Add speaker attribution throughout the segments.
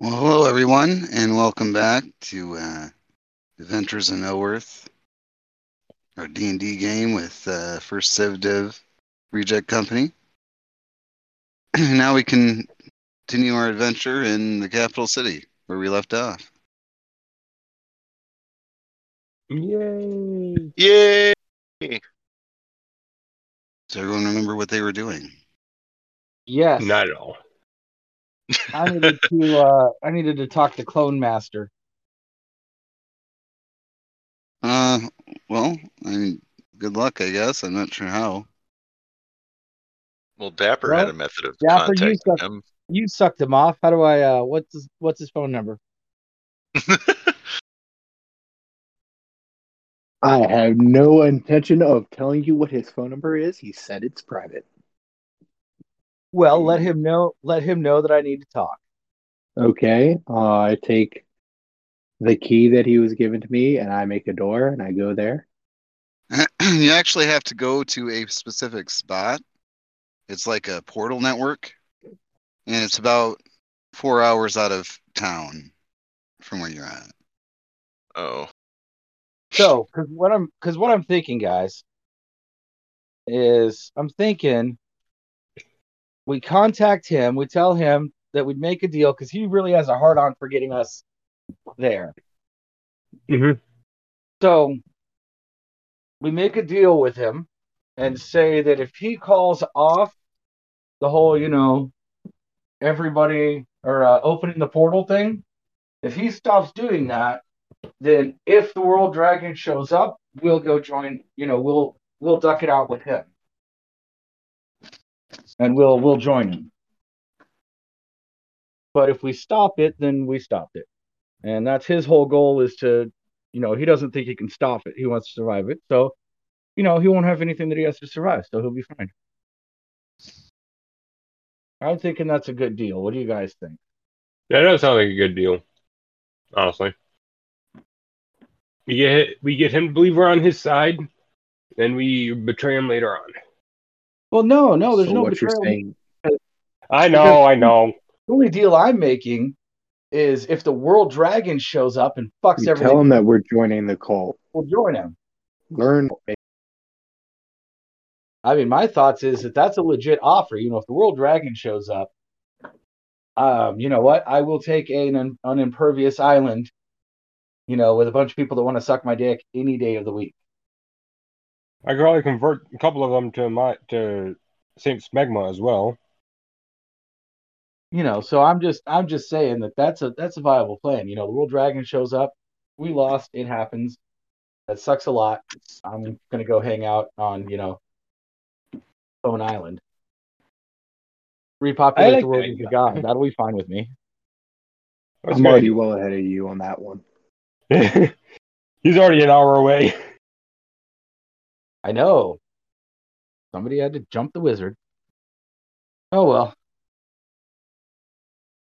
Speaker 1: Well, hello everyone, and welcome back to uh, Adventures in Oworth, our D and D game with uh, First Civ Div Reject Company. now we can continue our adventure in the capital city where we left off.
Speaker 2: Yay!
Speaker 3: Yay!
Speaker 1: Does everyone remember what they were doing?
Speaker 4: Yes,
Speaker 2: Not at all.
Speaker 4: I needed to. Uh, I needed to talk to Clone Master.
Speaker 1: Uh, well, I mean, good luck, I guess. I'm not sure how.
Speaker 3: Well, Dapper
Speaker 4: Well,
Speaker 3: had a method of
Speaker 4: Dapper, you
Speaker 3: contacting
Speaker 4: suck.
Speaker 3: him.
Speaker 4: You sucked him off. How do I? Uh, what's his, what's his phone number?
Speaker 5: I have no intention of telling you what his phone number is. He said it's private.
Speaker 4: Well, let him know. Let him know that I need to talk.
Speaker 5: Okay. Uh, I take the key that he was given to me and I make a door and I go there.
Speaker 1: you actually have to go to a specific spot. It's like a portal network, and it's about four hours out of town from where you're at.
Speaker 3: oh,
Speaker 4: So, because what I'm because what I'm thinking, guys, is I'm thinking we contact him. We tell him that we'd make a deal because he really has a hard on for getting us there.
Speaker 2: Mhm.
Speaker 4: So we make a deal with him and say that if he calls off the whole, you know, everybody or uh, opening the portal thing, if he stops doing that, then if the world dragon shows up, we'll go join, you know, we'll we'll duck it out with him. And we'll we'll join him. But if we stop it, then we stopped it. And that's his whole goal is to you know, he doesn't think he can stop it. He wants to survive it. So, you know, he won't have anything that he has to survive. So he'll be fine. I'm thinking that's a good deal. What do you guys think?
Speaker 2: That does sound like a good deal, honestly. We get we get him to believe we're on his side, then we betray him later on.
Speaker 4: Well, no, no, there's
Speaker 5: So
Speaker 4: no
Speaker 5: what you're
Speaker 4: betrayal.
Speaker 5: saying.
Speaker 2: I know, I know.
Speaker 4: The only deal I'm making is if the world dragon shows up and fucks
Speaker 5: You
Speaker 4: everything,
Speaker 5: tell him that we're joining the cult.
Speaker 4: we'll join him.
Speaker 5: Learn.
Speaker 4: Oh, I mean, my thoughts is that that's a legit offer. You know, if the world dragon shows up, um, you know what? I will take an, un- an impervious island, you know, with a bunch of people that want to suck my dick any day of the week.
Speaker 2: I could probably convert a couple of them to my to Saint Smegma as well.
Speaker 4: you know so i'm just i'm just saying that that's a that's a viable plan you know the world dragon shows up we lost it happens that sucks a lot i'm gonna go hang out on you know own island repopulate
Speaker 2: I like
Speaker 4: the world
Speaker 2: that
Speaker 4: into
Speaker 2: idea.
Speaker 4: god that'll be fine with me
Speaker 2: That's
Speaker 5: I'm
Speaker 2: good.
Speaker 5: already well ahead of you on that one.
Speaker 2: He's already an hour away.
Speaker 4: i know somebody had to jump the wizard oh well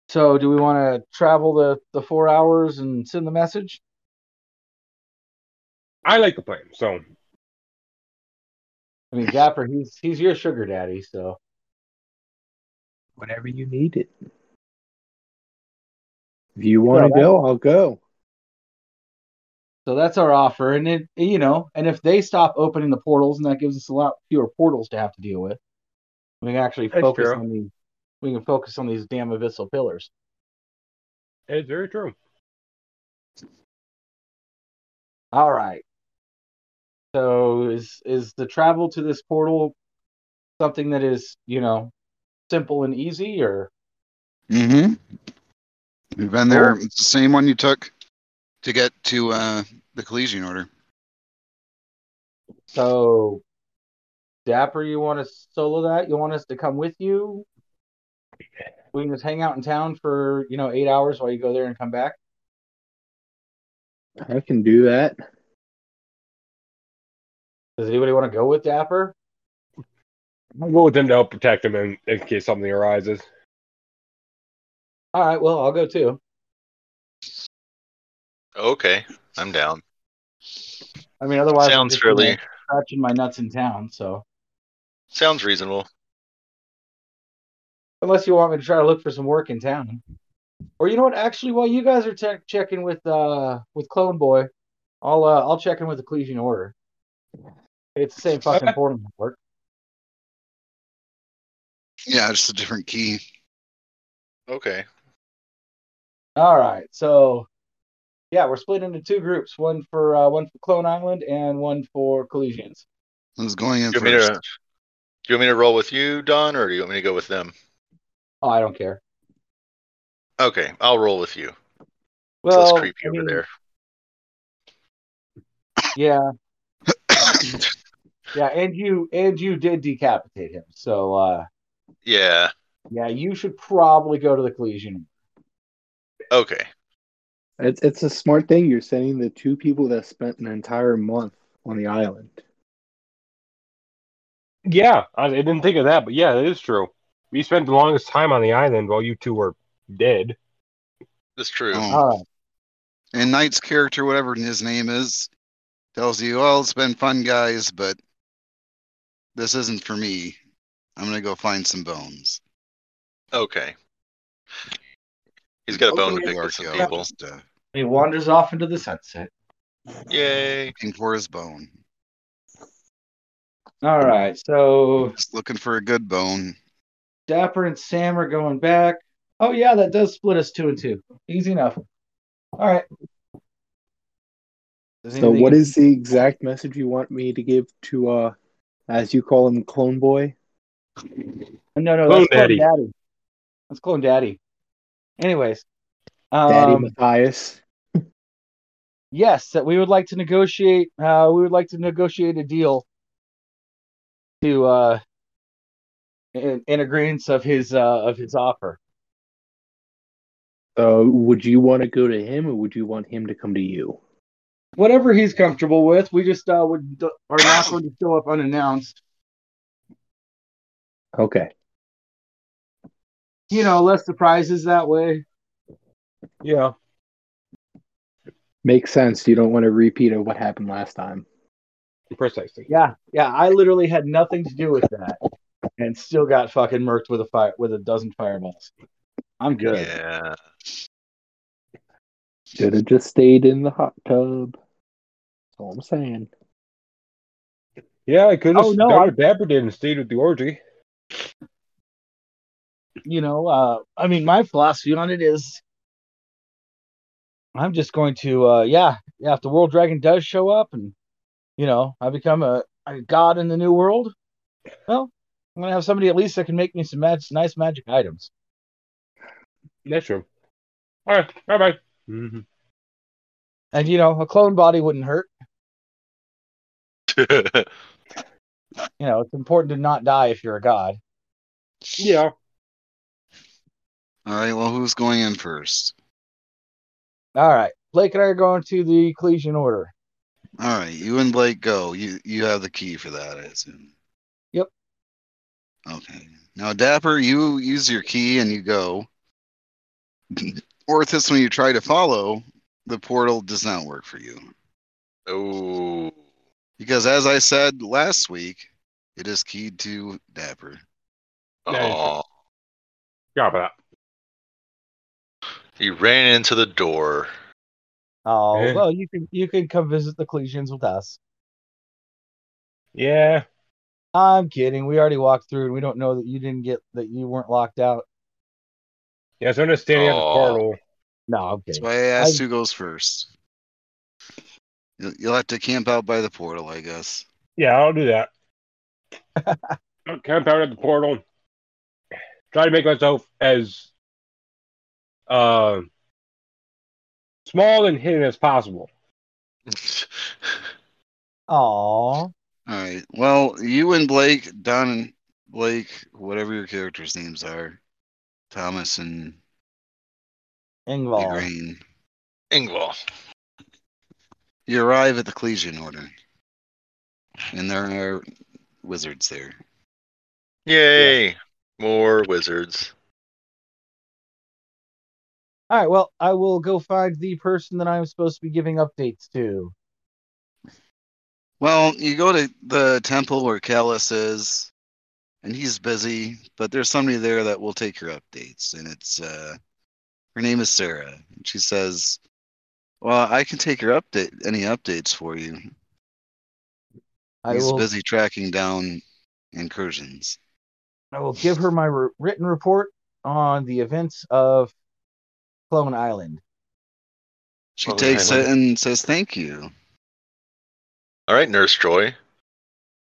Speaker 4: so do we want to travel the the four hours and send the message
Speaker 2: I like the plan, so
Speaker 4: i mean dapper he's he's your sugar daddy so
Speaker 5: Whenever you need it. If you want
Speaker 4: Well,
Speaker 5: to go, I'll go.
Speaker 4: So that's our offer, and it, you know, and if they stop opening the portals, and that gives us a lot fewer portals to have to deal with, we can actually
Speaker 2: That's
Speaker 4: focus
Speaker 2: true.
Speaker 4: on the, we can focus on these damn abyssal pillars.
Speaker 2: it's very true.
Speaker 4: All right. So is is the travel to this portal something that is you know simple and easy, or
Speaker 1: Mm-hmm. You've been there. It's the same one you took to get to uh, the Collegian Order.
Speaker 4: so? Dapper, you want to solo that? You want us to come with you? We can just hang out in town for you know eight hours while you go there and come back.
Speaker 5: I can do that.
Speaker 4: Does anybody want to go with Dapper?
Speaker 2: I'll go with them to help protect him in, in case something arises.
Speaker 4: All right, well, I'll go too.
Speaker 3: okay. I'm down.
Speaker 4: I mean, otherwise, I'm
Speaker 3: Sounds
Speaker 4: just gonna
Speaker 3: fairly-
Speaker 4: be scratching my nuts in town. So,
Speaker 3: Sounds reasonable.
Speaker 4: unless you want me to try to look for some work in town, Or you know what? Actually, while you guys are tech checking with uh with Clone Boy, I'll uh, I'll check in with Ecclesian Order. It's the same fucking
Speaker 2: Okay.
Speaker 4: portal network.
Speaker 1: Yeah, just a different key.
Speaker 3: Okay.
Speaker 4: All right, so yeah, we're split into two groups: one for uh, one for Clone Island and one for Collegians.
Speaker 1: Who's going in
Speaker 3: Do you, want me to,
Speaker 1: first?
Speaker 3: do you want me to roll with you, Don, or do you want me to go with them?
Speaker 4: Oh, I don't care.
Speaker 3: Okay, I'll roll with you. It's
Speaker 4: Well,
Speaker 3: less creepy
Speaker 4: I mean,
Speaker 3: over there.
Speaker 4: Yeah, yeah, and you and you did decapitate him, so uh
Speaker 3: Yeah.
Speaker 4: yeah, you should probably go to the Collegian.
Speaker 3: Okay.
Speaker 5: It's it's a smart thing. You're sending the two people that spent an entire month on the island.
Speaker 2: Yeah, I, I didn't think of that, but yeah, that is true. We spent the longest time on the island while you two were dead.
Speaker 3: That's true.
Speaker 1: Oh.
Speaker 4: All right,
Speaker 1: and Knight's character, whatever his name is, tells you, "Well, it's been fun, guys, but this isn't for me. I'm gonna go find some bones."
Speaker 3: Okay. He's got a bone
Speaker 1: Okay.
Speaker 3: to pick with some
Speaker 1: Workout,
Speaker 3: people.
Speaker 1: just, uh,
Speaker 4: he wanders off into the sunset.
Speaker 3: Yay.
Speaker 1: looking for his bone.
Speaker 4: All right, so
Speaker 1: Just looking for a good bone.
Speaker 4: Dapper and Sam are going back. Oh yeah, that does split us two and two. Easy enough. All right. Does
Speaker 5: So,
Speaker 4: anybody
Speaker 5: what
Speaker 4: get-
Speaker 5: is the exact message you want me to give to, uh, as you call him, Clone Boy?
Speaker 4: No, no,
Speaker 2: Clone
Speaker 4: that's
Speaker 2: Daddy.
Speaker 4: Clone Daddy. That's Clone Daddy. Anyways,
Speaker 5: Daddy
Speaker 4: um,
Speaker 5: Matthias?
Speaker 4: yes, that we would like to negotiate. Uh, we would like to negotiate a deal to uh, in, in agreement of his uh, of his offer.
Speaker 5: So, would you want to go to him, or would you want him to come to you?
Speaker 4: Whatever he's comfortable with, we just uh, would are not going to show up unannounced.
Speaker 5: Okay.
Speaker 4: You know, less surprises that way.
Speaker 2: Yeah.
Speaker 5: Makes sense. You don't want to repeat of what happened last time.
Speaker 2: Precisely.
Speaker 4: Yeah, yeah. I literally had nothing to do with that, and still got fucking murked with a fire with a dozen fireballs. I'm good.
Speaker 3: Yeah.
Speaker 5: Should have just stayed in the hot tub. That's all I'm saying.
Speaker 2: Yeah, I could have
Speaker 4: Oh, no,
Speaker 2: done
Speaker 4: I-
Speaker 2: what Dapper did and stayed with the orgy.
Speaker 4: you know, uh, I mean, my philosophy on it is I'm just going to, uh, yeah, yeah, if the world dragon does show up and, you know, I become a, a god in the new world, well, I'm going to have somebody at least that can make me some mag- nice magic items.
Speaker 2: That's true. All right. Bye bye. Mm-hmm.
Speaker 4: And, you know, a clone body wouldn't hurt. You know, it's important to not die if you're a god.
Speaker 2: Yeah.
Speaker 1: All right. Well, who's going in first?
Speaker 4: All right. Blake and I are going to the Ecclesian Order.
Speaker 1: All right, you and Blake go. You you have the key for that, I assume.
Speaker 4: Yep.
Speaker 1: Okay. Now, Dapper, you use your key and you go. Or if this one you try to follow, the portal does not work for you.
Speaker 3: oh.
Speaker 1: Because as I said last week, it is keyed to Dapper.
Speaker 3: Oh.
Speaker 2: Yeah, but
Speaker 3: He ran into the door.
Speaker 4: Oh,
Speaker 2: Yeah.
Speaker 4: well, you can you can come visit the Ecclesians with us.
Speaker 2: yeah.
Speaker 4: I'm kidding. We already walked through and we don't know that you didn't get that you weren't locked out.
Speaker 2: Yeah, so I'm just standing at the
Speaker 3: Oh.
Speaker 2: portal.
Speaker 4: No, I'm
Speaker 1: That's
Speaker 4: kidding.
Speaker 1: why I asked
Speaker 4: I-
Speaker 1: who goes first. You'll, you'll have to camp out by the portal, I guess.
Speaker 2: Yeah, I'll do that. I'll camp out at the portal. Try to make myself as uh, small and hidden as possible.
Speaker 4: Aw.
Speaker 1: All right. Well, you and Blake, Don and Blake, whatever your characters' names are, Thomas and
Speaker 4: Ingvar.
Speaker 1: Green.
Speaker 3: Ingval.
Speaker 1: You arrive at the Clesian Order, and there are wizards there.
Speaker 3: Yay. More wizards.
Speaker 4: All right, well, I will go find the person that I'm supposed to be giving updates to.
Speaker 1: Well, you go to the temple where Callus is, and he's busy, but there's somebody there that will take your updates, and it's uh, her Her name is Sarah. And she says, Well, I can take your update any updates for you.
Speaker 4: I
Speaker 1: He's
Speaker 4: will,
Speaker 1: busy tracking down incursions.
Speaker 4: I will give her my r- written report on the events of Clone Island.
Speaker 1: She
Speaker 3: Oh, yeah,
Speaker 1: takes
Speaker 3: I
Speaker 1: it
Speaker 3: like
Speaker 1: and says thank you.
Speaker 3: All right, Nurse Joy.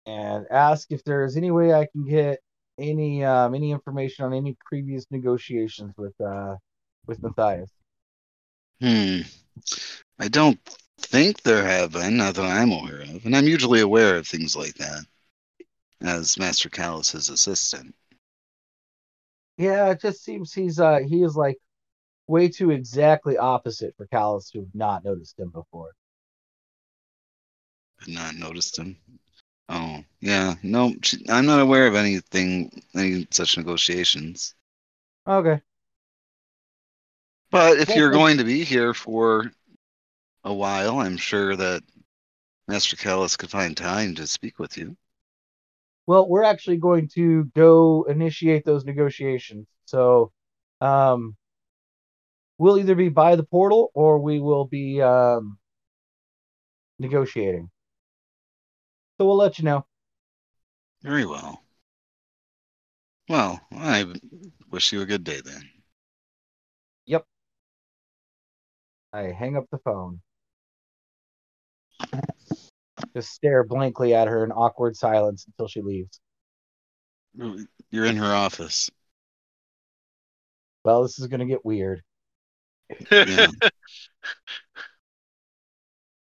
Speaker 4: and ask if there's any way I can get any um, any information on any previous negotiations with uh with Matthias.
Speaker 1: Hmm. I don't think there have been, not that I'm aware of, and I'm usually aware of things like that as Master Callus's assistant.
Speaker 4: Yeah, it just seems he's uh he is like way too exactly opposite for Callus to have not noticed him before.
Speaker 1: I've not noticed him. Oh, yeah. No, she, I'm not aware of anything, any such negotiations.
Speaker 4: Okay.
Speaker 1: But if you're
Speaker 4: Okay.
Speaker 1: going to be here for a while, I'm sure that Master Callus could find time to speak with you.
Speaker 4: Well, we're actually going to go initiate those negotiations. So um we'll either be by the portal or we will be um negotiating. So we'll let you know.
Speaker 1: Very well. Well, I wish you a good day then.
Speaker 4: I hang up the phone. Just stare blankly at her in awkward silence until she leaves.
Speaker 1: You're in her office.
Speaker 4: Well, this is going to get weird.
Speaker 1: Yeah.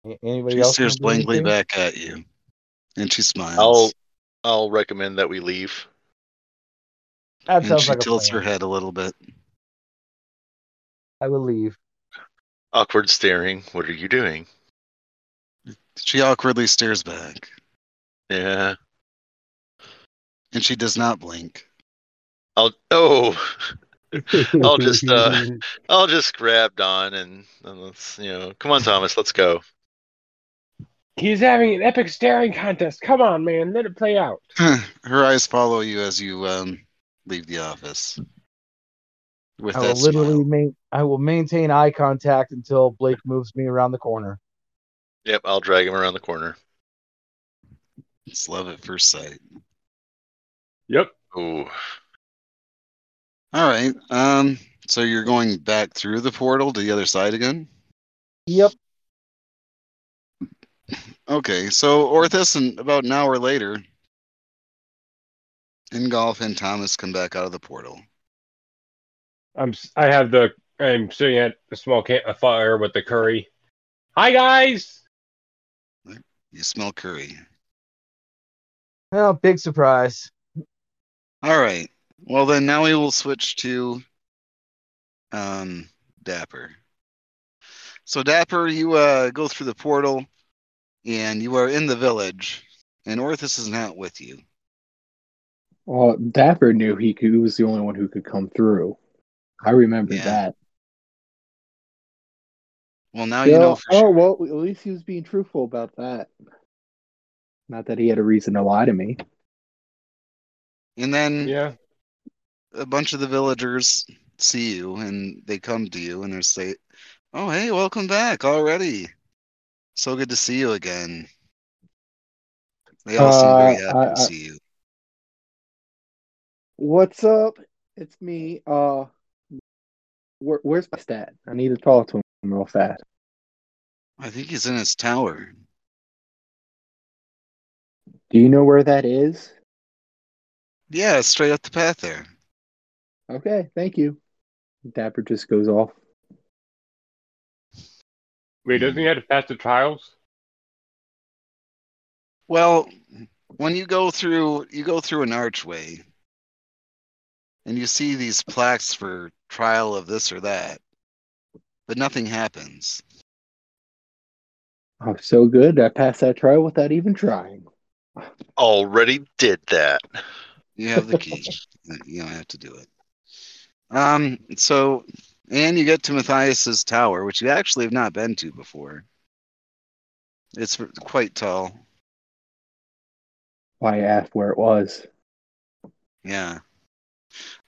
Speaker 4: A- Anybody
Speaker 1: She
Speaker 4: else?
Speaker 1: stares
Speaker 4: wanna do
Speaker 1: blankly
Speaker 4: anything? Oh,
Speaker 1: back at you, and she smiles.
Speaker 3: I'll I'll recommend that we leave.
Speaker 4: That
Speaker 1: and
Speaker 4: sounds
Speaker 1: she
Speaker 4: like a
Speaker 1: tilts
Speaker 4: plan.
Speaker 1: her head a little bit.
Speaker 4: I will leave.
Speaker 3: Awkward staring. What are you doing?
Speaker 1: She awkwardly stares back,
Speaker 3: Yeah.
Speaker 1: and she does not blink.
Speaker 3: I'll oh I'll just, uh, I'll just grab Don and, and let's you know come on Thomas, let's go.
Speaker 2: He's having an epic staring contest. Come on, man. Let it play out.
Speaker 1: her eyes follow you as you um, leave the office. With
Speaker 4: I
Speaker 1: that
Speaker 4: will literally
Speaker 1: smile.
Speaker 4: main. I will maintain eye contact until Blake moves me around the corner.
Speaker 3: Yep, I'll drag him around the corner.
Speaker 1: it's love at first sight.
Speaker 2: Yep.
Speaker 3: Ooh.
Speaker 1: All right. Um. So you're going back through the portal to the other side again.
Speaker 4: Yep.
Speaker 1: Okay, so Orthus and about an hour later, Ingolf and Thomas come back out of the portal.
Speaker 2: I'm. s- I have the. I'm sitting at a small ca- a fire with the curry. Hi guys.
Speaker 1: You smell curry.
Speaker 6: Oh,
Speaker 4: Well, big surprise.
Speaker 1: All right. Well, then now we will switch to um, Dapper. So Dapper, you uh, go through the portal, and you are in the village, and Orthus is not with you.
Speaker 5: Well, Dapper knew he, could, he was the only one who could come through. I remember
Speaker 1: Yeah.
Speaker 5: that.
Speaker 1: Well, now you know
Speaker 5: Yeah,
Speaker 1: for
Speaker 5: oh
Speaker 1: sure.
Speaker 5: well, at least he was being truthful about that. Not that he had a reason to lie to me. oh.
Speaker 1: And then
Speaker 2: Yeah.
Speaker 1: a bunch of the villagers see you and they come to you and they say, "Oh, hey, welcome back already. So good to see you again." They all seem very
Speaker 5: Uh,
Speaker 1: happy
Speaker 5: I-
Speaker 1: to
Speaker 5: I-
Speaker 1: see you.
Speaker 5: What's up? It's me. Uh, where, where's my stat? I need to talk to him real fast.
Speaker 1: I think he's in his tower.
Speaker 5: Do you know where that is?
Speaker 1: Yeah, straight up the path there.
Speaker 5: Okay, thank you. Dapper just goes off.
Speaker 2: Wait, doesn't he have to pass the trials?
Speaker 1: Well, when you go through, you go through an archway, and you see these plaques for trial of this or that, but nothing happens.
Speaker 5: Oh, so good. I passed that trial without even trying.
Speaker 3: Already did that.
Speaker 1: You have the key. you don't have to do it. Um. So, and you get to Matthias's tower, which you actually have not been to before. It's r- quite tall.
Speaker 5: Why I asked where it was.
Speaker 1: Yeah.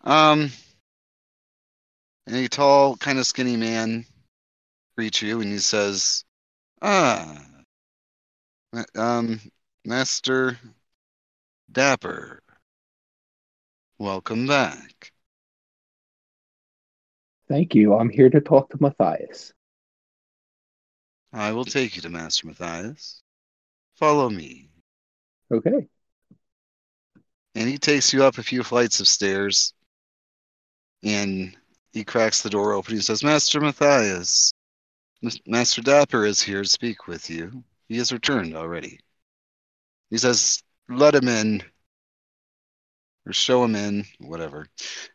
Speaker 1: Um. And a tall, kind of skinny man greets you and he says, Ah, ma- um, Master Dapper, welcome back.
Speaker 5: Thank you. I'm here to talk to Matthias.
Speaker 1: I will take you to Master Matthias. Follow me.
Speaker 5: Okay.
Speaker 1: And he takes you up a few flights of stairs. And he cracks the door open. He says, Master Matthias, Mas- Master Dapper is here to speak with you. He has returned already. He says, Let him in. Or show him in, whatever.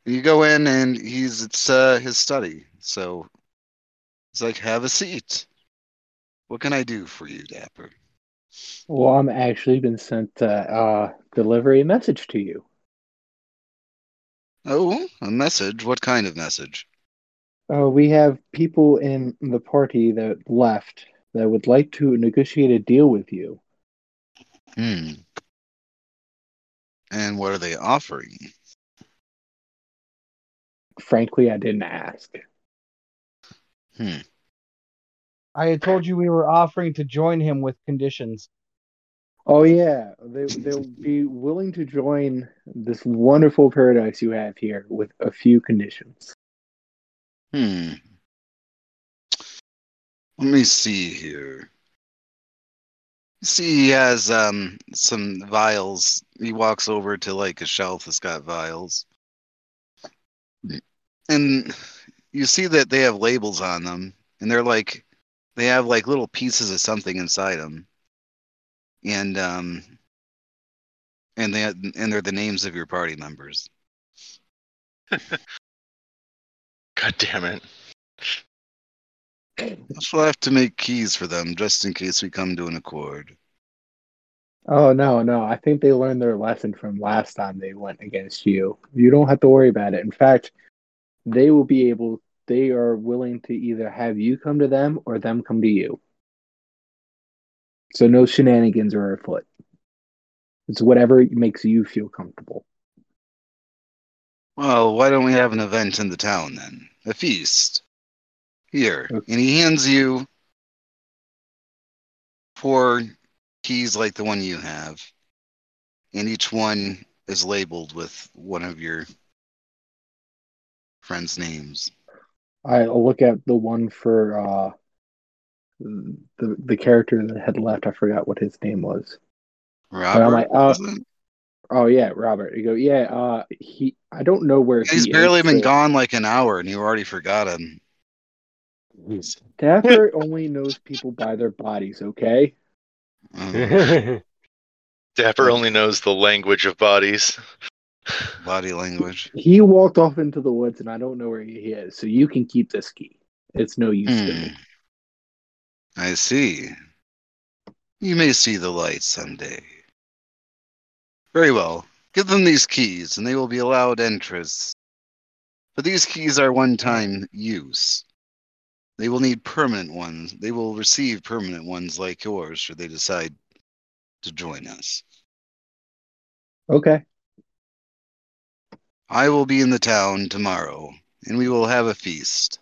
Speaker 1: And you go in, and he's it's uh, his study. So he's like, "Have a seat. What can I do for you, Dapper?"
Speaker 5: Well, I'm actually been sent to uh, deliver a message to you.
Speaker 1: Oh, a message. What kind of message?
Speaker 5: Uh, we have people in the party that left that would like to negotiate a deal with you.
Speaker 1: Hmm. And what are they offering?
Speaker 5: Frankly, I didn't ask.
Speaker 6: I had told you we were offering to join him with conditions.
Speaker 5: Oh yeah, they they'll be willing to join this wonderful paradise you have here with a few conditions.
Speaker 1: Hmm. Let me see here. See, he has um some vials. He walks over to like a shelf that's got vials, and you see that they have labels on them, and they're like they have like little pieces of something inside them, and um and they and they're the names of your party members.
Speaker 3: God damn it.
Speaker 1: She'll have to make keys for them just in case we come to an accord.
Speaker 5: Oh no, no, I think they learned their lesson from last time they went against you. You don't have to worry about it. In fact, they will be able they are willing to either have you come to them or them come to you. So no shenanigans are afoot. It's whatever makes you feel comfortable.
Speaker 1: Well, why don't we have an event in the town then? A feast. Here.
Speaker 5: Okay.
Speaker 1: And he hands you four keys like the one you have. And each one is labeled with one of your friends' names.
Speaker 5: I'll look at the one for uh the the character that had left. I forgot what his name was.
Speaker 1: Robert.
Speaker 5: like, uh,
Speaker 1: was it?
Speaker 5: Oh yeah, Robert. You go, yeah, uh he I don't know where
Speaker 1: He's
Speaker 5: he
Speaker 1: barely
Speaker 5: is,
Speaker 1: been
Speaker 5: so-
Speaker 1: gone like an hour and you already forgot him.
Speaker 5: Dapper only knows people by their bodies, okay?
Speaker 1: Oh,
Speaker 2: That's
Speaker 3: Dapper only knows the language of bodies.
Speaker 1: body language.
Speaker 5: He walked off into the woods and I don't know where he is, so you can keep this key. It's no use to
Speaker 1: Hmm.
Speaker 5: me.
Speaker 1: I see. You may see the light someday. Very well. Give them these keys, and they will be allowed entrance. But these keys are one time use. They will need permanent ones. They will receive permanent ones like yours should they decide to join us.
Speaker 5: Okay.
Speaker 1: I will be in the town tomorrow, and we will have a feast.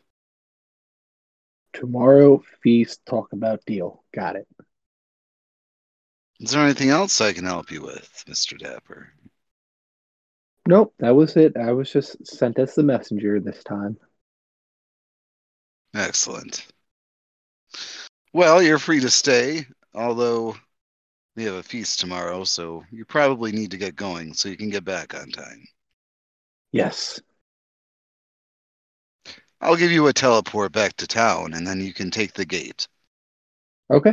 Speaker 5: Tomorrow feast talk about deal. Got it.
Speaker 1: Is there anything else I can help you with, Mr. Dapper?
Speaker 5: Nope, that was it. I was just sent as the messenger this time.
Speaker 1: Excellent. Well, you're free to stay, although we have a feast tomorrow, so you probably need to get going so you can get back on time.
Speaker 5: Yes.
Speaker 1: I'll give you a teleport back to town, and then you can take the gate.
Speaker 5: Okay.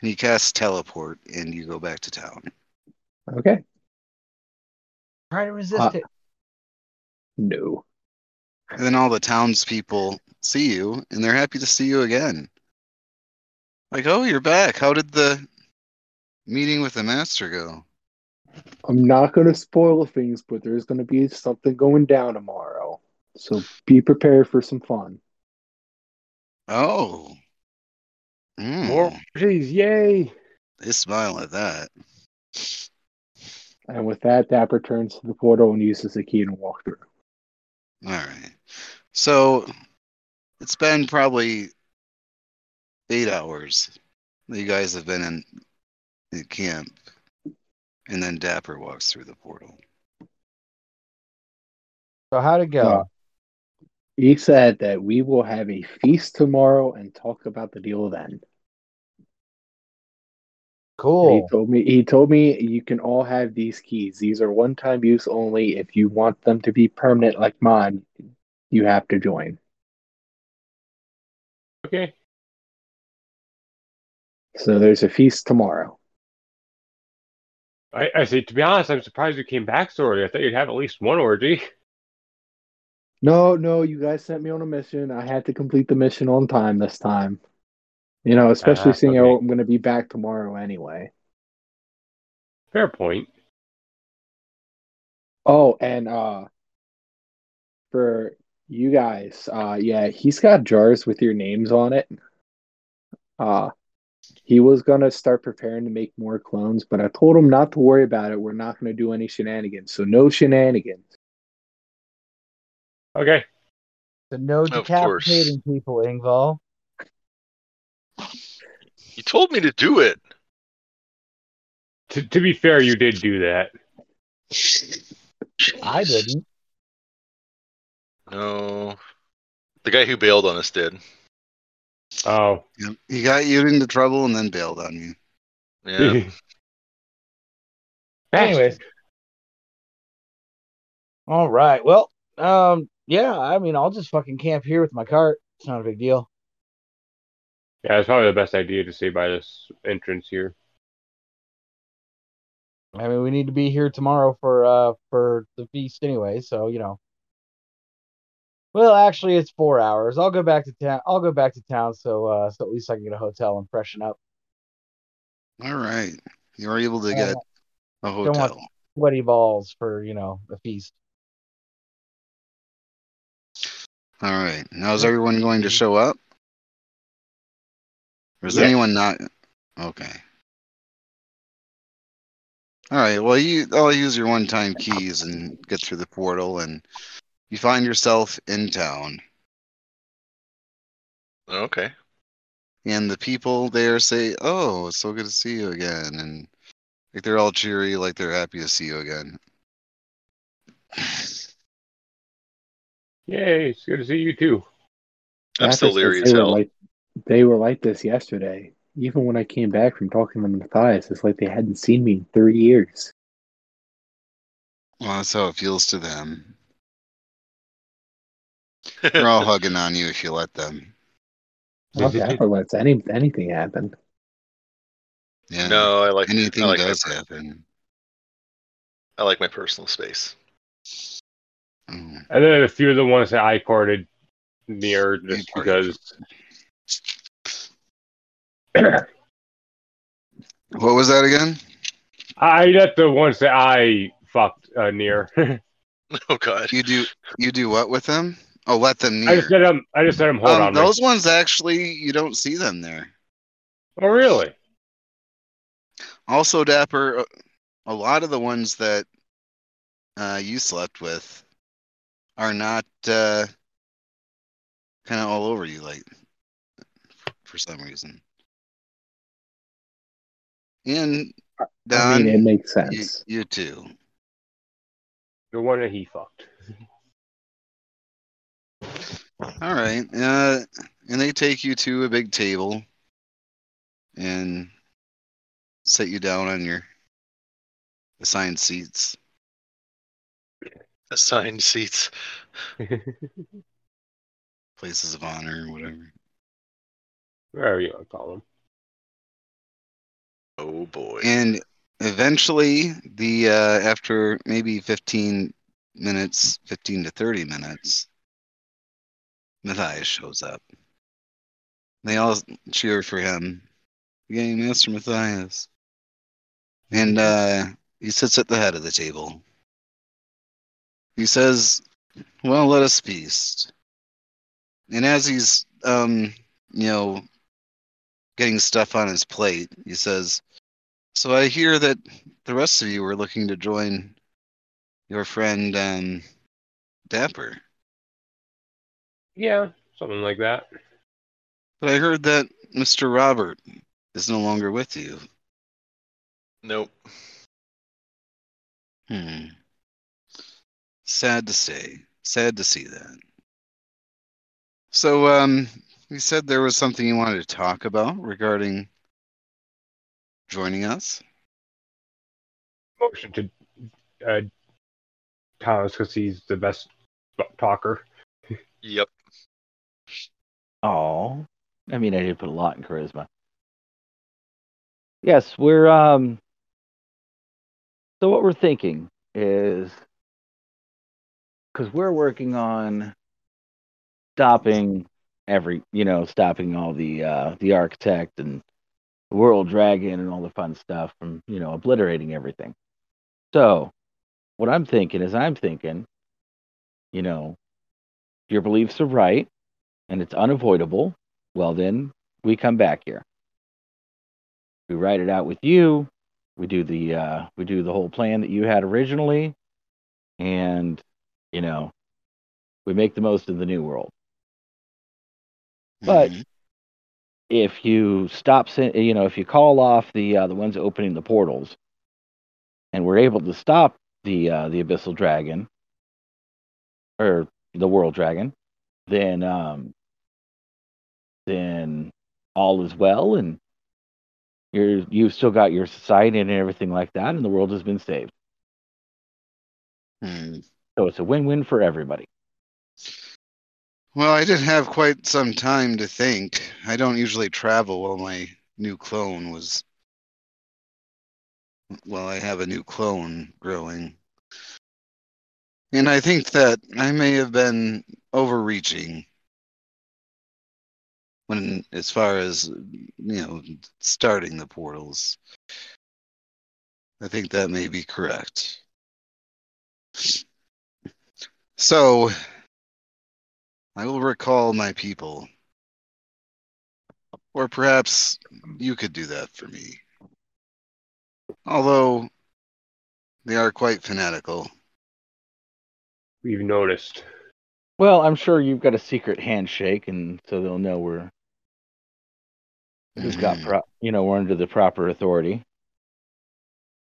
Speaker 1: And you cast teleport, and you go back to town.
Speaker 5: Okay.
Speaker 6: Try to resist
Speaker 5: Uh,
Speaker 6: it.
Speaker 5: No.
Speaker 1: And then all the townspeople see you, and they're happy to see you again. Like, oh, you're back. How did the meeting with the master go?
Speaker 5: I'm not going to spoil things, but there's going to be something going down tomorrow. So be prepared for some fun.
Speaker 1: Oh. Hmm.
Speaker 2: More orgies, yay!
Speaker 1: They smile at that.
Speaker 5: And with that, Dapper turns to the portal and uses the key to walk through.
Speaker 1: All right. So it's been probably eight hours that you guys have been in, in camp, and then Dapper walks through the portal.
Speaker 6: So how'd it go?
Speaker 5: Uh, He said that we will have a feast tomorrow and talk about the deal then. He
Speaker 6: cool.
Speaker 5: told me he told me you can all have these keys. These are one time use only. If you want them to be permanent like mine, you have to join.
Speaker 2: Okay.
Speaker 5: So there's a feast tomorrow.
Speaker 2: I, I see. To be honest, I'm surprised you came back so early. I thought you'd have at least one orgy.
Speaker 5: No, no, you guys sent me on a mission. I had to complete the mission on time this time. You know, especially
Speaker 2: Ah,
Speaker 5: seeing
Speaker 2: okay.
Speaker 5: I'm going to be back tomorrow anyway.
Speaker 2: Fair point.
Speaker 5: Oh, and uh for you guys, uh yeah, he's got jars with your names on it. Uh he was gonna start preparing to make more clones, but I told him not to worry about it. We're not gonna do any shenanigans, so no shenanigans.
Speaker 2: Okay.
Speaker 6: So no
Speaker 3: course.
Speaker 6: decapitating people, Ingval.
Speaker 3: You told me to do it.
Speaker 2: To, to be fair, you did do that.
Speaker 6: I
Speaker 3: Jeez.
Speaker 6: didn't.
Speaker 3: No. The guy who bailed on us did.
Speaker 2: Oh.
Speaker 1: Yep. He got you into trouble and then bailed on you.
Speaker 3: Yeah.
Speaker 2: Bastard.
Speaker 6: Anyways. All right. Well, um, yeah, I mean I'll just fucking camp here with my cart. It's not a big deal.
Speaker 2: Yeah, it's probably the best idea to stay by this entrance here.
Speaker 6: I mean we need to be here tomorrow for uh for the feast anyway, so you know. Well, actually it's four hours. I'll go back to town I'll go back to town so uh so at least I can get a hotel and freshen up.
Speaker 1: All right. You were able to
Speaker 6: Oh, Yeah.
Speaker 1: get a
Speaker 6: want-
Speaker 1: hotel.
Speaker 6: Sweaty balls for, you know, the feast.
Speaker 1: All right. Now is everyone going to show up? Or is
Speaker 2: Yes.
Speaker 1: anyone not? Okay. All right. Well, you all use your one-time keys and get through the portal, and you find yourself in town.
Speaker 3: Okay.
Speaker 1: And the people there say, "Oh, it's so good to see you again," and like they're all cheery, like they're happy to see you again.
Speaker 2: Yay, it's good to see you too.
Speaker 3: I'm
Speaker 5: Dapper
Speaker 3: still
Speaker 5: says
Speaker 3: leery
Speaker 5: they
Speaker 3: as
Speaker 5: were
Speaker 3: hell.
Speaker 5: like they were like this yesterday. Even when I came back from talking to Matthias, it's like they hadn't seen me in three years.
Speaker 1: Well, that's how it feels to them. They're all hugging on you if you let them.
Speaker 5: Well, Dapper lets any anything happen.
Speaker 1: Yeah.
Speaker 3: no, I like
Speaker 1: Anything
Speaker 3: I like my
Speaker 1: does
Speaker 3: per-
Speaker 1: happen.
Speaker 3: I like my personal space.
Speaker 1: Oh.
Speaker 2: And then a few of the ones that I courted near just
Speaker 1: Hey, party.
Speaker 2: because
Speaker 1: What was that again?
Speaker 2: I let the ones that I fucked uh, near.
Speaker 3: Oh god.
Speaker 1: You do you do what with them? Oh, let them
Speaker 2: I
Speaker 1: near.
Speaker 2: just let them. I just let them hold
Speaker 1: Um,
Speaker 2: on. me.
Speaker 1: those ones actually, you don't see them there.
Speaker 2: Oh really?
Speaker 1: Also, Dapper, a- a lot of the ones that uh, you slept with are not uh, kind of all over you, like for some reason. And
Speaker 5: I
Speaker 1: Don,
Speaker 5: mean, it makes
Speaker 1: you,
Speaker 5: sense.
Speaker 1: you too.
Speaker 2: The one that he fucked.
Speaker 1: All right. Uh, and they take you to a big table and set you down on your assigned seats.
Speaker 3: Assigned seats.
Speaker 1: places of honor, whatever.
Speaker 2: Whatever you want to call them.
Speaker 3: Oh boy.
Speaker 1: And eventually, the uh, after maybe 15 minutes, 15 to 30 minutes, Matthias shows up. They all cheer for him. Yay, Master Matthias. And uh, he sits at the head of the table. He says, Well, let us feast. And as he's, um, you know, getting stuff on his plate, he says, So I hear that the rest of you were looking to join your friend um, Dapper.
Speaker 2: Yeah, something like that.
Speaker 1: But I heard that Mr. Robert is no longer with you.
Speaker 3: Nope.
Speaker 1: Hmm. Sad to say. Sad to see that. So, um, you said there was something you wanted to talk about regarding joining us.
Speaker 2: Motion to uh, Thomas because he's the best talker.
Speaker 3: Yep.
Speaker 7: Oh, I mean, I did put a lot in charisma. Yes, we're um. So what we're thinking is, because we're working on stopping every, you know, stopping all the uh the architect and the world dragon and all the fun stuff from, you know, obliterating everything. So, what I'm thinking is, I'm thinking, you know, your beliefs are right and it's unavoidable, well, then we come back here. We write it out with you. We do the uh, we do the whole plan that you had originally, and you know, we make the most of the new world. But
Speaker 1: Mhm.
Speaker 7: if you stop, sen- you know, if you call off the uh, the ones opening the portals, and we're able to stop the uh, the abyssal dragon or the world dragon, then um, then all is well, and you're you've still got your society and everything like that, and the world has been saved.
Speaker 1: Hmm.
Speaker 7: So it's a win-win for everybody.
Speaker 1: Well, I did have quite some time to think. I don't usually travel while my new clone was. Well, I have a new clone growing. And I think that I may have been overreaching when, as far as, you know, starting the portals. I think that may be correct. So, I will recall my people. Or perhaps you could do that for me. Although they are quite fanatical.
Speaker 2: We've noticed.
Speaker 7: Well, I'm sure you've got a secret handshake, and so they'll know we're we've got
Speaker 1: Mhm.
Speaker 7: pro- you know we're under the proper authority.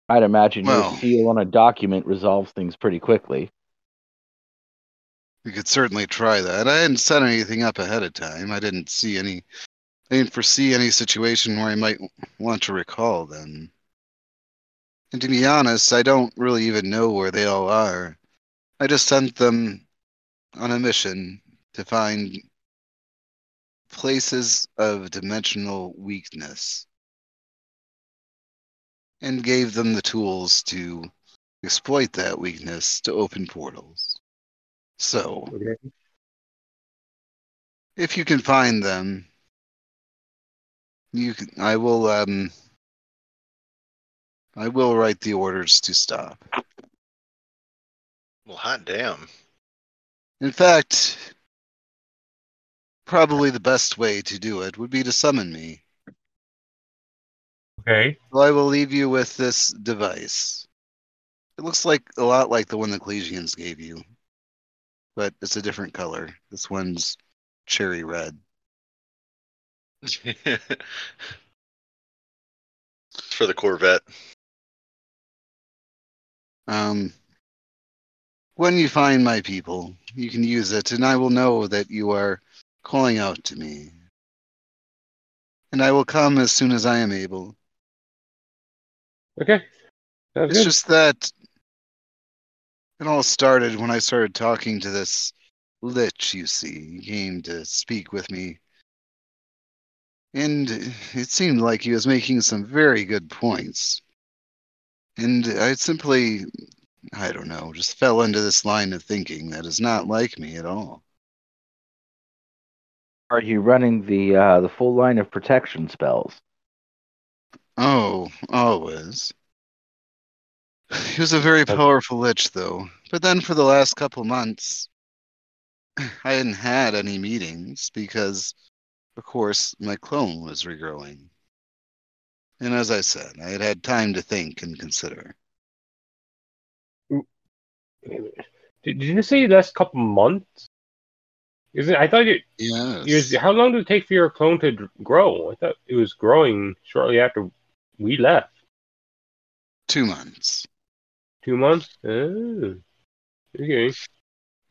Speaker 7: I'd imagine
Speaker 1: Well-
Speaker 7: your seal on a document resolves things pretty quickly.
Speaker 1: We could certainly try that. I hadn't set anything up ahead of time. I didn't see any. I didn't foresee any situation where I might want to recall them. And to be honest, I don't really even know where they all are. I just sent them on a mission to find places of dimensional weakness and gave them the tools to exploit that weakness to open portals. So.
Speaker 2: Okay.
Speaker 1: If you can find them, you can, I will um I will write the orders to stop.
Speaker 3: Well, hot damn.
Speaker 1: In fact, probably the best way to do it would be to summon me.
Speaker 2: Okay.
Speaker 1: So I will leave you with this device. It looks like a lot like the one the Clesians gave you, but it's a different color. This one's cherry red.
Speaker 3: it's for the Corvette.
Speaker 1: Um, when you find my people, you can use it, and I will know that you are calling out to me. And I will come as soon as I am able.
Speaker 2: Okay. Sounds
Speaker 1: It's
Speaker 2: good.
Speaker 1: just that it all started when I started talking to this lich, you see. He came to speak with me. And it seemed like he was making some very good points. And I simply, I don't know, just fell into this line of thinking that is not like me at all.
Speaker 7: Are you running the uh, the full line of protection spells?
Speaker 1: Oh, always. He was a very powerful lich, though. But then for the last couple months, I hadn't had any meetings because, of course, my clone was regrowing. And as I said, I had had time to think and consider.
Speaker 2: Wait a minute. Did, did you say last couple months? Is it? I thought it.
Speaker 1: Yes.
Speaker 2: Is, how long did it take for your clone to d- grow? I thought it was growing shortly after we left.
Speaker 1: Two months.
Speaker 2: Two months. Oh. Okay.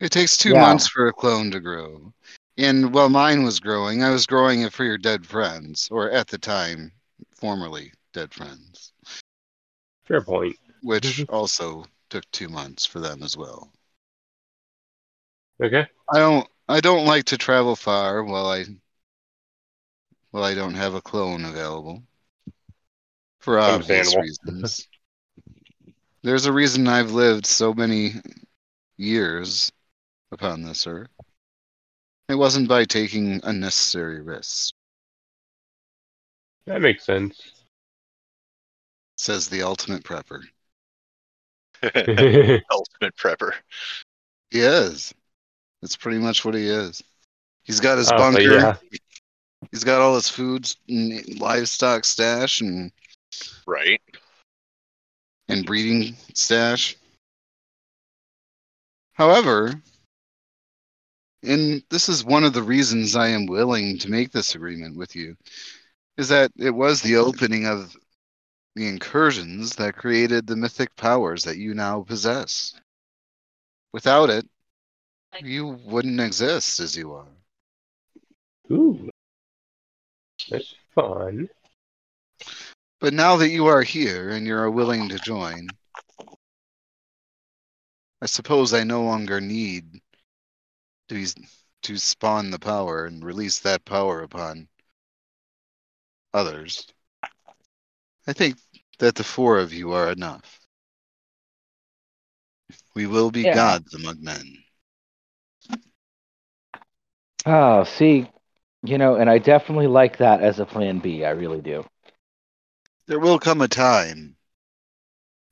Speaker 1: It takes two
Speaker 5: Yeah.
Speaker 1: months for a clone to grow. And while mine was growing, I was growing it for your dead friends, or at the time, formerly dead friends,
Speaker 2: Fair point.
Speaker 1: which also took two months for them as well.
Speaker 2: Okay.
Speaker 1: I don't I don't like to travel far while I while I don't have a clone available. For obvious
Speaker 2: Understandable.
Speaker 1: reasons. There's a reason I've lived so many years upon this earth. It wasn't by taking unnecessary risks,
Speaker 2: That makes sense.
Speaker 1: says the ultimate prepper.
Speaker 3: Ultimate prepper.
Speaker 1: He is. That's pretty much what he is. He's got his
Speaker 2: Oh, but
Speaker 1: bunker.
Speaker 2: yeah.
Speaker 1: He's got all his foods and livestock stash and,
Speaker 3: Right.
Speaker 1: and breeding stash. However, and this is one of the reasons I am willing to make this agreement with you, is that it was the opening of the incursions that created the mythic powers that you now possess. Without it, you wouldn't exist as you are.
Speaker 2: Ooh. That's fun.
Speaker 1: But now that you are here and you are willing to join, I suppose I no longer need to be, to spawn the power and release that power upon others. I think that the four of you are enough. We will be
Speaker 7: Yeah.
Speaker 1: gods among men.
Speaker 7: Oh, see, you know, and I definitely like that as a plan B. I really do.
Speaker 1: There will come a time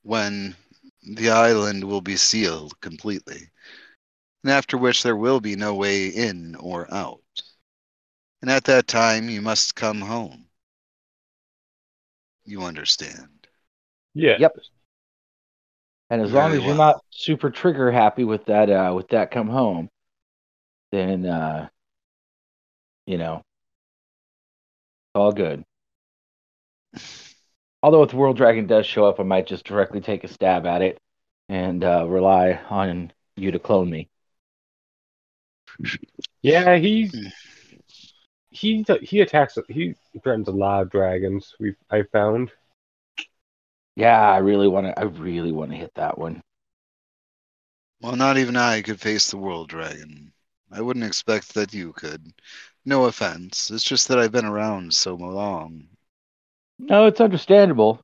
Speaker 1: when the island will be sealed completely, and after which there will be no way in or out. And at that time, you must come home. You understand.
Speaker 2: Yeah.
Speaker 7: Yep. And as long
Speaker 1: Very
Speaker 7: as you're
Speaker 1: well.
Speaker 7: not super trigger happy with that, uh, with that come home, then, uh, you know, all good. Although if the World Dragon does show up, I might just directly take a stab at it and uh, rely on you to clone me.
Speaker 2: Yeah, he's he he attacks he threatens a lot of dragons. We I found.
Speaker 7: Yeah, I really want to. I really want to hit that one.
Speaker 1: Well, not even I could face the world dragon. I wouldn't expect that you could. No offense. It's just that I've been around so long.
Speaker 7: No, it's understandable.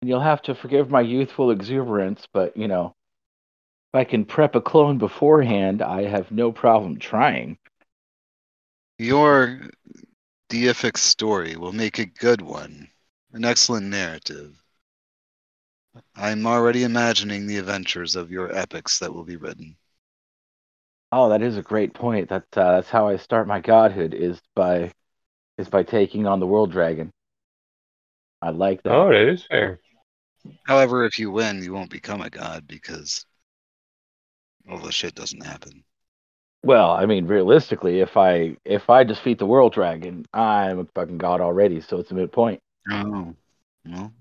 Speaker 7: And you'll have to forgive my youthful exuberance, but you know, if I can prep a clone beforehand, I have no problem trying.
Speaker 1: Your deific story will make a good one, an excellent narrative. I'm already imagining the adventures of your epics that will be written.
Speaker 7: Oh, that is a great point. That uh, that's how I start my godhood is by is by taking on the world dragon. I like that.
Speaker 2: Oh, it is fair.
Speaker 1: However, if you win, you won't become a god because all the shit doesn't happen.
Speaker 7: Well, I mean, realistically, if I if I defeat the world dragon, I'm a fucking god already, so it's a moot point.
Speaker 1: Oh. Well,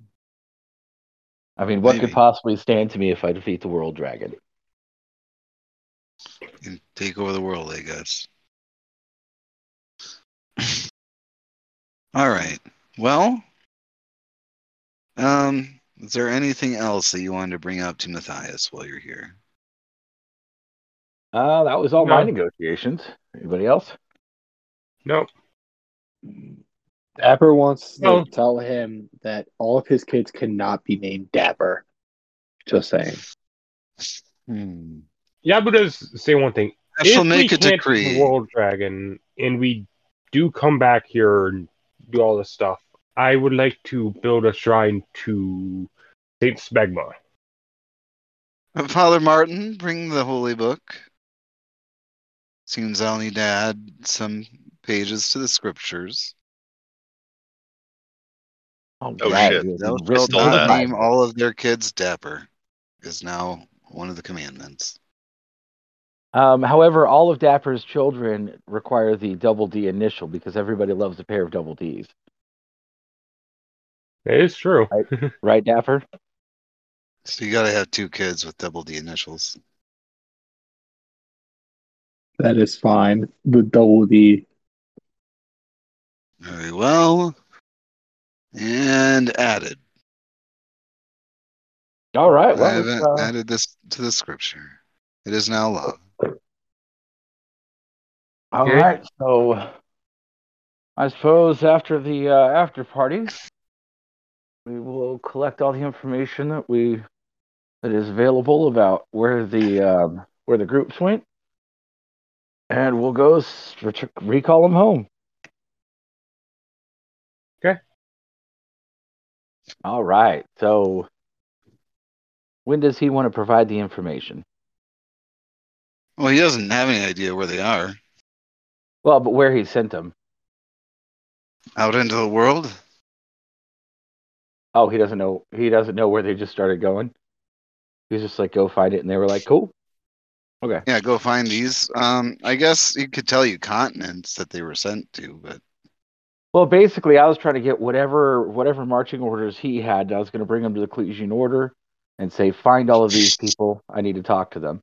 Speaker 7: I mean, what
Speaker 1: Maybe.
Speaker 7: could possibly stand to me if I defeat the world dragon?
Speaker 1: you can take over the world, I guess. all right. Well, um, is there anything else that you wanted to bring up to Matthias while you're here?
Speaker 7: Uh, that was all my
Speaker 2: No.
Speaker 7: negotiations. Anybody else?
Speaker 2: No.
Speaker 5: Dapper wants to
Speaker 2: Well-
Speaker 5: tell him that all of his kids cannot be named Dapper. Just saying.
Speaker 1: Hmm.
Speaker 2: Yeah, but does say one thing.
Speaker 1: I shall
Speaker 2: If we
Speaker 1: make a
Speaker 2: can't defeat
Speaker 1: decree.
Speaker 2: The world dragon, and we do come back here and do all this stuff. I would like to build a shrine to Saint Smegma.
Speaker 1: Uh, Father Martin, bring the holy book. Seems I'll need to add some pages to the scriptures.
Speaker 7: Oh,
Speaker 3: Oh,
Speaker 7: right,
Speaker 3: shit.
Speaker 7: you
Speaker 1: Thou
Speaker 7: real
Speaker 1: shalt
Speaker 3: stole
Speaker 1: not
Speaker 3: that.
Speaker 1: name all of their kids Dapper, is now one of the commandments.
Speaker 7: Um, however, all of Dapper's children require the double D initial because everybody loves a pair of double Ds.
Speaker 2: It is true.
Speaker 7: Right, Dapper?
Speaker 1: So you gotta have two kids with double D initials.
Speaker 5: That is fine. The double D.
Speaker 1: Very well. And added.
Speaker 6: All right.
Speaker 1: I
Speaker 6: Well,
Speaker 1: haven't
Speaker 6: it's, uh,
Speaker 1: added this to the scripture. It is now law.
Speaker 7: All
Speaker 2: Okay.
Speaker 7: right. So I suppose after the uh, after party, we will collect all the information that we that is available about where the um, where the groups went, and we'll go s- ret- recall them home.
Speaker 2: Okay.
Speaker 7: All right. So when does he want to provide the information?
Speaker 1: Well, he doesn't have any idea where they are.
Speaker 7: Well, but where he sent them.
Speaker 1: Out into the world?
Speaker 7: Oh, he doesn't know. He doesn't know where they just started going. He was just like, "Go find it," and they were like, "Cool." Okay.
Speaker 1: Yeah, go find these. Um, I guess he could tell you continents that they were sent to, but
Speaker 7: Well, basically, I was trying to get whatever whatever marching orders he had. and I was going to bring them to the Collegian Order and say, "Find all of these people. I need to talk to them,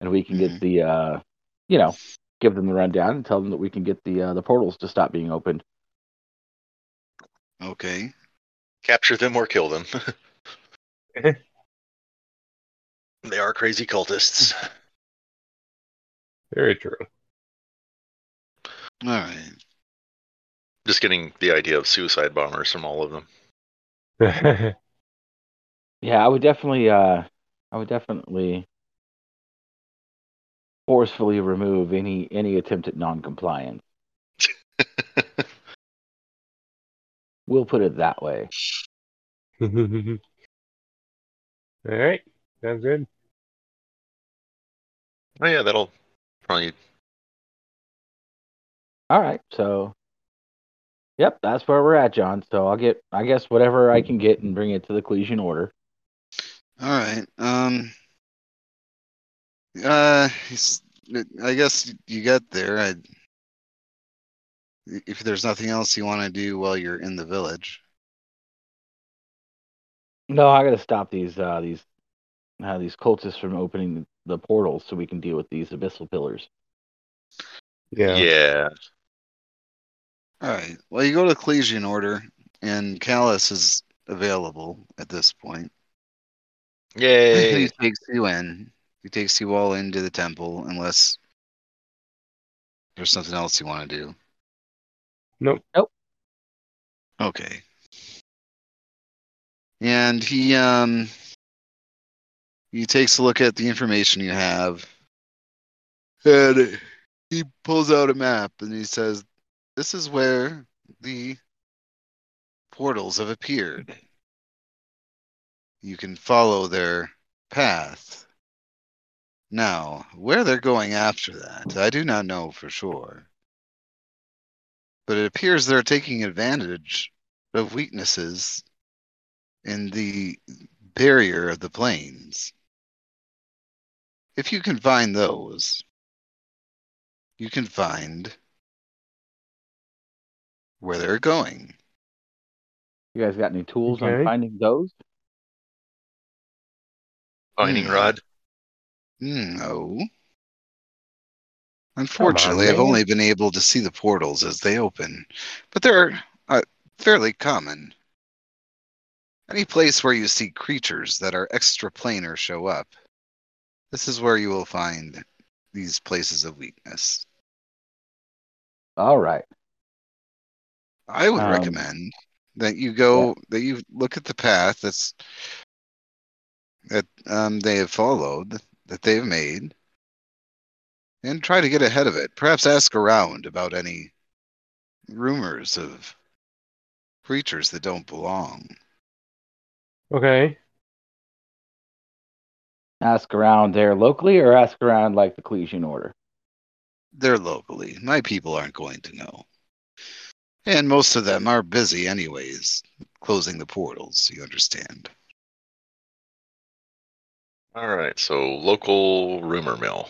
Speaker 7: and we can
Speaker 1: Mhm.
Speaker 7: get the, uh, you know, give them the rundown and tell them that we can get the uh, the portals to stop being opened."
Speaker 1: okay.
Speaker 3: Capture them or kill them. they are crazy cultists.
Speaker 2: Very true.
Speaker 1: All right.
Speaker 3: Just getting the idea of suicide bombers from all of them.
Speaker 7: Yeah, I would definitely, uh, I would definitely forcefully remove any any attempt at non-compliance. We'll put it that way.
Speaker 2: all right. Sounds good.
Speaker 3: oh yeah, that'll probably
Speaker 7: All right, so yep, that's where we're at, John. So I'll get, I guess, whatever I can get and bring it to the collision order.
Speaker 1: All right. Um uh he's- I guess you get there. I if there's nothing else you want to do while you're in the village.
Speaker 7: No, I gotta stop these uh, these uh, these cultists from opening the portals so we can deal with these abyssal pillars.
Speaker 3: yeah.
Speaker 1: All right. Well, you go to the Clesian Order, and Callus is available at this point.
Speaker 3: Yay.
Speaker 1: He takes you in. He takes you all into the temple, unless there's something else you want to do.
Speaker 2: Nope.
Speaker 7: Nope.
Speaker 1: Okay. And he um he takes a look at the information you have, and he pulls out a map and he says, "This is where the portals have appeared. You can follow their path. Now, where they're going after that, I do not know for sure. But it appears they're taking advantage of weaknesses in the barrier of the plains. If you can find those, you can find where they're going.
Speaker 7: You guys got any tools
Speaker 2: Okay.
Speaker 7: on finding those?
Speaker 3: Finding
Speaker 1: Hmm.
Speaker 3: rod.
Speaker 1: No. Unfortunately, I've
Speaker 2: man.
Speaker 1: only been able to see the portals as they open, but they're uh, fairly common. Any place where you see creatures that are extraplanar show up, this is where you will find these places of weakness.
Speaker 7: All right.
Speaker 1: I would
Speaker 7: Um,
Speaker 1: recommend that you go that you look at the path that's that um, they have followed that they've made and try to get ahead of it. Perhaps ask around about any rumors of creatures that don't belong.
Speaker 2: Okay.
Speaker 7: Ask around there locally, or ask around like the collision order.
Speaker 1: They're locally. My people aren't going to know. And most of them are busy anyways, closing the portals, you understand.
Speaker 3: All right, so local rumor mill.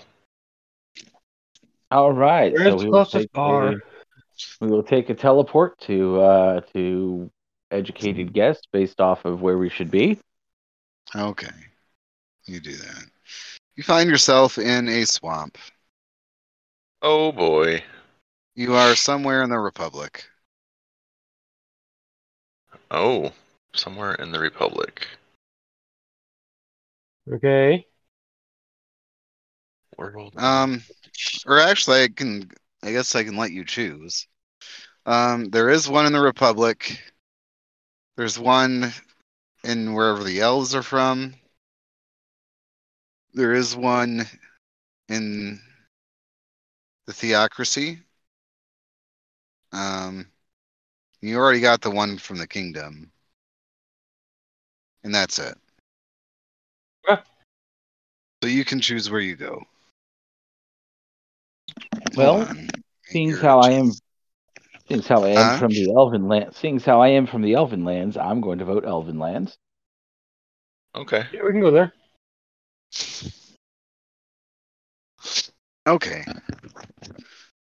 Speaker 7: All right.
Speaker 2: Where's the
Speaker 7: we will
Speaker 2: closest
Speaker 7: take
Speaker 2: bar?
Speaker 7: a- we will take a teleport to uh, to educated guess based off of where we should be.
Speaker 1: Okay. You do that. You find yourself in a swamp.
Speaker 3: Oh boy.
Speaker 1: You are somewhere in the Republic.
Speaker 3: Oh, somewhere in the Republic.
Speaker 2: Okay.
Speaker 3: World.
Speaker 1: Um, or actually, I can. I guess I can let you choose. Um, there is one in the Republic. There's one in wherever the elves are from. There is one in the theocracy. Um, you already got the one from the kingdom, and that's it.
Speaker 2: Okay.
Speaker 1: So you can choose where you go.
Speaker 7: Well,
Speaker 1: Hold on.
Speaker 7: Seeing as
Speaker 1: Your-
Speaker 7: how I am, seeing as how I am
Speaker 1: Huh?
Speaker 7: from the Elven land, seeing as how I am from the Elven lands, I'm going to vote Elven lands.
Speaker 3: Okay.
Speaker 2: Yeah, we can go there.
Speaker 1: Okay.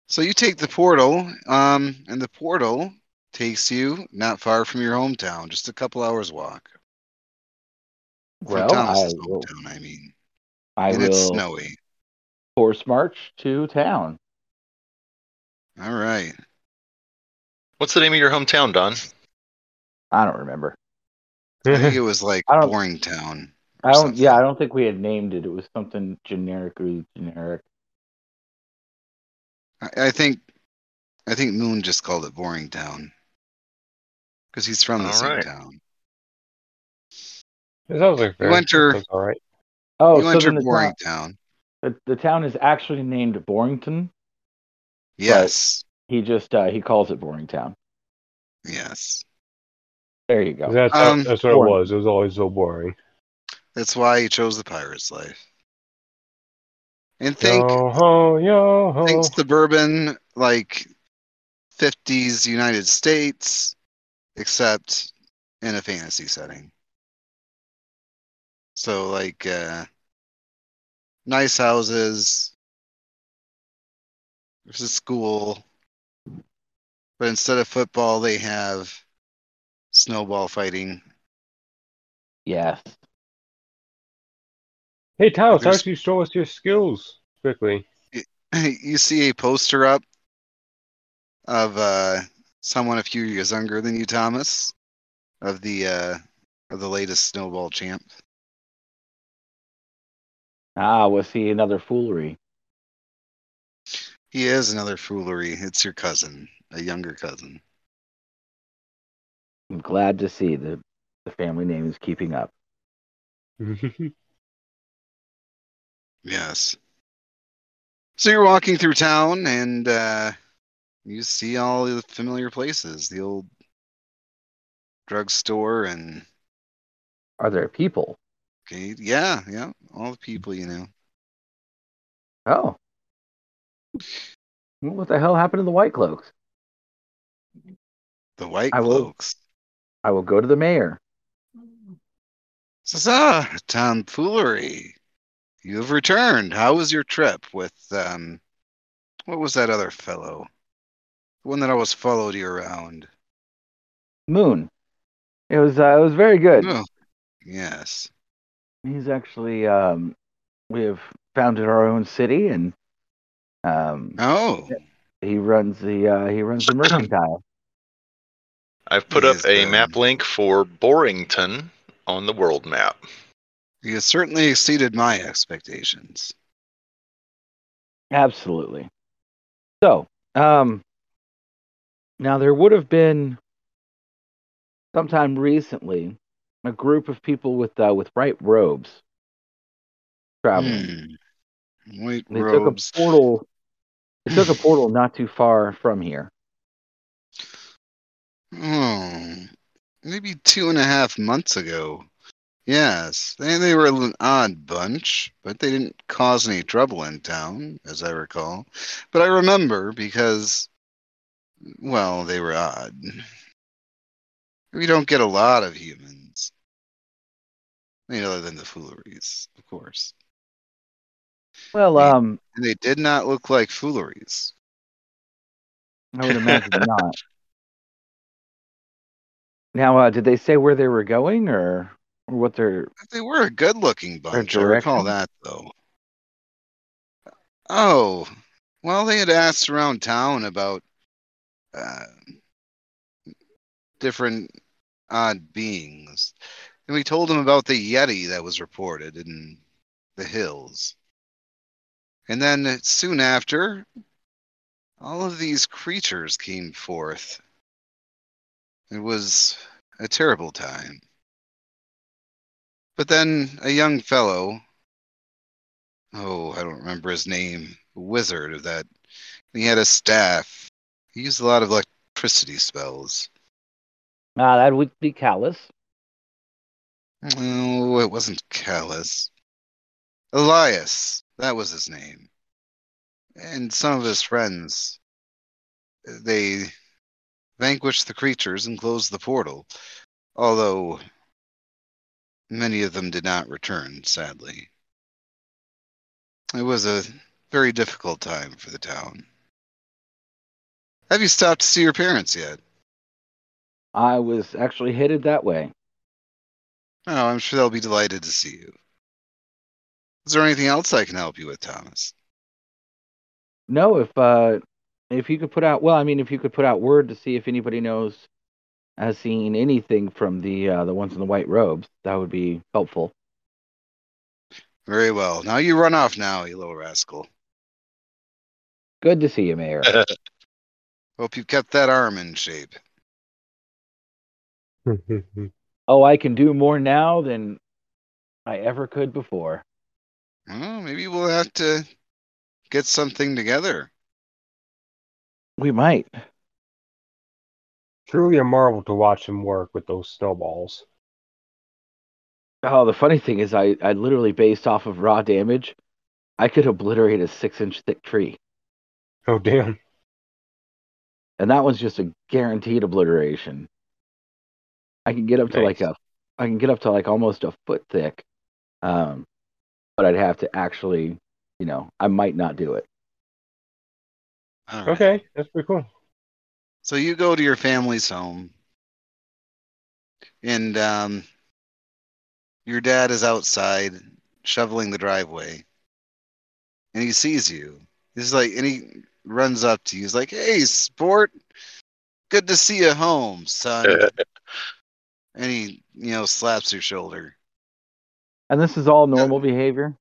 Speaker 1: So you take the portal, um, and the portal takes you not far from your hometown, just a couple hours walk. From
Speaker 7: Well, I
Speaker 1: Thomas's
Speaker 7: will,
Speaker 1: hometown, I mean.
Speaker 7: I
Speaker 1: and it's
Speaker 7: will
Speaker 1: snowy.
Speaker 7: horse march to town.
Speaker 1: All right.
Speaker 3: What's the name of your hometown, Don?
Speaker 7: I don't remember.
Speaker 1: I think it was like
Speaker 7: I don't-
Speaker 1: Boring Town. or
Speaker 7: I don't. Yeah, I
Speaker 1: something.
Speaker 7: don't think we had named it. It was something generically generic.
Speaker 1: I, I think I think Moon just called it Boring Town. Because he's from the
Speaker 3: All
Speaker 1: same
Speaker 3: right.
Speaker 1: town.
Speaker 2: That sounds like fair.
Speaker 1: enter-
Speaker 2: That sounds all right.
Speaker 7: Oh,
Speaker 1: you
Speaker 7: so
Speaker 1: enter
Speaker 7: then the town,
Speaker 1: Boring Town.
Speaker 7: the, the town is actually named Borington.
Speaker 1: Yes.
Speaker 7: He just uh, he calls it Boringtown.
Speaker 1: Yes.
Speaker 7: There you go.
Speaker 2: That's,
Speaker 1: Um,
Speaker 2: that's what it
Speaker 7: boring.
Speaker 2: was. It was always so boring.
Speaker 1: That's why he chose the pirate's life. And think
Speaker 2: Yo ho, yo ho.
Speaker 1: think suburban like 50s United States except in a fantasy setting. So like uh nice houses there's a school but instead of football they have snowball fighting.
Speaker 7: Yes.
Speaker 2: Hey, Thomas, why
Speaker 1: There's-
Speaker 2: don't you show us your skills quickly?
Speaker 1: you see a poster up of uh, someone a few years younger than you, Thomas, of the uh, of the latest Snowball champ.
Speaker 7: Ah, we'll see another foolery.
Speaker 1: He is another foolery. It's your cousin, a younger cousin.
Speaker 7: I'm glad to see that the family name is keeping up.
Speaker 1: Yes. So you're walking through town, and uh, you see all the familiar places: the old drugstore, and
Speaker 7: Are there people?
Speaker 1: okay, yeah, yeah, all the people you know.
Speaker 7: Oh. Well, What the hell happened to the White Cloaks?
Speaker 1: The white
Speaker 7: I will-
Speaker 1: cloaks.
Speaker 7: I will go to the mayor.
Speaker 1: Says, ah, tomfoolery. You have returned. How was your trip with, um, what was that other fellow? The one that always followed you around.
Speaker 7: Moon. It was uh, it was very good.
Speaker 1: Oh, yes.
Speaker 7: He's actually um we have founded our own city and um
Speaker 1: Oh,
Speaker 7: he runs the uh he runs the mercantile.
Speaker 3: I've put
Speaker 1: Yes,
Speaker 3: up a
Speaker 1: um,
Speaker 3: map link for Borington on the world map.
Speaker 1: you certainly exceeded my expectations.
Speaker 7: Absolutely. So, um, now there would have been sometime recently a group of people with uh, with white robes traveling.
Speaker 1: Hmm. White
Speaker 7: They
Speaker 1: robes.
Speaker 7: took a portal. They took a portal not too far from here.
Speaker 1: Oh, maybe two and a half months ago. Yes, they, they were an odd bunch, but they didn't cause any trouble in town, as I recall. But I remember because, well, they were odd. We don't get a lot of humans. I mean, other than the fooleries, of course.
Speaker 7: Well, um,
Speaker 1: And they did not look like fooleries.
Speaker 7: I would imagine not. Now, uh, did they say where they were going or, or what their
Speaker 1: They were a good looking bunch. I
Speaker 7: direction?
Speaker 1: recall that, though. Oh, well, they had asked around town about uh, different odd beings. And we told them about the Yeti that was reported in the hills. And then uh, soon after, all of these creatures came forth. It was a terrible time. But then a young fellow, oh, I don't remember his name, a wizard of that, he had a staff. He used a lot of electricity spells.
Speaker 7: Ah, that would be callous.
Speaker 1: No, Oh, it wasn't Callus. Elias, that was his name. And some of his friends, they vanquished the creatures and closed the portal, although many of them did not return, sadly. It was a very difficult time for the town. Have you stopped to see your parents yet?
Speaker 7: I was actually headed that way.
Speaker 1: Oh, I'm sure they'll be delighted to see you. Is there anything else I can help you with, Thomas?
Speaker 7: No, if uh, if you could put out, well, I mean, if you could put out word to see if anybody knows has seen anything from the uh, the ones in the white robes, that would be helpful.
Speaker 1: Very well. Now you run off now, you little rascal.
Speaker 7: Good to see you, Mayor.
Speaker 1: Hope you've kept that arm in shape.
Speaker 7: oh, I can do more now than I ever could before.
Speaker 1: Well, maybe we'll have to get something together.
Speaker 7: We might.
Speaker 2: Truly a marvel to watch him work with those snowballs.
Speaker 7: Oh, the funny thing is, I, I literally based off of raw damage, I could obliterate a six inch thick tree,
Speaker 2: Oh damn!
Speaker 7: and that one's just a guaranteed obliteration. I can get up to like
Speaker 2: Nice.
Speaker 7: a, I can get up to like almost a foot thick, um, but I'd have to actually, you know, I might not do it.
Speaker 1: All right.
Speaker 2: Okay, that's pretty cool.
Speaker 1: So you go to your family's home, and um, your dad is outside shoveling the driveway, and he sees you. He's like, and he runs up to you. He's like, "Hey, sport, good to see you home, son." and he, you know, slaps your shoulder.
Speaker 7: And this is all normal behavior.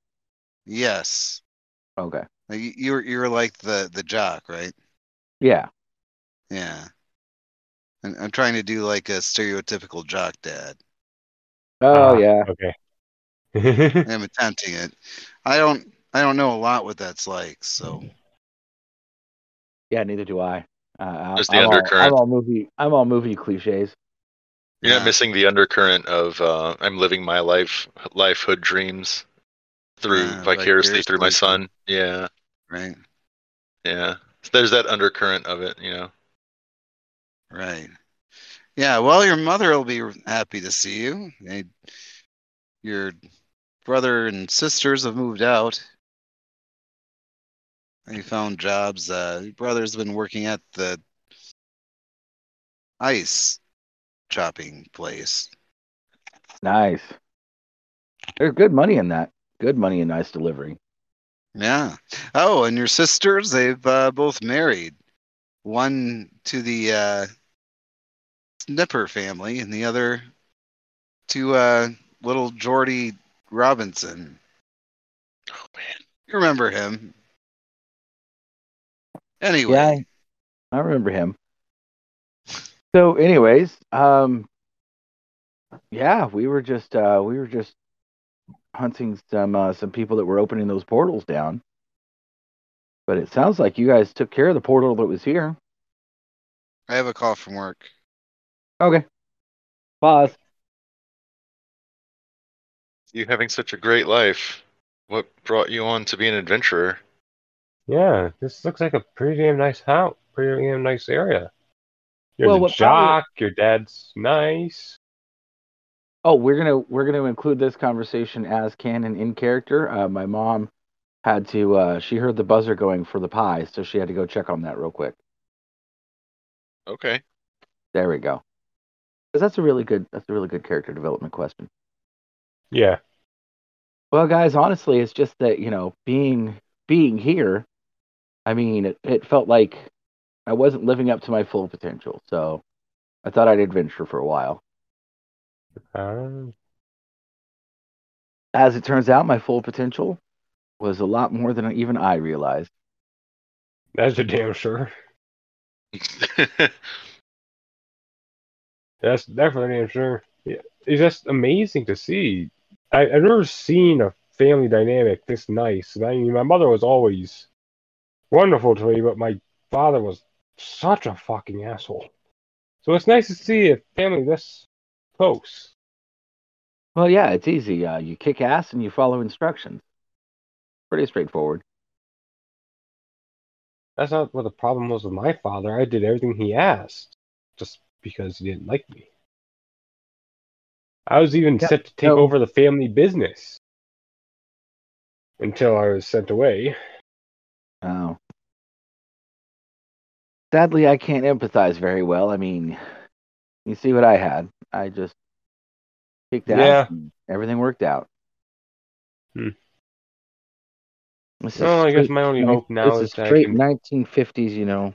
Speaker 1: Yes,
Speaker 7: Okay.
Speaker 1: Like, you- you're you're like the the jock, right?
Speaker 7: Yeah.
Speaker 1: Yeah. And I'm trying to do like a stereotypical jock dad.
Speaker 7: Oh
Speaker 2: Ah,
Speaker 7: yeah.
Speaker 2: Okay.
Speaker 1: I'm attempting it. I don't I don't know a lot what that's like, so
Speaker 7: Yeah. Neither do I. Uh, I'm-
Speaker 3: Just the
Speaker 7: I'm all- I'm
Speaker 3: undercurrent.
Speaker 7: all movie. I'm all movie cliches.
Speaker 3: You're
Speaker 1: Yeah.
Speaker 3: not missing the undercurrent of uh, I'm living my life, life hood dreams through
Speaker 1: Yeah,
Speaker 3: vicariously through
Speaker 1: vicariously.
Speaker 3: my son. Yeah,
Speaker 1: right,
Speaker 3: yeah. So there's that undercurrent of it, you know.
Speaker 1: right. Yeah, well your mother will be happy to see you. They, your brother and sisters have moved out. They found jobs. Uh your brother's been working at the ice chopping place.
Speaker 7: Nice. There's good money in that. Good money in nice delivery.
Speaker 1: Yeah. Oh, and your sisters, they've uh, both married. One to the uh, Snipper family, and the other to uh, little Geordie Robinson.
Speaker 3: Oh man,
Speaker 1: You remember him. Anyway,
Speaker 7: Yeah, I- I remember him. So, anyways, um, yeah, we were just uh, we were just hunting some uh, some people that were opening those portals down. But it sounds like you guys took care of the portal that was here.
Speaker 1: I have a call from work.
Speaker 7: Okay. Pause.
Speaker 3: you having such a great life. What brought you on to be an adventurer?
Speaker 2: yeah, this looks like a pretty damn nice house. Pretty damn nice area. You're
Speaker 7: Well,
Speaker 2: the
Speaker 7: what probably-
Speaker 2: jock. Your dad's nice.
Speaker 7: Oh, we're gonna we're gonna include this conversation as canon in character. Uh, my mom had to uh she heard the buzzer going for the pie, so she had to go check on that real quick.
Speaker 3: Okay.
Speaker 7: There we go. 'Cause that's a really good that's a really good character development question.
Speaker 2: Yeah.
Speaker 7: Well, guys, honestly, it's just that you know, being being here, I mean, it, it felt like I wasn't living up to my full potential. So I thought I'd adventure for a while.
Speaker 2: Uh,
Speaker 7: As it turns out, my full potential was a lot more than even I realized.
Speaker 2: that's a damn sure. That's definitely damn sure. Yeah, it's just amazing to see. I, I've never seen a family dynamic this nice. And I mean, my mother was always wonderful to me, but my father was such a fucking asshole. So it's nice to see a family this close.
Speaker 7: Well, yeah, it's easy. Uh, you kick ass and you follow instructions. Pretty straightforward.
Speaker 2: That's not what the problem was with my father. I did everything he asked just because he didn't like me. I was even
Speaker 6: Yeah,
Speaker 2: set to take
Speaker 6: no.
Speaker 2: over the family business until I was sent away.
Speaker 7: Oh. Sadly, I can't empathize very well. I mean, you see what I had. I just kicked ass.
Speaker 2: Yeah.
Speaker 7: and everything worked out.
Speaker 2: Hmm.
Speaker 7: This is
Speaker 2: Well, I guess
Speaker 7: straight
Speaker 2: my only
Speaker 7: nin-
Speaker 2: hope now
Speaker 7: this
Speaker 2: is that I
Speaker 7: straight
Speaker 2: can-
Speaker 7: 1950s. You know,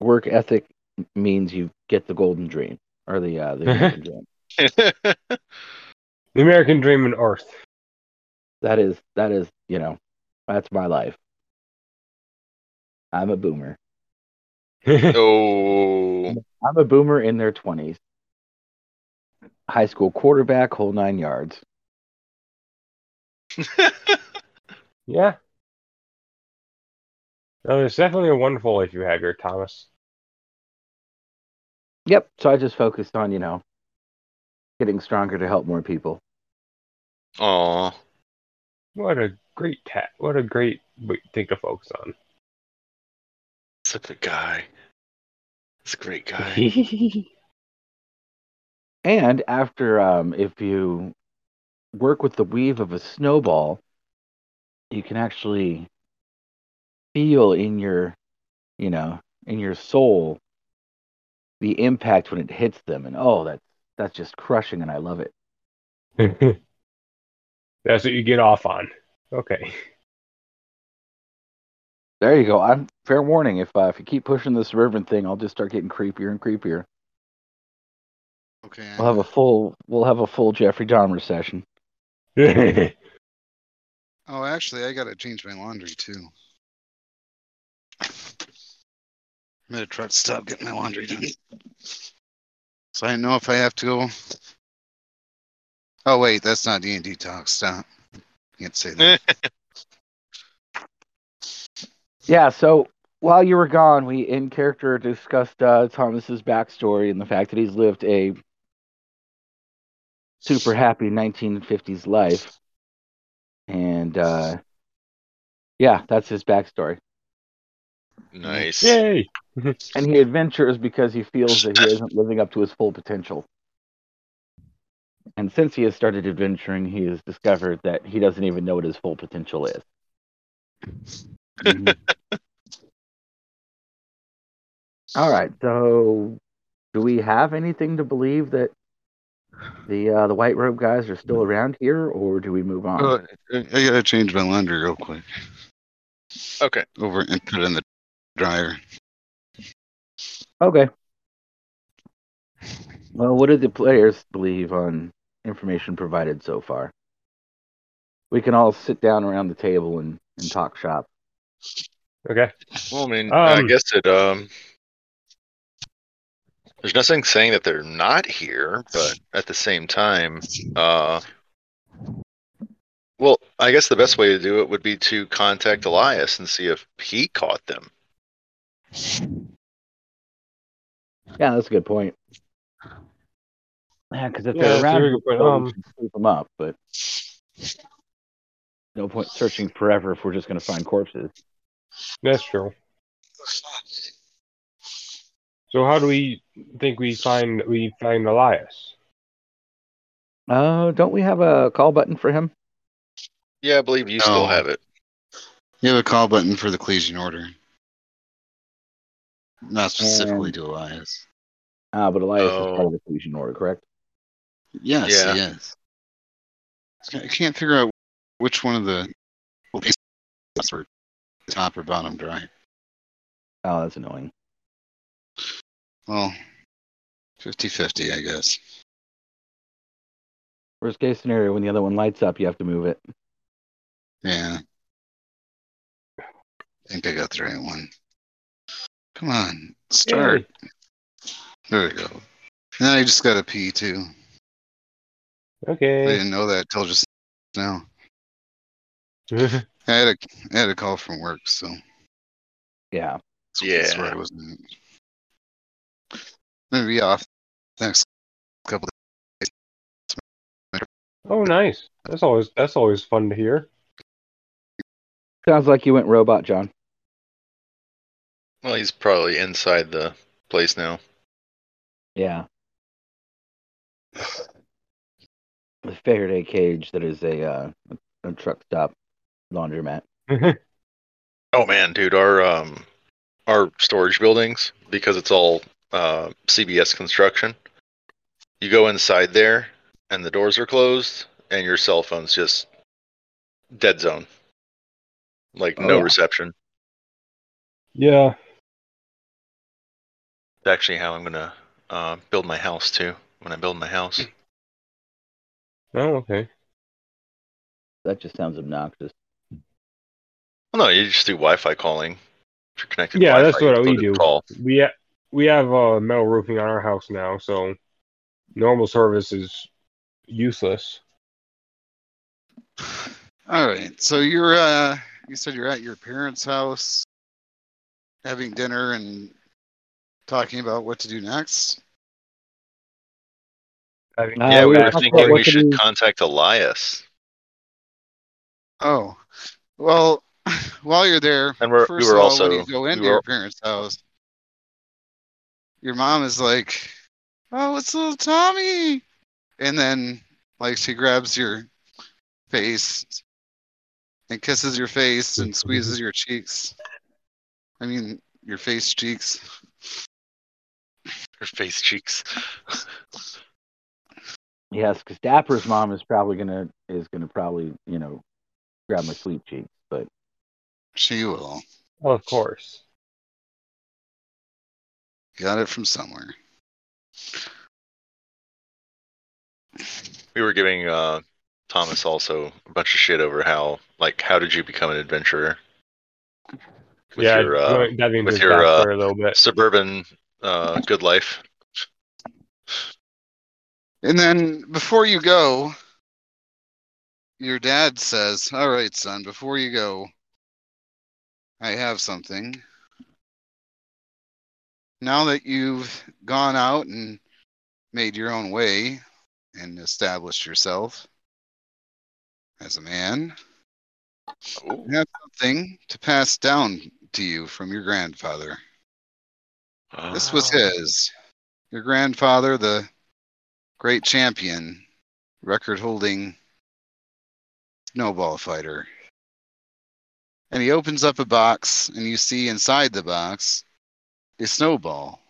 Speaker 7: work ethic m- means you get the golden dream or the uh, the American dream.
Speaker 2: The American dream and Earth.
Speaker 7: That is that is you know, that's my life. I'm a boomer.
Speaker 3: oh.
Speaker 7: I'm a boomer in their 20s. High school quarterback, whole nine yards.
Speaker 2: yeah. No, it's definitely a wonderful life you have here, Thomas.
Speaker 7: Yep. So I just focused on, you know, getting stronger to help more people.
Speaker 3: Aw.
Speaker 2: What a great tat. What a great w- thing to focus on.
Speaker 3: Such a good guy. It's a great guy.
Speaker 7: and after, um, if you work with the weave of a snowball, you can actually feel in your, you know, in your soul the impact when it hits them. And oh, that's, that's just crushing. And I love it.
Speaker 2: That's what you get off on. Okay.
Speaker 7: There you go. I'm fair warning. If uh, if you keep pushing this suburban thing, I'll just start getting creepier and creepier.
Speaker 1: Okay.
Speaker 7: We'll have a full we'll have a full Jeffrey Dahmer session.
Speaker 1: Oh, actually, I gotta change my laundry too. I'm at a truck stop getting my laundry done. So I don't know if I have to go. Oh wait, that's not D and D talk. Stop. Can't say that.
Speaker 7: Yeah. So while you were gone, we in character discussed uh, Thomas's backstory and the fact that he's lived a super happy 1950s life, and uh, yeah, that's his backstory.
Speaker 3: nice.
Speaker 2: Yay!
Speaker 7: And he adventures because he feels that he isn't living up to his full potential. And since he has started adventuring, he has discovered that he doesn't even know what his full potential is. All right, so do we have anything to believe that the uh, the white robe guys are still around here, or do we move on?
Speaker 1: Uh, I I gotta change my laundry real quick.
Speaker 3: Okay.
Speaker 1: Over and put it in the dryer.
Speaker 7: okay. Well, what do the players believe on information provided so far? We can all sit down around the table and, and talk shop.
Speaker 2: Okay.
Speaker 3: Well, I mean, I
Speaker 2: Um,
Speaker 3: guess it. Um, there's nothing saying that they're not here, but at the same time, uh, well, I guess the best way to do it would be to contact Elias and see if he caught them.
Speaker 7: Yeah, that's a good point. Yeah, because if
Speaker 2: Yeah,
Speaker 7: they're
Speaker 2: that's a
Speaker 7: around,
Speaker 2: very
Speaker 7: here,
Speaker 2: good point.
Speaker 7: we
Speaker 2: Um,
Speaker 7: should scoop them up. But no point searching forever if we're just going to find corpses.
Speaker 2: that's true. So how do we think we find we find Elias?
Speaker 7: Uh, don't we have a call button for him?
Speaker 3: Yeah, I believe you
Speaker 1: No.
Speaker 3: still have it.
Speaker 1: You have a call button for the Collegian Order. Not specifically
Speaker 7: And-
Speaker 1: to Elias.
Speaker 7: Ah, but Elias is
Speaker 3: Oh.
Speaker 7: part of the Fusion Order, correct?
Speaker 1: Yes,
Speaker 3: Yeah.
Speaker 1: he is. I can't figure out which one of the well, it's for top or bottom dry.
Speaker 7: Oh, that's annoying.
Speaker 1: Well, 50-50, I guess.
Speaker 7: Worst case scenario, when the other one lights up, you have to move it.
Speaker 1: Yeah. I think I got the right one. Come on, start. There we go. Now I just got a P too. I
Speaker 2: Okay.
Speaker 1: didn't know that till just now. I had a I had a call from work, so
Speaker 7: Yeah.
Speaker 1: that's, that's
Speaker 3: Yeah.
Speaker 1: where I was. At. I'm gonna be off next couple.
Speaker 2: oh, nice. That's always that's always fun to hear.
Speaker 7: Sounds like you went robot, John.
Speaker 3: Well, he's probably inside the place now.
Speaker 7: Yeah. The Faraday cage that is a uh, a truck stop laundromat.
Speaker 3: Oh man, dude, our um our storage buildings because it's all uh CBS construction. You go inside there and the doors are closed and your cell phone's just dead zone. Like
Speaker 7: Oh,
Speaker 3: no
Speaker 7: yeah.
Speaker 3: reception.
Speaker 2: Yeah.
Speaker 3: It's actually how I'm going to uh build my house too. When I build my house.
Speaker 2: Oh, okay.
Speaker 7: That just sounds obnoxious.
Speaker 3: Well, no, you just do Wi-Fi calling. If you're connected to
Speaker 2: Yeah, that's
Speaker 3: Wi-Fi,
Speaker 2: what
Speaker 3: you
Speaker 2: we
Speaker 3: can
Speaker 2: do.
Speaker 3: Call.
Speaker 2: We ha- we have uh, metal roofing on our house now, so normal service is useless.
Speaker 1: All right, so you're uh you said you're at your parents' house, having dinner and talking about what to do next.
Speaker 2: I mean,
Speaker 7: Uh,
Speaker 3: yeah, we were
Speaker 7: we talked about
Speaker 3: thinking
Speaker 7: what
Speaker 3: we
Speaker 7: to
Speaker 3: should
Speaker 7: do.
Speaker 3: contact Elias.
Speaker 1: Oh, well, while you're there,
Speaker 3: And we're- we
Speaker 1: first
Speaker 3: were
Speaker 1: of all,
Speaker 3: also-
Speaker 1: when you go
Speaker 3: we
Speaker 1: into
Speaker 3: were-
Speaker 1: your parents' house, your mom is like, "Oh, it's little Tommy," and then like she grabs your face and kisses your face and squeezes your cheeks. I mean, your face cheeks.
Speaker 3: Her face cheeks.
Speaker 7: Yes, because Dapper's mom is probably gonna is gonna probably you know grab my sweet cheeks, but
Speaker 1: She will.
Speaker 2: of course.
Speaker 1: Got it from somewhere.
Speaker 3: We were giving uh, Thomas also a bunch of shit over how, like, how did you become an adventurer? With
Speaker 2: yeah,
Speaker 3: your uh,
Speaker 2: going- diving into
Speaker 3: with
Speaker 2: his
Speaker 3: your, uh,
Speaker 2: backstory a little bit.
Speaker 3: suburban uh, good life.
Speaker 1: And then before you go, your dad says, All right, son, before you go, I have something. Now that you've gone out and made your own way and established yourself as a man, I have something to pass down to you from your grandfather. This was his. Your grandfather, the great champion, record holding snowball fighter. And he opens up a box, and you see inside the box a snowball.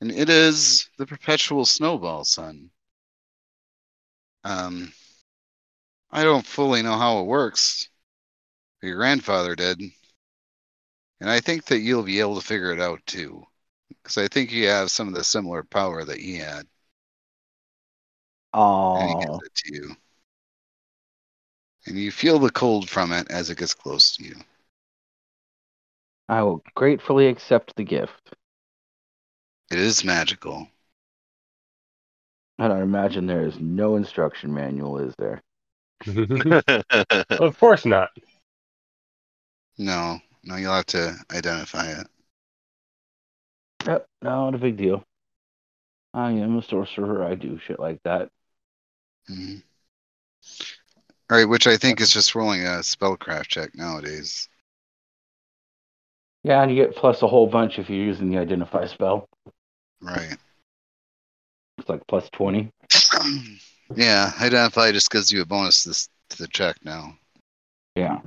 Speaker 1: And it is the perpetual snowball, son. Um, I don't fully know how it works. but Your grandfather did. And I think that you'll be able to figure it out too. Because I think you have some of the similar power that he had. And he
Speaker 7: oh,
Speaker 1: gives it to you. And you feel the cold from it as it gets close to you.
Speaker 7: I will gratefully accept the gift.
Speaker 1: It is magical.
Speaker 7: And I imagine there is no instruction manual, is there?
Speaker 2: of course not.
Speaker 1: No, no, you'll have to identify it.
Speaker 7: Yep, not a big deal. I am a sorcerer. I do shit like that.
Speaker 1: Mhm. All right, which I think is just rolling a spellcraft check nowadays.
Speaker 7: Yeah, and you get plus a whole bunch if you're using the identify spell.
Speaker 1: Right.
Speaker 7: It's like plus twenty.
Speaker 1: Yeah, identify just gives you a bonus this, to the check now.
Speaker 7: Yeah.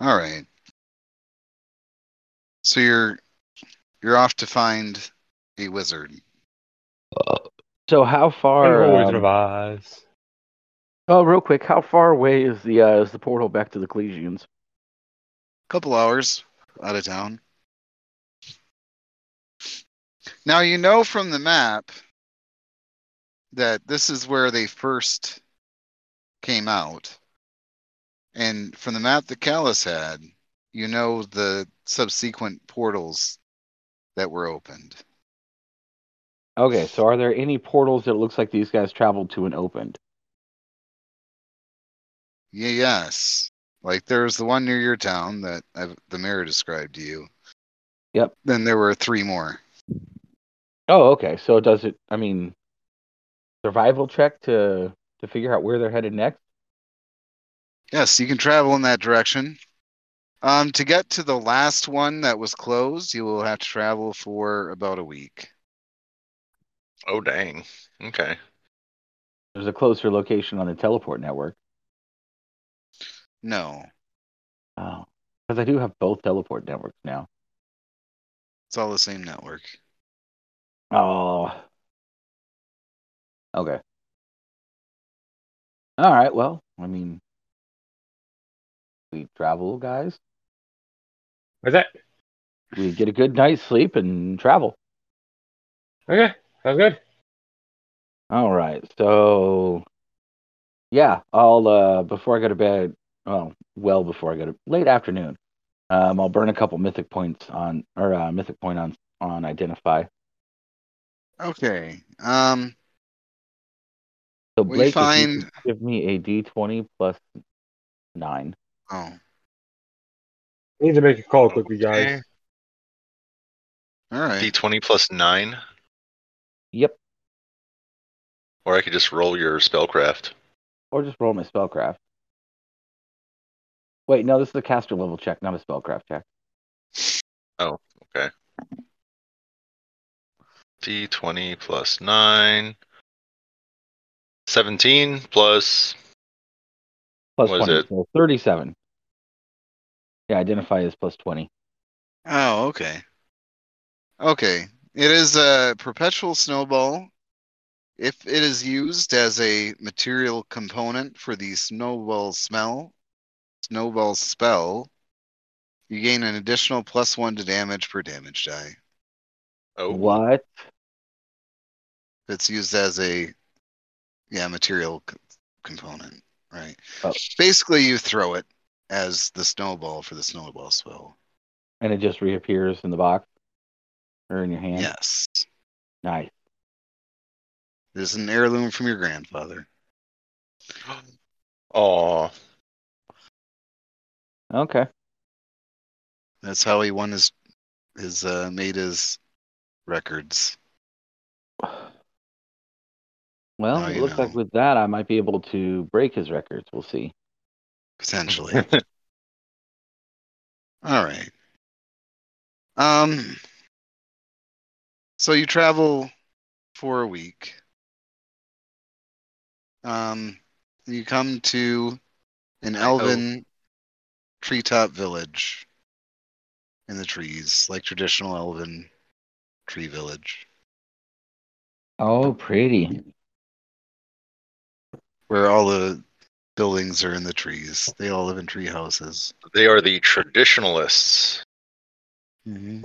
Speaker 1: All right. So you're you're off to find a wizard.
Speaker 7: So how far?
Speaker 2: Hello,
Speaker 7: um,
Speaker 2: Wizard of Oz.
Speaker 7: oh, real quick, how far away is the uh, is the portal back to the Collegians?
Speaker 1: couple hours out of town. Now you know from the map that this is where they first came out. And from the map that Callus had, you know the subsequent portals that were opened.
Speaker 7: Okay, so are there any portals that it looks like these guys traveled to and opened?
Speaker 1: Yeah, yes. Like there was the one near your town that I've, the mayor described to you.
Speaker 7: Yep.
Speaker 1: Then there were three more.
Speaker 7: Oh, okay. So does it? I mean, survival check to to figure out where they're headed next.
Speaker 1: Yes, you can travel in that direction. Um, to get to the last one that was closed, you will have to travel for about a week.
Speaker 3: Oh dang. Okay.
Speaker 7: There's a closer location on the teleport network.
Speaker 1: No,
Speaker 7: Oh, because I do have both teleport networks now.
Speaker 1: it's all the same network.
Speaker 7: Oh. Okay. All right. Well, I mean, we travel, guys.
Speaker 2: What's that?
Speaker 7: We get a good night's sleep and travel.
Speaker 2: Okay, sounds good.
Speaker 7: All right. So, yeah, I'll uh before I go to bed, well, well before I go to late afternoon, um, I'll burn a couple mythic points on or uh, mythic point on on identify.
Speaker 1: Okay. Um,
Speaker 7: So
Speaker 1: We
Speaker 7: Blake, if you
Speaker 1: find-
Speaker 7: could give me a D twenty plus nine.
Speaker 1: oh,
Speaker 2: Need to make a call quickly,
Speaker 3: Okay.
Speaker 2: guys.
Speaker 1: all right.
Speaker 3: D20 plus nine,
Speaker 7: Yep.
Speaker 3: or I could just roll your spellcraft.
Speaker 7: Or just roll my spellcraft. Wait, no, this is a caster level check, not a spellcraft check.
Speaker 3: D20 plus nine. 17 plus
Speaker 7: Plus
Speaker 3: What is
Speaker 7: 20,
Speaker 3: it?
Speaker 7: so 37. Yeah, identify is plus 20.
Speaker 1: Oh, okay. Okay. It is a perpetual snowball. If it is used as a material component for the snowball smell, snowball spell, you gain an additional plus one to damage per damage die.
Speaker 3: oh
Speaker 7: What?
Speaker 1: It's used as a yeah material c- component, right?
Speaker 7: Oh.
Speaker 1: Basically, you throw it as the snowball for the snowball spell.
Speaker 7: And it just reappears in the box or in your hand?
Speaker 1: Yes,
Speaker 7: Nice.
Speaker 1: it is an heirloom from your grandfather.
Speaker 3: Aw.
Speaker 7: Okay.
Speaker 1: That's how he won his his uh, made his records.
Speaker 7: Well,
Speaker 1: Now
Speaker 7: it
Speaker 1: you
Speaker 7: looks like
Speaker 1: know.
Speaker 7: with that, I might be able to break his records. We'll see.
Speaker 1: potentially. All right. Um, so you travel for a week. Um, you come to an elven treetop village in the trees, like traditional elven tree village,
Speaker 7: Oh, pretty.
Speaker 1: where all the buildings are in the trees. They all live in tree houses.
Speaker 3: They are the traditionalists.
Speaker 1: Mm-hmm.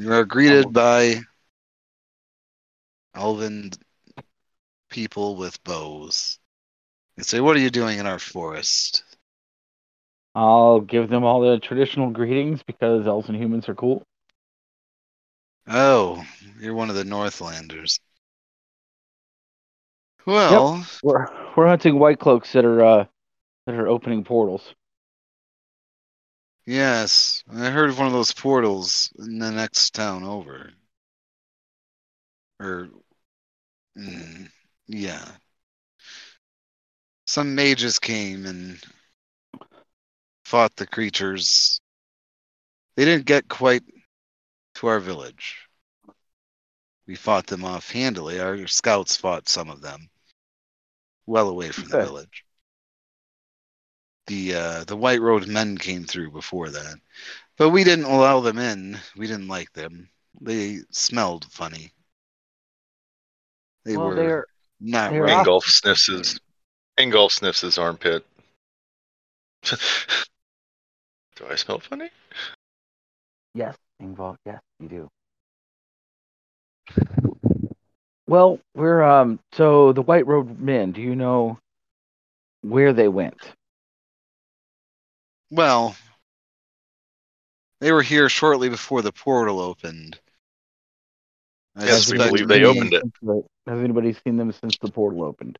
Speaker 1: You are greeted by elven people with bows. They say, What are you doing in our forest?
Speaker 7: I'll give them all the traditional greetings because elves and humans are cool.
Speaker 1: Oh, you're one of the Northlanders. Well,
Speaker 7: We're we're hunting white cloaks that are uh, that are opening portals.
Speaker 1: yes, I heard of one of those portals in the next town over. Or, mm, yeah. Some mages came and fought the creatures. They didn't get quite to our village. we fought them off handily. Our scouts fought some of them well away from the
Speaker 7: Okay.
Speaker 1: village. The uh, the White Road men came through before that, but we didn't allow them in. We didn't like them. They smelled funny. They
Speaker 7: well,
Speaker 1: were
Speaker 7: they're
Speaker 1: not
Speaker 7: they're
Speaker 1: right.
Speaker 7: off-
Speaker 3: Ingolf sniffs his Ingolf sniffs his armpit. Do I smell funny?
Speaker 7: Yes, Ingvar. Yes, you do. Well, we're um. So the White Road men. Do you know where they went?
Speaker 1: Well, they were here shortly before the portal opened. I
Speaker 3: Yes, we
Speaker 1: suspect
Speaker 3: believe they
Speaker 1: we-
Speaker 3: opened it.
Speaker 7: Has anybody seen them since the portal opened?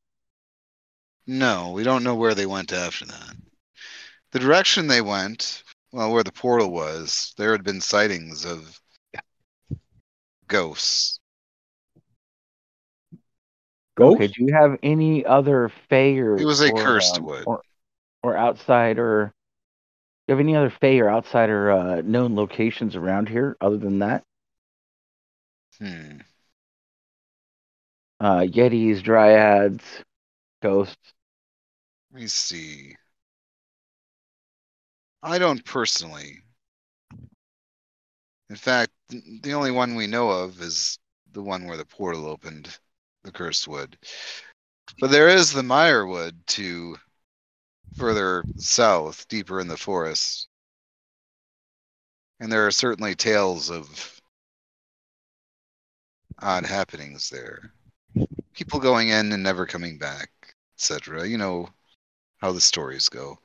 Speaker 1: No, we don't know where they went after that. The direction they went, well, where the portal was, there had been sightings of ghosts.
Speaker 2: Ghost?
Speaker 7: Okay. Do you have any other fae or
Speaker 1: It was a
Speaker 7: or,
Speaker 1: cursed
Speaker 7: um,
Speaker 1: wood.
Speaker 7: or or outsider? Do you have any other fae or outsider uh, known locations around here other than that?
Speaker 1: Hmm.
Speaker 7: Uh, Yetis, dryads, ghosts.
Speaker 1: Let me see. I don't personally. In fact, th- the only one we know of is the one where the portal opened, the cursed wood. But there is the Meyerwood to further south, deeper in the forest. And there are certainly tales of odd happenings there. People going in and never coming back, etc. You know how the stories go.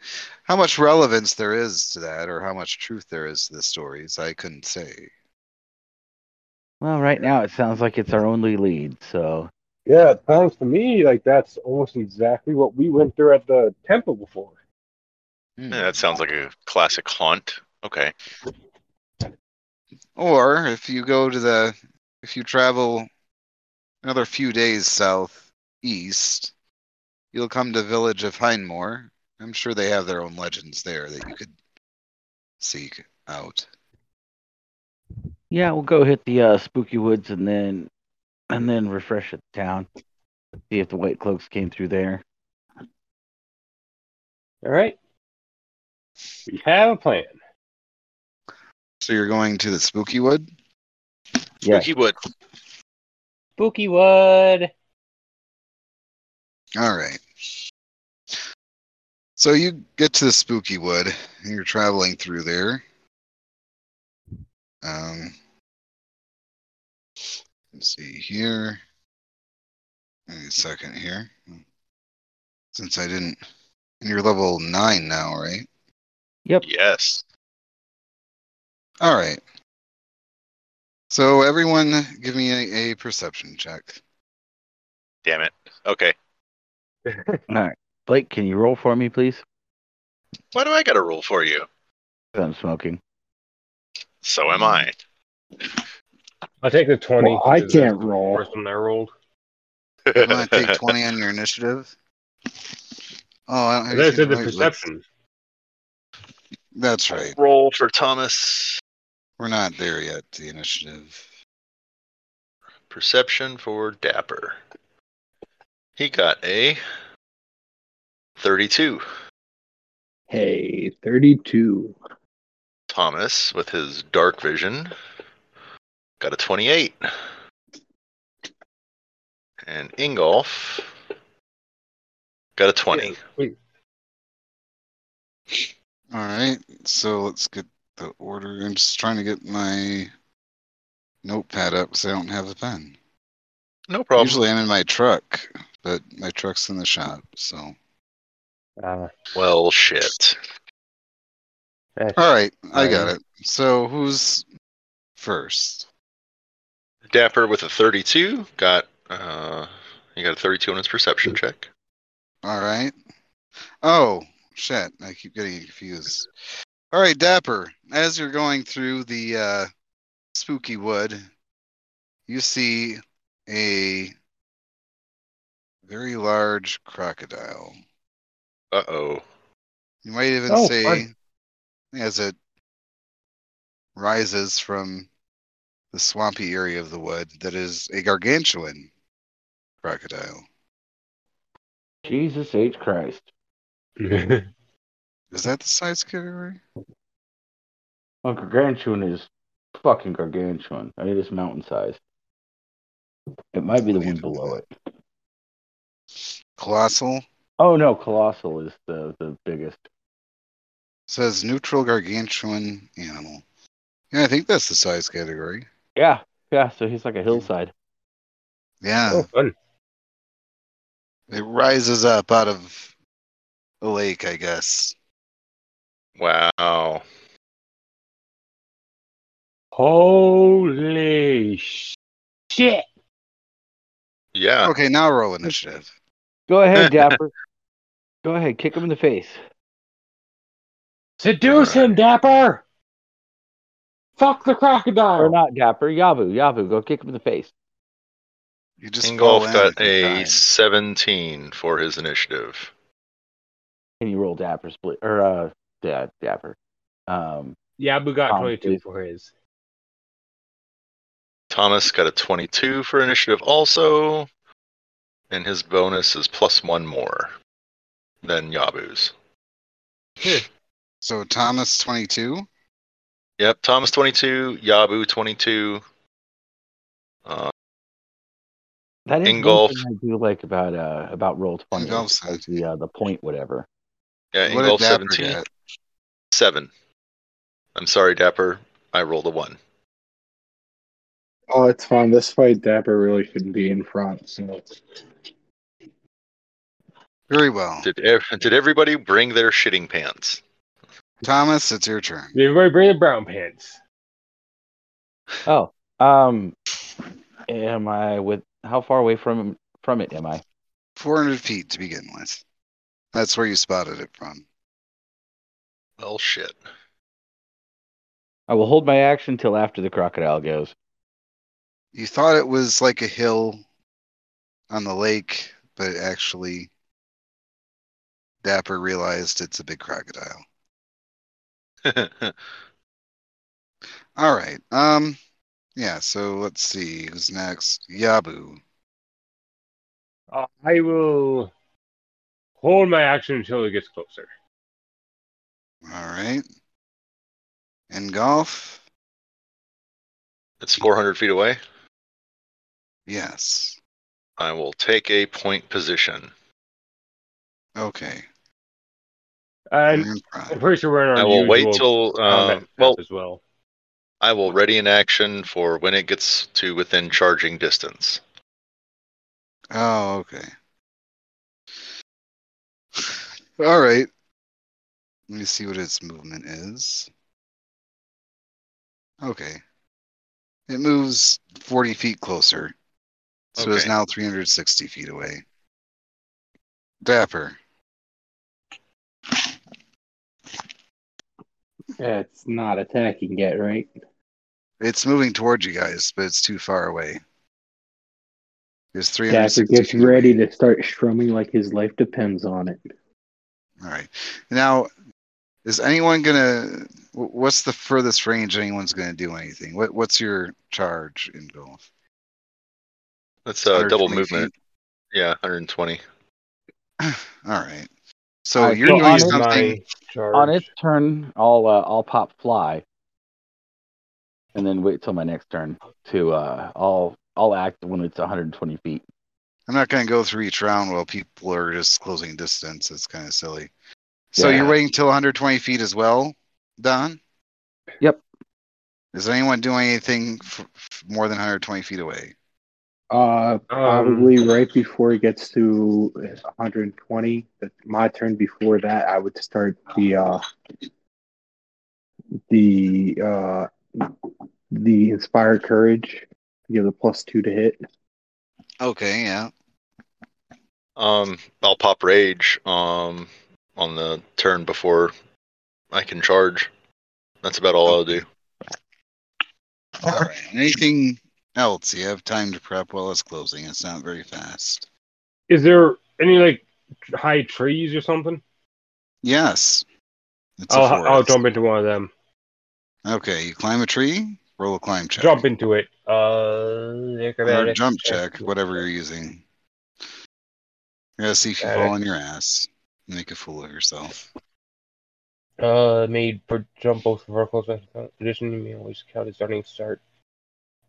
Speaker 1: How much relevance there is to that, or how much truth there is to the stories, I couldn't say.
Speaker 7: Well, right now it sounds like it's our only lead. So
Speaker 2: Yeah, it sounds to me like that's almost exactly what we went through at the temple before.
Speaker 1: Hmm.
Speaker 3: Yeah, that sounds like a classic haunt. Okay.
Speaker 1: Or if you go to the, if you travel another few days southeast, you'll come to village of Hindmore. I'm sure they have their own legends there that you could seek out.
Speaker 7: Yeah, we'll go hit the uh, spooky woods and then and then refresh the town. See if the white cloaks came through there.
Speaker 2: All right. We have a plan.
Speaker 1: So you're going to the Spooky Wood?
Speaker 7: Yeah.
Speaker 3: Spooky wood.
Speaker 2: Spooky Wood.
Speaker 1: All right. So you get to the Spooky Wood, and you're traveling through there. Um, let's see here. Give me a second here. Since I didn't, and you're level nine now, right?
Speaker 7: Yep.
Speaker 3: Yes.
Speaker 1: All right. So everyone, give me a, a perception check.
Speaker 3: Damn it. Okay.
Speaker 7: Blake, can you roll for me, please?
Speaker 3: Why do I got a roll for you?
Speaker 7: 'Cause I'm smoking.
Speaker 3: So
Speaker 1: Hmm.
Speaker 3: am I.
Speaker 2: I'll take the 20.
Speaker 5: Well, I
Speaker 2: because that's
Speaker 5: can't
Speaker 2: the
Speaker 5: roll.
Speaker 2: First one I rolled.
Speaker 1: I'm gonna take twenty on your initiative. Oh, I don't have
Speaker 2: And then I
Speaker 1: anything
Speaker 2: said the
Speaker 1: right with-
Speaker 2: perception.
Speaker 1: That's right.
Speaker 3: roll for Thomas.
Speaker 1: We're not there yet. The initiative.
Speaker 3: Perception for Dapper. He got a 32.
Speaker 5: Hey, 32.
Speaker 3: Thomas, with his dark vision, got a 28. And Ingolf got a 20.
Speaker 2: Wait,
Speaker 1: All right. So let's get the order. I'm just trying to get my notepad up because I don't have a pen.
Speaker 3: No problem.
Speaker 1: Usually I'm in my truck, but my truck's in the shop. So.
Speaker 2: uh,
Speaker 3: Well, shit.
Speaker 2: that's-
Speaker 1: All right. I
Speaker 2: Right.
Speaker 1: got it. So who's first?
Speaker 3: Dapper with a 32 got uh he got a 32 on his perception check.
Speaker 1: All right. Oh, shit. I keep getting confused. All right, Dapper, as you're going through the uh, spooky wood, you see a very large crocodile.
Speaker 3: Uh-oh.
Speaker 1: You might even
Speaker 2: Oh,
Speaker 1: say,
Speaker 2: fun.
Speaker 1: as it rises from the swampy area of the wood that is a gargantuan crocodile.
Speaker 7: Jesus H. Christ.
Speaker 1: Is that the size category?
Speaker 7: Well, gargantuan is fucking gargantuan. It is mountain size. It might be the one below it.
Speaker 1: Colossal
Speaker 7: Oh no, colossal is the the biggest.
Speaker 1: says neutral gargantuan animal. Yeah, I think that's the size category.
Speaker 7: Yeah, yeah. So he's like a hillside.
Speaker 1: Yeah.
Speaker 2: oh, fun.
Speaker 1: It rises up out of a lake, I guess.
Speaker 3: Wow.
Speaker 2: Holy shit.
Speaker 3: Yeah.
Speaker 1: Okay, now roll initiative.
Speaker 7: Go ahead, Dapper. Go ahead, kick him in the face.
Speaker 2: Seduce him, Dapper. Fuck the crocodile.
Speaker 7: Or not Dapper, Yabu, Yabu. Go kick him in the face.
Speaker 1: You just go
Speaker 3: Ingolf
Speaker 1: in
Speaker 3: got
Speaker 1: every
Speaker 3: a
Speaker 1: time.
Speaker 3: 17 for his initiative.
Speaker 7: Can you roll Dapper's split or uh, yeah, Dapper? Um,
Speaker 2: Yeah, we got
Speaker 7: Um,
Speaker 2: 22
Speaker 7: please.
Speaker 2: for his.
Speaker 3: Thomas got a 22 for initiative also, and his bonus is plus one more than Yabu's.
Speaker 1: So Thomas twenty two.
Speaker 3: Yep, Thomas 22, Yabu 22. Uh,
Speaker 7: that is
Speaker 3: Ingolf.
Speaker 7: one thing I do like about uh about roll twenty. is
Speaker 1: Ingolf's had-
Speaker 7: the uh, the point whatever.
Speaker 3: yeah,
Speaker 1: what did
Speaker 3: Ingolf
Speaker 1: Dapper
Speaker 3: 17.
Speaker 1: get?
Speaker 3: Seven. I'm sorry, Dapper. I rolled a one.
Speaker 5: Oh, it's fine. This fight, Dapper really shouldn't be in front. So
Speaker 1: Very well.
Speaker 3: Did ev- did everybody bring their shitting pants?
Speaker 1: Thomas, it's your turn.
Speaker 2: Did everybody bring the brown pants?
Speaker 7: Oh, um, am I with? How far away from from it am I?
Speaker 1: Four hundred feet to begin with. That's where you spotted it from.
Speaker 3: Well, shit.
Speaker 7: I will hold my action till after the crocodile goes.
Speaker 1: You thought it was like a hill on the lake, but actually Dapper realized it's a big crocodile. All right. Um yeah, so let's see who's next. Yabu.
Speaker 2: Uh, I will hold my action until it gets closer.
Speaker 1: All right. And golf?
Speaker 3: it's 400 feet away.
Speaker 1: Yes.
Speaker 3: I will take a point position.
Speaker 1: Okay.
Speaker 2: And
Speaker 1: Iron Prime.
Speaker 2: I'm pretty sure we're in our
Speaker 3: I will wait
Speaker 2: usual
Speaker 3: till
Speaker 2: combat
Speaker 3: uh,
Speaker 2: step
Speaker 3: well.
Speaker 2: as well.
Speaker 3: I will ready an action for when it gets to within charging distance.
Speaker 1: Oh, okay. All right. Let me see what its movement is. Okay. It moves 40 feet closer. So it's
Speaker 3: Okay.
Speaker 1: now 360 feet away. Dapper.
Speaker 5: yeah, it's not attacking yet, right?
Speaker 1: It's moving towards you guys, but it's too far away. It's
Speaker 5: Dapper
Speaker 1: 360
Speaker 5: gets
Speaker 1: feet away.
Speaker 5: ready to start strumming like his life depends on it.
Speaker 1: All right. Now, is anyone gonna? wh- What's the furthest range anyone's gonna do anything? What What's your charge in golf?
Speaker 3: That's a Uh, double
Speaker 1: 120
Speaker 3: movement. Yeah, 120.
Speaker 1: feet? All right. So
Speaker 7: All right,
Speaker 1: you're
Speaker 7: so
Speaker 1: doing
Speaker 7: on it-
Speaker 1: something.
Speaker 2: My charge.
Speaker 7: On its turn, I'll uh, I'll pop fly, and then wait till my next turn to uh I'll I'll act when it's 120 feet.
Speaker 1: I'm not gonna go through each round while people are just closing distance. It's kind of silly. So you're
Speaker 3: Yeah.
Speaker 1: waiting till 120 feet as well, Don.
Speaker 7: Yep.
Speaker 1: Is anyone doing anything f- f- more than 120 feet away?
Speaker 5: Uh, probably right before it gets to 120. that- My turn before that, I would start the uh, the uh, the inspire courage. Give a plus two to hit.
Speaker 1: Okay. Yeah.
Speaker 3: Um, I'll pop rage um on the turn before I can charge. That's about all I'll do.
Speaker 1: All right. Anything else? You have time to prep while it's closing. It's not very fast.
Speaker 2: Is there any like tr- high trees or something?
Speaker 1: Yes. It's a
Speaker 2: I'll, I'll
Speaker 1: forest.
Speaker 2: jump into one of them.
Speaker 1: Okay, you climb a tree. Roll a climb check.
Speaker 2: Jump into it. Uh,
Speaker 1: Or
Speaker 2: acrobatics.
Speaker 1: jump check, whatever you're using. You gotta see if you
Speaker 2: Got
Speaker 1: fall
Speaker 2: it.
Speaker 1: on your ass. Make a fool of yourself.
Speaker 2: Uh, made for jump both verticals and position. You may always count as running start.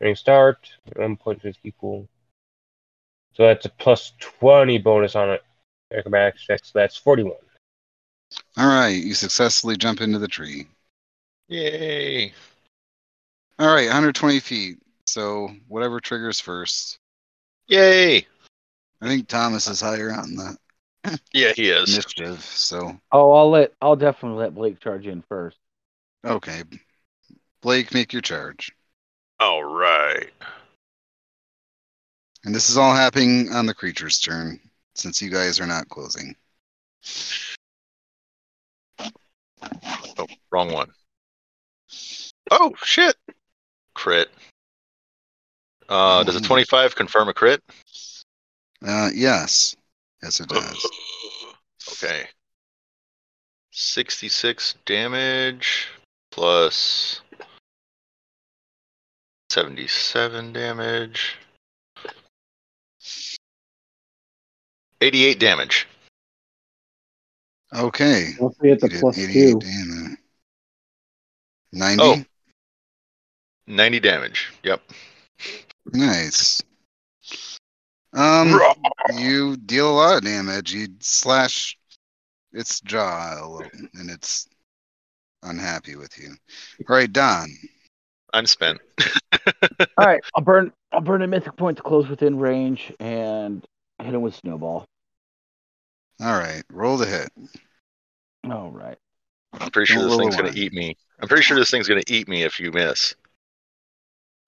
Speaker 2: Running start, 1.5 equal. So that's a plus 20 bonus on it. Acrobatics check, so that's 41.
Speaker 1: All right, you successfully jump into the tree.
Speaker 3: Yay!
Speaker 1: All right, 120 feet. So whatever triggers first.
Speaker 3: Yay!
Speaker 1: I think Thomas is higher on the
Speaker 3: Yeah, he is.
Speaker 1: initiative. So
Speaker 7: Oh, I'll let I'll definitely let Blake charge in first.
Speaker 1: okay, Blake, make your charge.
Speaker 3: All right.
Speaker 1: And this is all happening on the creature's turn, since you guys are not closing.
Speaker 3: Oh, wrong one. Oh shit! Crit. Uh, does a
Speaker 1: Mhm.
Speaker 3: twenty-five confirm a crit?
Speaker 1: Uh, yes, yes it does.
Speaker 3: okay. 66 damage plus 77 damage. 88 damage.
Speaker 1: Okay.
Speaker 5: Once we hit the
Speaker 1: You did
Speaker 5: plus
Speaker 1: 88
Speaker 5: two,
Speaker 1: and, uh, 90.
Speaker 3: Oh. 90 damage. Yep.
Speaker 1: Nice. Um, you deal a lot of damage. You slash its jaw a little, and it's unhappy with you. All right, Don.
Speaker 3: I'm spent.
Speaker 7: All right, I'll burn I'll burn a mythic point to close within range and hit him with snowball.
Speaker 1: All right, roll the hit.
Speaker 7: All right.
Speaker 3: I'm pretty sure
Speaker 1: Don't
Speaker 3: this
Speaker 1: roll a
Speaker 3: thing's going
Speaker 1: one.
Speaker 3: to eat me. I'm pretty sure this thing's going to eat me if you miss.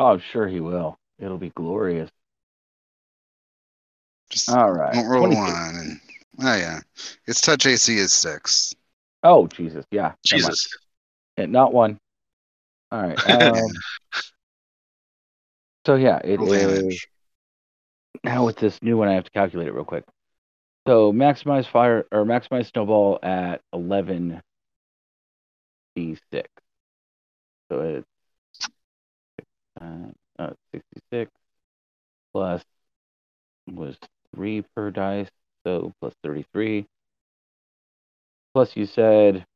Speaker 7: Oh, I'm sure he will. It'll be glorious.
Speaker 1: Just
Speaker 7: All right.
Speaker 1: don't roll a
Speaker 7: 22.
Speaker 1: one. And, oh yeah, its touch AC is six.
Speaker 7: Oh Jesus, yeah. never mind.
Speaker 3: Jesus.
Speaker 7: Yeah, not one. All right. Um, so yeah, it
Speaker 1: Roll
Speaker 7: is
Speaker 1: damage.
Speaker 7: now with this new one. I have to calculate it real quick. So maximize fire or maximize snowball at eleven d six. So it's uh, uh, sixty six plus was three per dice, so plus thirty three. Plus you said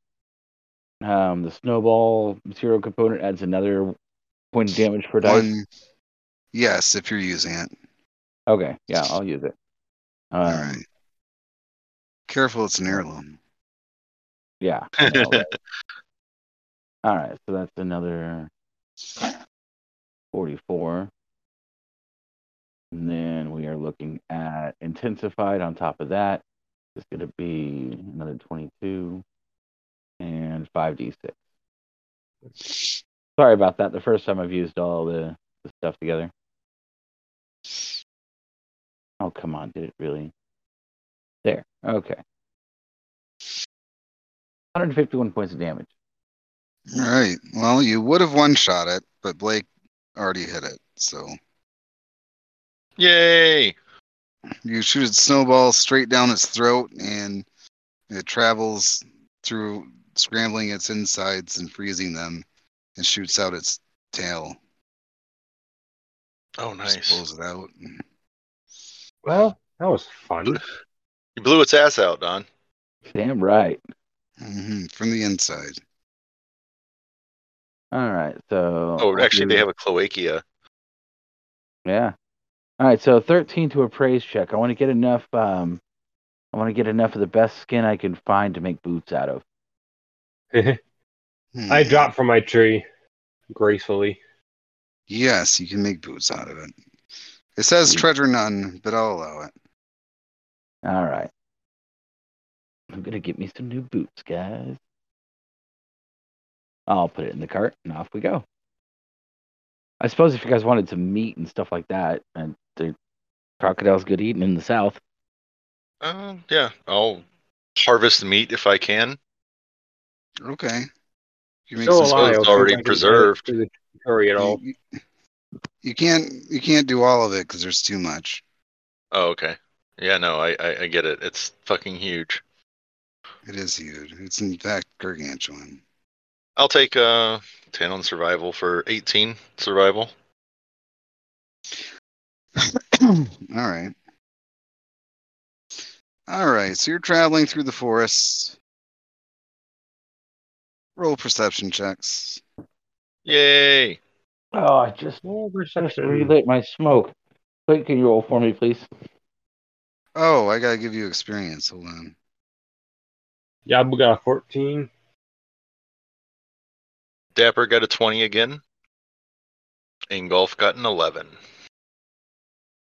Speaker 7: um, the snowball material component adds another point of damage per dice.
Speaker 1: One. Yes, if you're using it.
Speaker 7: Okay, yeah, I'll use it. Um,
Speaker 1: All right. Careful, it's an heirloom.
Speaker 7: Yeah. I know, right? All right, so that's another 44. And then we are looking at intensified on top of that. It's going to be another 22 and 5d6. Sorry about that. The first time I've used all the, the stuff together. Oh, come on. Did it really? There. Okay. 151 points of damage.
Speaker 1: All right. Well, you would have one shot it, but Blake already hit it, so.
Speaker 3: Yay!
Speaker 1: you shoot a snowball straight down its throat and it travels through scrambling its insides and freezing them and shoots out its tail
Speaker 3: Oh,
Speaker 1: just
Speaker 3: nice.
Speaker 1: blows it out
Speaker 2: Well, that was fun.
Speaker 3: You blew its ass out, Don.
Speaker 7: Damn right.
Speaker 1: hmm from the inside
Speaker 7: All right, so
Speaker 3: Oh,
Speaker 7: I'll
Speaker 3: actually, they
Speaker 7: do-
Speaker 3: have a cloacia.
Speaker 7: yeah. All right, so thirteen to appraise check. I want to get enough. Um, I want to get enough of the best skin I can find to make boots out of.
Speaker 1: Hmm.
Speaker 2: I dropped from my tree gracefully.
Speaker 1: yes you can make boots out of it it says treasure none but i'll allow it
Speaker 7: All right, I'm gonna get me some new boots, guys. I'll put it in the cart and off we go. I suppose if you guys wanted some meat and stuff like that, and the crocodile's good eating in the south.
Speaker 3: Uh, yeah, I'll harvest meat if I can.
Speaker 1: okay you
Speaker 2: Still
Speaker 1: some-
Speaker 2: alive,
Speaker 3: it's
Speaker 2: I'll see if
Speaker 3: already
Speaker 2: I can get it
Speaker 3: preserved.
Speaker 2: through the tree at all.
Speaker 1: you, you- you can't you can't do all of it because there's too much
Speaker 3: Oh, okay. Yeah, no, I, I, I get it. It's fucking huge.
Speaker 1: it is huge it's in fact gargantuan
Speaker 3: I'll take uh 10 on survival for 18 survival.
Speaker 1: All right. All right. So you're traveling through the forest. Roll perception checks.
Speaker 3: Yay!
Speaker 7: Oh, I just relit my smoke. Clint, can you roll for me, please?
Speaker 1: Oh, I gotta give you experience. Hold on.
Speaker 2: Yabu got a 14.
Speaker 3: Dapper got a 20 again. Ingolf got an 11.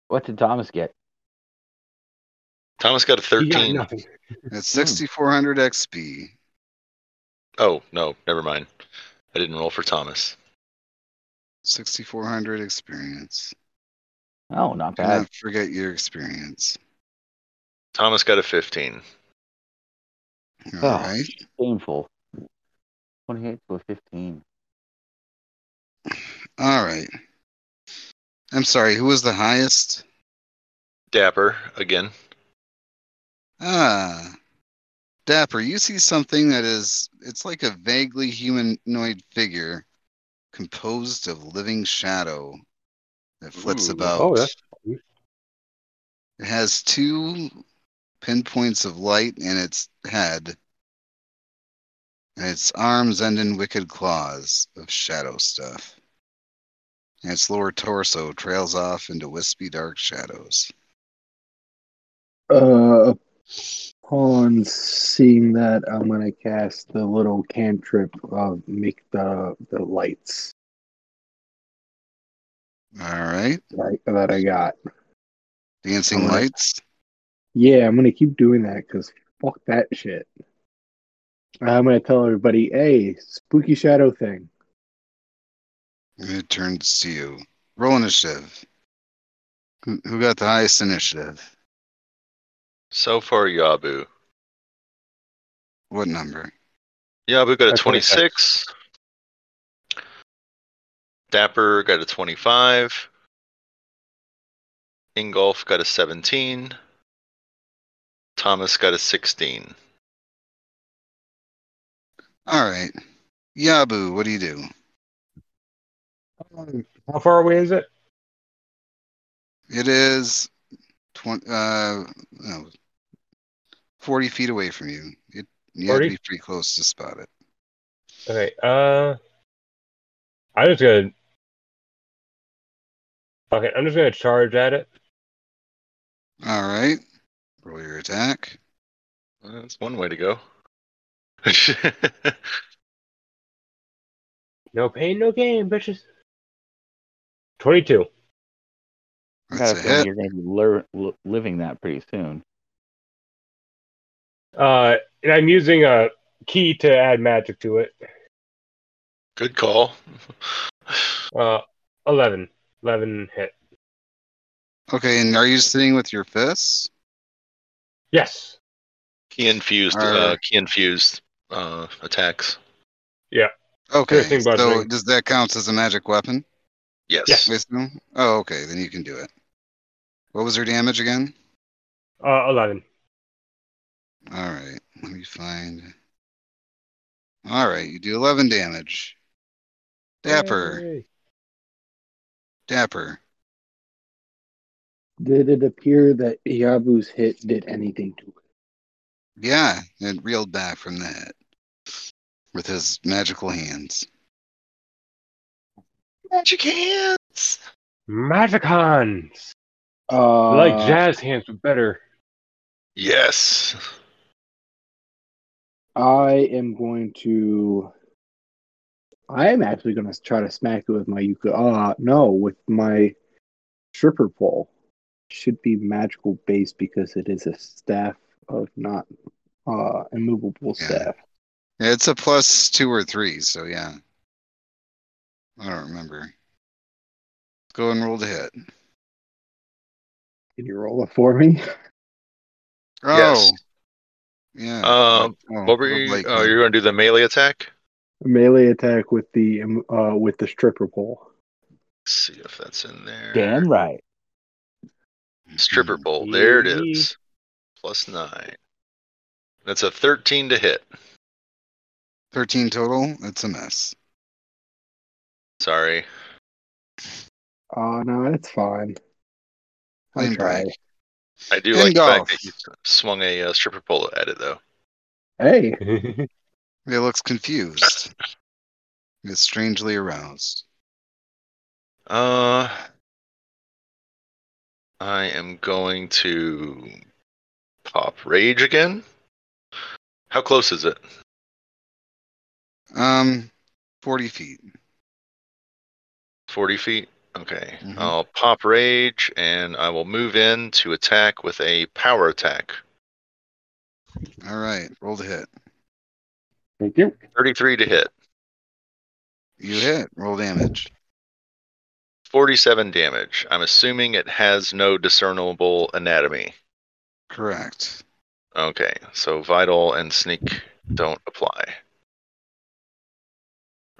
Speaker 7: What did Thomas get?
Speaker 3: Thomas got a
Speaker 2: He got
Speaker 3: 13.
Speaker 2: nothing.
Speaker 1: It's 6,400 XP.
Speaker 3: oh, no, never mind. I didn't roll for Thomas.
Speaker 1: 6,400 experience.
Speaker 7: Oh, not
Speaker 1: Do
Speaker 7: bad.
Speaker 1: not forget your experience.
Speaker 3: Thomas got a 15.
Speaker 1: All
Speaker 7: Oh.
Speaker 1: right.
Speaker 7: Painful. 28 to a 15.
Speaker 1: All right. I'm sorry. Who was the highest?
Speaker 3: Dapper again.
Speaker 1: Ah. Dapper, you see something that is, it's like a vaguely humanoid figure composed of living shadow that flits
Speaker 3: Ooh.
Speaker 1: about.
Speaker 2: Oh, that's
Speaker 1: It has two pinpoints of light in its head, and its arms end in wicked claws of shadow stuff. And its lower torso trails off into wispy dark shadows.
Speaker 5: Uh, upon seeing that, I'm gonna cast the little cantrip of make the the lights
Speaker 1: All right,
Speaker 5: right, that I got.
Speaker 1: dancing
Speaker 5: All right.
Speaker 1: lights.
Speaker 5: Yeah, I'm gonna keep doing that because fuck that shit. I'm gonna tell everybody, hey, spooky shadow thing.
Speaker 1: And it turns to you. Roll initiative. Who, who got the highest initiative?
Speaker 3: So far, Yabu.
Speaker 1: What number?
Speaker 3: Yabu got a
Speaker 2: Got
Speaker 3: 26. Dapper got a 25. Ingolf got a 17. Thomas got a 16.
Speaker 1: All right, Yabu. What do you do?
Speaker 2: Um, How far away is it?
Speaker 1: It is twenty, uh, no, forty feet away from you. It, you have to
Speaker 2: 40?
Speaker 1: be pretty close to spot it.
Speaker 2: Okay. Uh, I'm just gonna. Okay, I'm just gonna charge at it.
Speaker 1: All right, roll your attack.
Speaker 3: Well, That's one way to go.
Speaker 2: No pain, no gain, bitches. Twenty-two.
Speaker 7: I
Speaker 1: That's
Speaker 7: got
Speaker 1: a
Speaker 7: a
Speaker 1: hit.
Speaker 7: feeling you're going to be lear- li- living that pretty soon.
Speaker 2: Uh, and I'm using a key to add magic to it.
Speaker 3: Good call.
Speaker 2: Uh, 11. 11 hit.
Speaker 1: Okay, and are you sitting with your fists?
Speaker 2: Yes.
Speaker 3: Key infused. Uh,
Speaker 1: Alright.
Speaker 3: key infused uh, attacks.
Speaker 1: Okay,
Speaker 2: Piercing
Speaker 1: so
Speaker 2: bludgeoning.
Speaker 1: does that count as a magic weapon?
Speaker 3: Yes.
Speaker 2: Yes.
Speaker 1: I assume? Oh, okay, then you can do it. What was your damage again?
Speaker 2: Uh, 11.
Speaker 1: All right, let me find. All right, you do eleven damage. Dapper,
Speaker 2: Yay.
Speaker 1: Dapper.
Speaker 5: Did it appear that Yabu's hit did anything to it?
Speaker 1: Yeah, and reeled back from that with his magical hands.
Speaker 3: Magic hands.
Speaker 2: Magic hands. I
Speaker 5: Uh,
Speaker 2: like jazz hands, but better.
Speaker 3: Yes.
Speaker 5: I am going to. I am actually going to try to smack it with my yuka. Uh, no, with my stripper pole. Should be magical base because it is a staff of not uh immovable
Speaker 1: Yeah.
Speaker 5: staff.
Speaker 1: It's a plus two or three, so yeah. I don't remember. Go and roll to hit.
Speaker 5: Can you roll it for me?
Speaker 1: Oh,
Speaker 3: Yes.
Speaker 1: yeah.
Speaker 3: Um,
Speaker 1: Oh,
Speaker 3: What were
Speaker 1: we're
Speaker 3: you?
Speaker 1: blanking.
Speaker 3: Oh, you're gonna do the melee attack.
Speaker 5: Melee attack with the um, uh with the stripper pole.
Speaker 3: Let's see if that's in there.
Speaker 7: Damn right.
Speaker 1: Hmm.
Speaker 3: Stripper pole. There it
Speaker 2: Yee.
Speaker 3: is. Plus nine. That's a 13 to hit.
Speaker 1: Thirteen total. That's a mess.
Speaker 3: Sorry.
Speaker 5: Oh no, it's fine. I
Speaker 1: Lame
Speaker 5: tried.
Speaker 1: break.
Speaker 3: I do
Speaker 1: And
Speaker 3: like
Speaker 1: golf.
Speaker 3: the fact that you swung a uh, stripper pole at it, though.
Speaker 5: Hey,
Speaker 1: He looks confused. He is strangely aroused.
Speaker 3: Uh, I am going to pop rage again. How close is it?
Speaker 1: Um, 40 feet.
Speaker 3: 40 feet? Okay.
Speaker 1: Mhm.
Speaker 3: I'll pop rage and I will move in to attack with a power attack.
Speaker 1: All right, roll to hit.
Speaker 2: Thank you.
Speaker 3: 33 to hit,
Speaker 1: You hit. Roll damage.
Speaker 3: 47 damage. I'm assuming it has no discernible anatomy.
Speaker 1: Correct.
Speaker 3: Okay, so vital and sneak don't apply.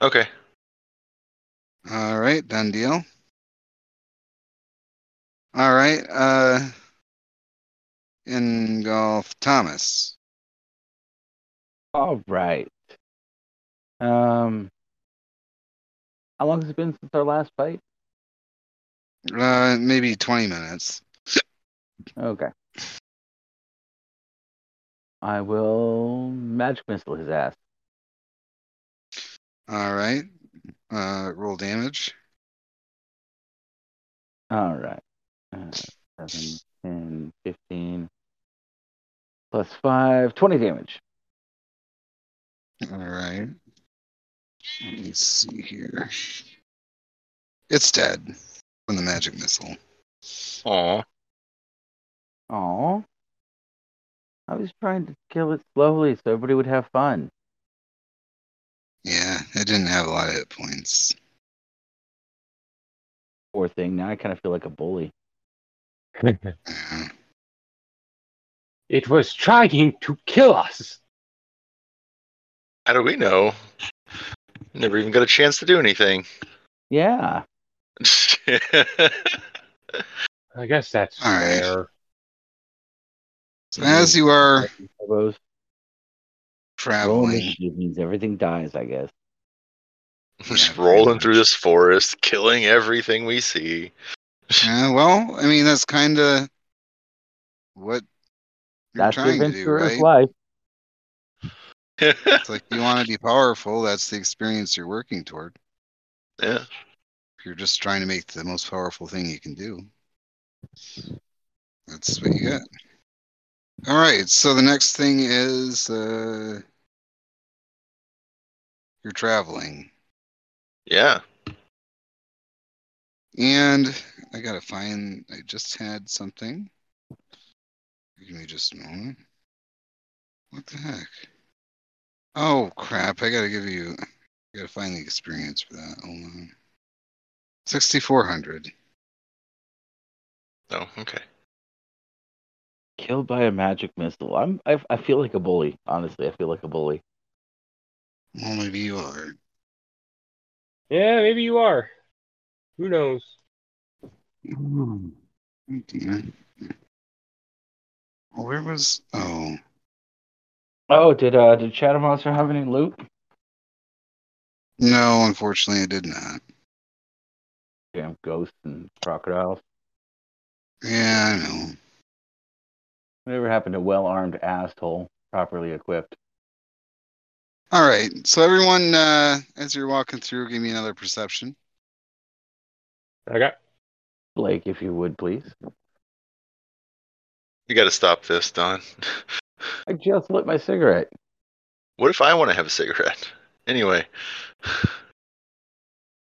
Speaker 3: Okay,
Speaker 1: All right, done deal. All right, uh, in golf, Thomas.
Speaker 7: All right. Um, how long has it been since our last fight?
Speaker 1: Uh, maybe 20 minutes.
Speaker 7: Okay. I will magic missile his ass.
Speaker 1: All right, uh, roll damage.
Speaker 7: All right. Uh, 7, 10, 15, plus 5, 20 damage.
Speaker 1: All right. Let me see here. It's dead from the magic missile.
Speaker 3: aw,
Speaker 7: Aw. I was trying to kill it slowly so everybody would have fun.
Speaker 1: Yeah, it didn't have a lot of hit points.
Speaker 7: Poor thing. Now I kind of feel like a bully.
Speaker 1: Yeah.
Speaker 2: It was trying to kill us.
Speaker 3: how do we know? Never even got a chance to do anything.
Speaker 7: Yeah.
Speaker 2: I guess that's
Speaker 1: All right.
Speaker 2: fair.
Speaker 1: So as you are
Speaker 7: Elbows. Roll
Speaker 1: traveling,
Speaker 7: initiative means everything dies, I guess.
Speaker 3: Just
Speaker 1: Yeah, pretty
Speaker 3: rolling
Speaker 1: much.
Speaker 3: through this forest, killing everything we see.
Speaker 1: Yeah, well, I mean that's kind of what you're
Speaker 7: That's the
Speaker 1: trying to do,
Speaker 7: adventurer's
Speaker 1: right?
Speaker 7: life.
Speaker 3: yeah.
Speaker 1: It's like you want to be powerful. That's the experience you're working toward. You're just trying to make the most powerful thing you can do. That's what you get. All right. So the next thing is uh, you're traveling,
Speaker 3: Yeah.
Speaker 1: and I gotta find. I just had something. Give me just a moment. What the heck? Oh crap! I gotta give you. I gotta find the experience for that. Hold on. Sixty-four hundred.
Speaker 3: Oh, okay.
Speaker 7: Killed by a magic missile. I'm. I, I feel like a bully. Honestly, I feel like a bully.
Speaker 1: Well, maybe you are.
Speaker 2: Yeah, maybe you are. Who knows?
Speaker 1: Oh, dear. Where was? Oh,
Speaker 7: Oh, did uh did Shadow Monster have any loot?
Speaker 1: no. Unfortunately, I did not.
Speaker 7: Damn ghosts and crocodiles.
Speaker 1: Yeah, I know.
Speaker 7: Whatever happened to well armed asshole, properly equipped?
Speaker 1: All right. So everyone, uh, as you're walking through, give me another perception.
Speaker 2: I got
Speaker 7: Blake, if you would please.
Speaker 3: You got to stop this, Don.
Speaker 7: I just lit my cigarette.
Speaker 3: What if I want to have a cigarette? Anyway,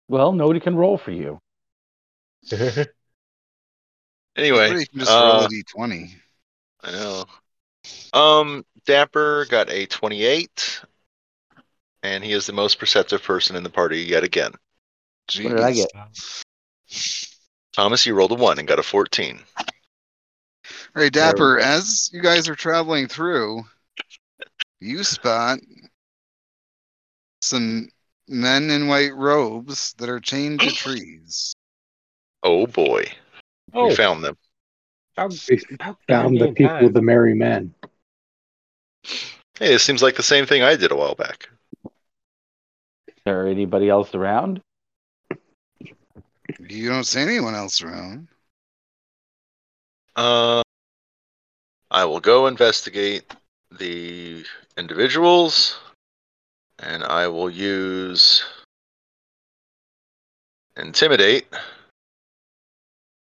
Speaker 7: Well, nobody can roll for you.
Speaker 1: Or
Speaker 3: anyway,
Speaker 1: you can just roll
Speaker 3: uh,
Speaker 1: a d20.
Speaker 3: I know. Um, Dapper got a 28, and he is the most perceptive person in the party yet again.
Speaker 7: What did I
Speaker 1: Jeez.
Speaker 7: get?
Speaker 3: Thomas, you rolled a 1 and got a 14.
Speaker 1: All right, Dapper, as you guys are traveling through, you spot some men in white robes that are chained to trees.
Speaker 3: Oh boy,
Speaker 2: oh,
Speaker 3: we found them.
Speaker 2: how, how
Speaker 5: found the
Speaker 2: goddamn
Speaker 5: people,
Speaker 2: time.
Speaker 5: the merry men.
Speaker 3: Hey, it seems like the same thing I did a while back.
Speaker 7: Is there anybody else around?
Speaker 1: You don't see anyone else around.
Speaker 3: Uh, I will go investigate the individuals, and I will use intimidate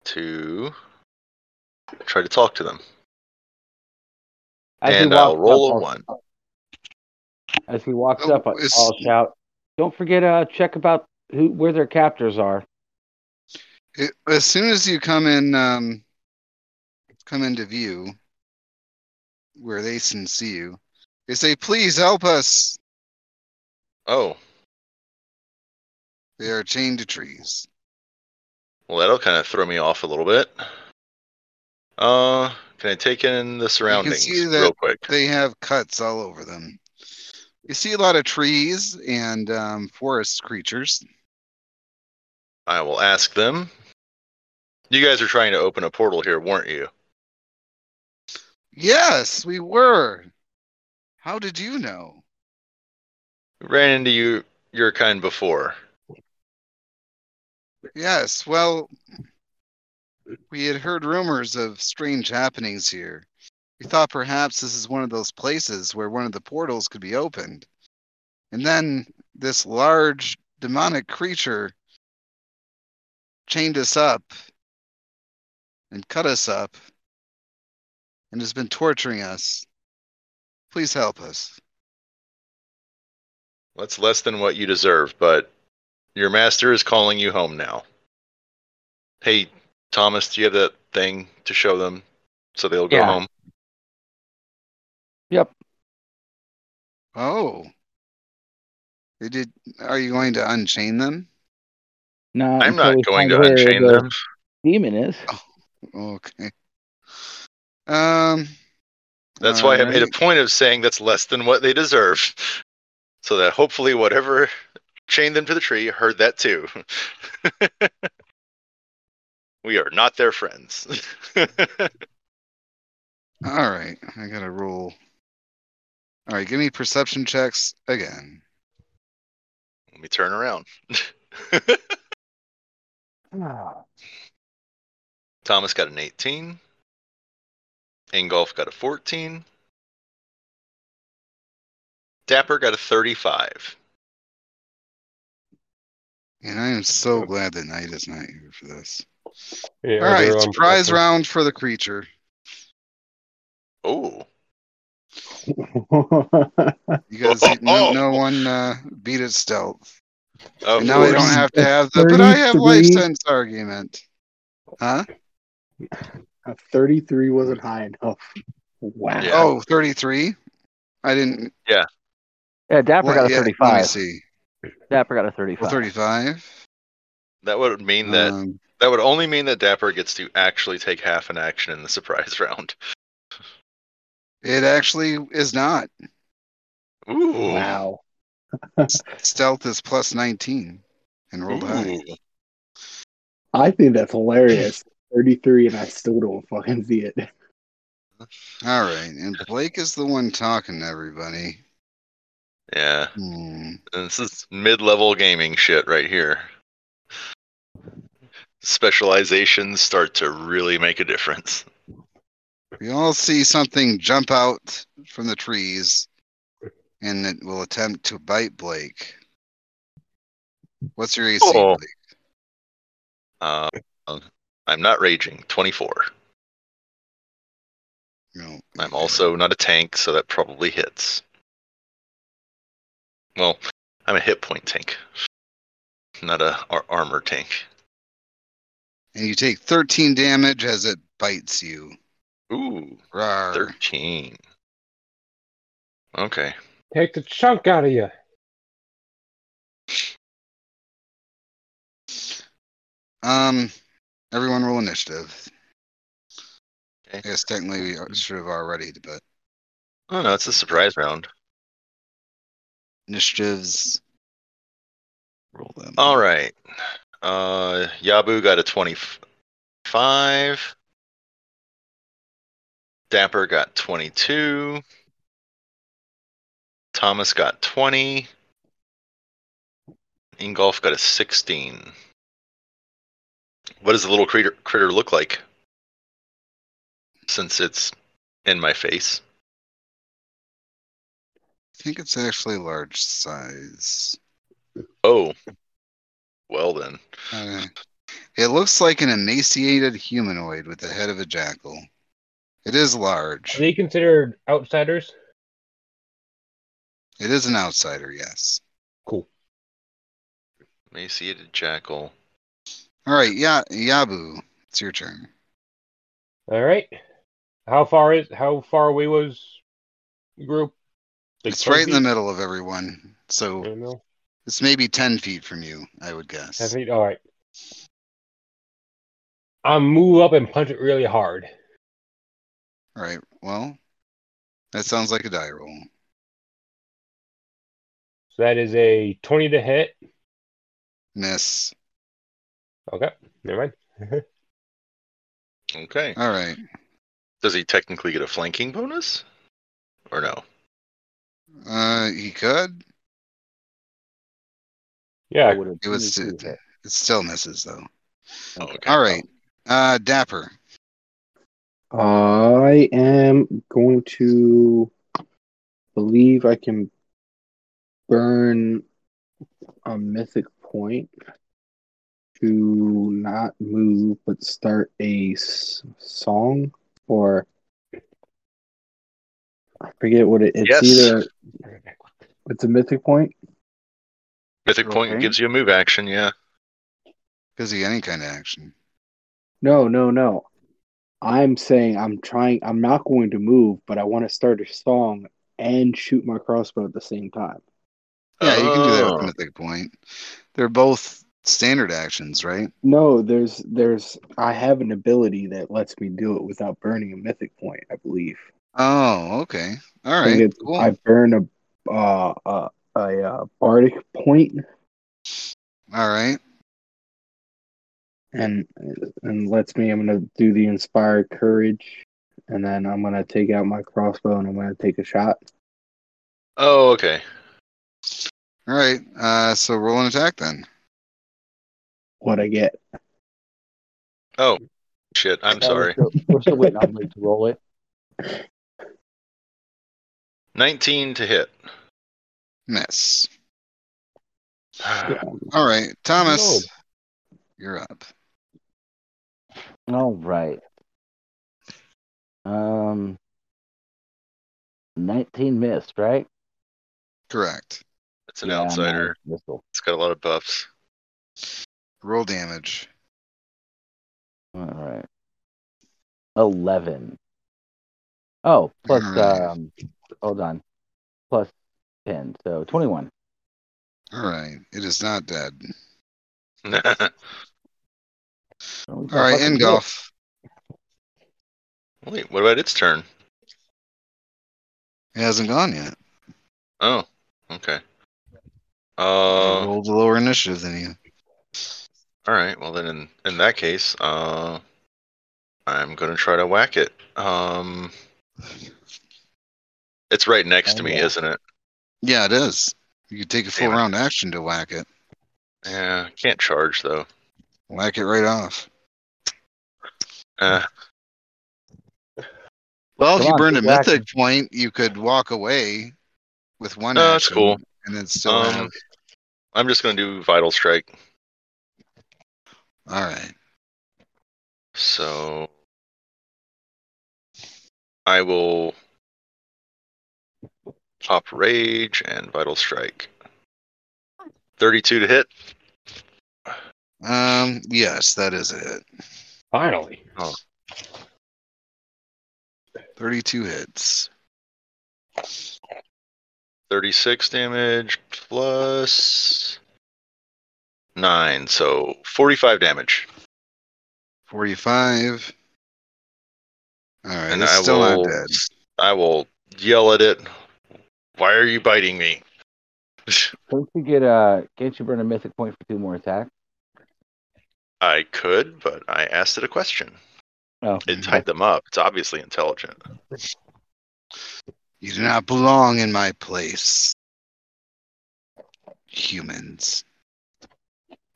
Speaker 3: to try to talk to them.
Speaker 7: As he
Speaker 3: and I'll
Speaker 7: walks
Speaker 3: roll
Speaker 7: up,
Speaker 3: a
Speaker 7: I'll-
Speaker 3: one.
Speaker 7: As he walks
Speaker 1: Oh,
Speaker 7: up, I-
Speaker 1: it's-
Speaker 7: I'll shout, "Don't forget uh check about who where their captors are."
Speaker 1: It, as soon as you come in, um, come into view, where they can see you, they say, "Please help us."
Speaker 3: Oh,
Speaker 1: They are chained to trees.
Speaker 3: well, that'll kind of throw me off a little bit. Uh, can I take in the surroundings
Speaker 1: see that-
Speaker 3: real quick?
Speaker 1: They have cuts all over them. You see a lot of trees and um, forest creatures.
Speaker 3: I will ask them. You guys are trying to open a portal here, weren't you?
Speaker 1: Yes, we were. How did you know?
Speaker 3: Ran into you your kind before.
Speaker 1: Yes, well, we had heard rumors of strange happenings here. We thought perhaps this is one of those places where one of the portals could be opened. And then this large demonic creature chained us up and cut us up and has been torturing us. Please help us.
Speaker 3: That's less than what you deserve, but your master is calling you home now. Hey, Thomas, do you have that thing to show them so they'll go
Speaker 7: Yeah.
Speaker 3: home?
Speaker 1: Oh. They did are you going to unchain them?
Speaker 7: No,
Speaker 3: I'm not
Speaker 7: until Uh, we
Speaker 3: going
Speaker 7: find
Speaker 3: to
Speaker 7: where
Speaker 3: unchain
Speaker 7: the
Speaker 3: them.
Speaker 7: Demon is.
Speaker 1: Okay. Um
Speaker 3: That's why I made a
Speaker 1: alright.
Speaker 3: point of saying that's less than what they deserve. So that hopefully whatever chained them to the tree heard that too. we are not their friends.
Speaker 1: All right, I gotta roll. All right, give me perception checks again.
Speaker 3: Let me turn around. Thomas got an 18. Ingolf got a 14. Dapper got a 35.
Speaker 1: And I am so glad that Knight is not here for this.
Speaker 2: Yeah,
Speaker 1: All right,
Speaker 2: they're um, on
Speaker 1: surprise
Speaker 2: protection.
Speaker 1: round for the creature.
Speaker 3: Oh,
Speaker 1: You guys, no,
Speaker 3: Oh.
Speaker 1: no one uh, beat its stealth.
Speaker 3: of
Speaker 1: And now I don't
Speaker 3: course.
Speaker 1: have to have the, but I have life
Speaker 5: 33.
Speaker 1: sense argument. Huh?
Speaker 5: A 33 wasn't high enough. Wow.
Speaker 3: Yeah.
Speaker 1: Oh, 33? I didn't.
Speaker 7: Yeah, Dapper
Speaker 1: let-
Speaker 7: got a
Speaker 1: yeah, Let me
Speaker 7: thirty-five.
Speaker 1: see.
Speaker 7: Dapper got a
Speaker 1: Well,
Speaker 7: thirty-five.
Speaker 1: 35.
Speaker 3: That would mean that
Speaker 1: Um,
Speaker 3: that would only mean that Dapper gets to actually take half an action in the surprise round.
Speaker 1: it actually is not.
Speaker 3: Ooh.
Speaker 5: Wow.
Speaker 1: Stealth is plus 19 and rolled high.
Speaker 3: Ooh.
Speaker 5: I think that's hilarious. 33 and I still don't fucking see it.
Speaker 1: All right. And Blake is the one talking to everybody.
Speaker 3: Yeah.
Speaker 1: Hmm.
Speaker 3: And this is mid-level gaming shit right here. Specializations start to really make a difference.
Speaker 1: We all see something jump out from the trees and it will attempt to bite Blake. What's your AC,
Speaker 3: Oh.
Speaker 1: Blake?
Speaker 3: Uh, I'm not raging. 24.
Speaker 1: No.
Speaker 3: I'm also not a tank, so that probably hits. Well, I'm a hit point tank, not a ar- armor tank.
Speaker 1: And you take 13 damage as it bites you.
Speaker 3: Ooh,
Speaker 1: Rawr.
Speaker 3: 13. Okay.
Speaker 2: Take the chunk out of you.
Speaker 1: Um, everyone roll initiative.
Speaker 3: Okay. Mm-hmm.
Speaker 1: I guess technically we are- should have already, but
Speaker 3: Oh no, it's a surprise round.
Speaker 1: initiatives. Roll them.
Speaker 3: All right. Uh, Yabu got a 25. Dapper got 22. Thomas got 20. Ingolf got a 16. What does the little critter critter look like? Since it's in my face.
Speaker 1: I think it's actually large size.
Speaker 3: Oh. Well then.
Speaker 1: Uh, it looks like an emaciated humanoid with the head of a jackal. It is large.
Speaker 2: Are they considered outsiders?
Speaker 1: It is an outsider, yes.
Speaker 3: Emaciated jackal.
Speaker 1: All right, yeah, Yabu, it's your turn.
Speaker 2: All right. How far is how far away was the group? Like
Speaker 1: it's
Speaker 2: 10
Speaker 1: right in the
Speaker 2: feet?
Speaker 1: middle of everyone, so
Speaker 2: I don't know.
Speaker 1: it's maybe ten feet from you, I would guess.
Speaker 2: Ten feet. All right. I'll move up and punch it really hard.
Speaker 1: All right, well, that sounds like a die roll.
Speaker 2: So that is a twenty to hit.
Speaker 1: Miss.
Speaker 2: Okay, never mind.
Speaker 3: Okay.
Speaker 1: All right.
Speaker 3: Does he technically get a flanking bonus? Or no?
Speaker 1: Uh, he could.
Speaker 7: I
Speaker 2: Yeah,
Speaker 7: would have
Speaker 1: It was
Speaker 7: seen
Speaker 1: it, it still misses though.
Speaker 3: Oh, okay.
Speaker 1: All right. Uh, Dapper.
Speaker 5: I am going to believe I can burn a mythic point to not move, but start a s- song or I forget what it, it's
Speaker 3: Yes.
Speaker 5: either it's a mythic point.
Speaker 3: Mythic
Speaker 1: Okay.
Speaker 3: point gives you a move action, yeah.
Speaker 1: Gives you any kind of action.
Speaker 5: No, no, no. I'm saying I'm trying. I'm not going to move, but I want to start a song and shoot my crossbow at the same time.
Speaker 1: Yeah, you can do that with
Speaker 3: Oh.
Speaker 1: Mythic Point. They're both standard actions, right?
Speaker 5: No, there's, there's. I have an ability that lets me do it without burning a mythic point. I believe.
Speaker 1: Oh, okay. All
Speaker 5: I think
Speaker 1: right.
Speaker 5: it-
Speaker 1: Cool.
Speaker 5: I burn a, uh, a, a, uh bardic point
Speaker 1: All right.
Speaker 5: and and lets me. I'm gonna do the inspired courage, and then I'm gonna take out my crossbow and I'm gonna take a shot.
Speaker 3: Oh, okay.
Speaker 1: All right. Uh, so roll an attack then.
Speaker 5: What I get?
Speaker 3: Oh, shit. I'm
Speaker 6: Uh,
Speaker 3: sorry.
Speaker 6: We're still, we're still waiting on Luke to roll it.
Speaker 3: 19 to hit.
Speaker 1: Miss. All right, Thomas. You're up.
Speaker 7: All right. Um, 19 missed, right?
Speaker 1: Correct.
Speaker 3: It's an
Speaker 7: Yeah, nice
Speaker 3: outsider.
Speaker 7: missile.
Speaker 3: It's got a lot of buffs.
Speaker 1: Roll damage.
Speaker 7: All right. 11. Oh, plus,
Speaker 1: All right.
Speaker 7: um, hold on. Plus 10. So 21.
Speaker 1: All right. It is not dead.
Speaker 7: All
Speaker 1: All right, and golf.
Speaker 3: Wait, what about its turn?
Speaker 1: It hasn't gone yet.
Speaker 3: Oh, okay.
Speaker 1: It
Speaker 3: Uh, all
Speaker 1: rolled a lower initiative than you.
Speaker 3: right. Well, then in, in that case, uh, I'm gonna try to whack it. Um, it's right next to
Speaker 7: Oh,
Speaker 3: me,
Speaker 7: yeah.
Speaker 3: isn't it?
Speaker 1: Yeah, it is. You could take a full
Speaker 3: Damn it.
Speaker 1: round action to whack it.
Speaker 3: Yeah, can't charge though.
Speaker 1: Whack it right off.
Speaker 3: Uh,
Speaker 1: Well, if
Speaker 6: Come
Speaker 1: you
Speaker 6: on,
Speaker 1: burned a
Speaker 6: keep whacking.
Speaker 1: mythic point, you could walk away with one
Speaker 3: No, that's
Speaker 1: action.
Speaker 3: cool.
Speaker 1: And then still have.
Speaker 3: um, I'm just gonna do vital strike.
Speaker 1: All right.
Speaker 3: So I will pop rage and vital strike. Thirty-two to hit.
Speaker 1: Um. Yes, that is it.
Speaker 2: Finally.
Speaker 1: Thirty-two hits.
Speaker 3: 36 damage plus 9, so 45 damage.
Speaker 1: Forty-five. All right.
Speaker 3: and
Speaker 1: it's
Speaker 3: I
Speaker 1: still
Speaker 3: will
Speaker 1: not dead.
Speaker 3: I will yell at it. Why are you biting me?
Speaker 7: Don't you get, uh, can't you burn a mythic point for two more attacks?
Speaker 3: I could, but I asked it a question.
Speaker 7: Oh,
Speaker 1: Mm-hmm.
Speaker 3: It tied them up. It's obviously intelligent.
Speaker 1: You do not belong in my place. Humans.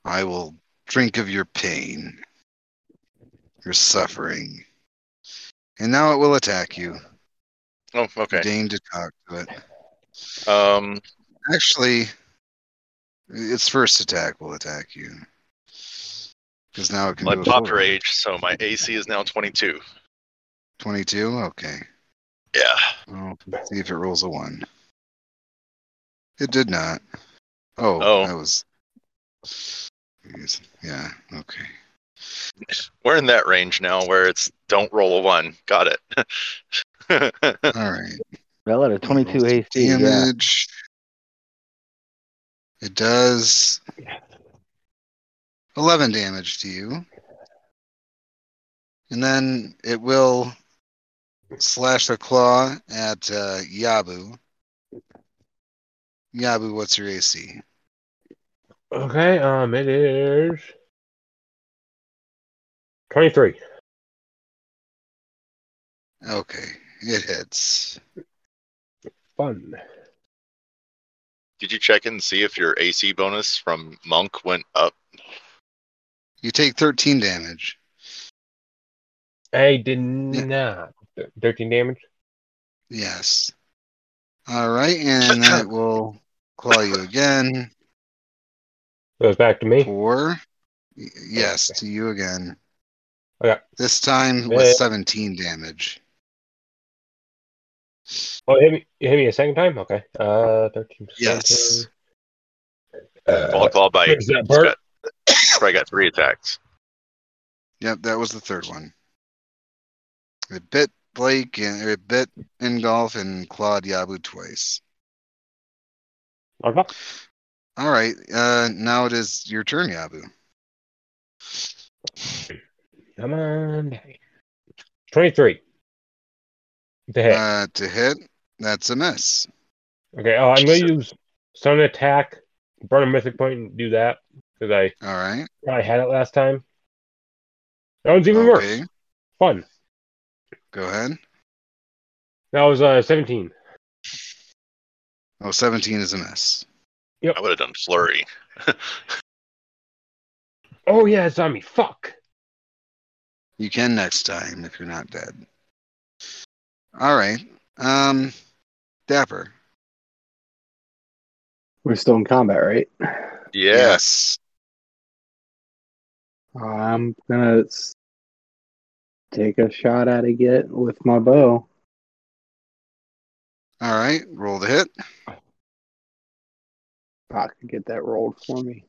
Speaker 1: I will drink of your pain. You're suffering. And now it will attack you.
Speaker 3: Oh,
Speaker 1: You
Speaker 3: okay.
Speaker 1: Deign to talk to it.
Speaker 3: Um,
Speaker 1: Actually, its first attack will attack you. Because now it can
Speaker 3: I
Speaker 1: do a
Speaker 3: popped
Speaker 1: full
Speaker 3: rage, so my AC is now 22.
Speaker 1: 22? Okay.
Speaker 3: Yeah.
Speaker 1: Well, let's see if it rolls a 1. It did not. Oh,
Speaker 3: Oh.
Speaker 1: that was. Jeez. Yeah, okay.
Speaker 3: We're in that range now where it's don't roll a one. Got it.
Speaker 1: All right.
Speaker 7: Well, at a 22 AC, yeah.
Speaker 1: Damage. It does 11 damage to you. And then it will slash a claw at uh, Yabu. Yabu, what's your AC?
Speaker 2: Okay, um, it is 23.
Speaker 1: Okay, it hits.
Speaker 2: Fun.
Speaker 3: Did you check and see if your AC bonus from Monk went up?
Speaker 1: You take 13 damage.
Speaker 2: I did not. Th- 13 damage.
Speaker 1: Yes. All right, and then it will claw you again.
Speaker 2: Goes back to me.
Speaker 1: Four. Y- Yes, to you again.
Speaker 2: Okay.
Speaker 1: This time with
Speaker 2: Eh.
Speaker 1: 17 damage.
Speaker 2: Oh, it hit me, it hit me a second time? Okay. Uh, 13.
Speaker 1: Yes.
Speaker 2: 17. Uh,
Speaker 3: Follow claw bite.
Speaker 2: does that burn?
Speaker 3: It's Probably got three attacks.
Speaker 1: Yep, that was the third one. It bit Blake and or it bit Ingolf and clawed Yabu twice.
Speaker 2: Okay.
Speaker 1: All right, uh, now it is your turn, Yabu.
Speaker 2: Come on. baby. 23. To hit.
Speaker 1: Uh, to hit, that's a miss.
Speaker 2: okay, uh, I'm going to use Sun Attack, burn a Mythic Point, and do that because I
Speaker 1: All right.
Speaker 2: probably had it last time. That one's even worse.
Speaker 1: Okay,
Speaker 2: Fun.
Speaker 1: go ahead.
Speaker 2: That was uh, 17.
Speaker 1: Oh, 17 is a miss.
Speaker 3: I would have done flurry.
Speaker 2: Oh, yeah, it's on me. Fuck.
Speaker 1: You can next time if you're not dead. All right. Um, Dapper.
Speaker 5: We're still in combat, right?
Speaker 3: Yeah.
Speaker 1: Yes.
Speaker 5: I'm gonna s- take a shot at it get with my bow.
Speaker 1: All right. Roll the hit.
Speaker 5: Fuck, get that rolled for me.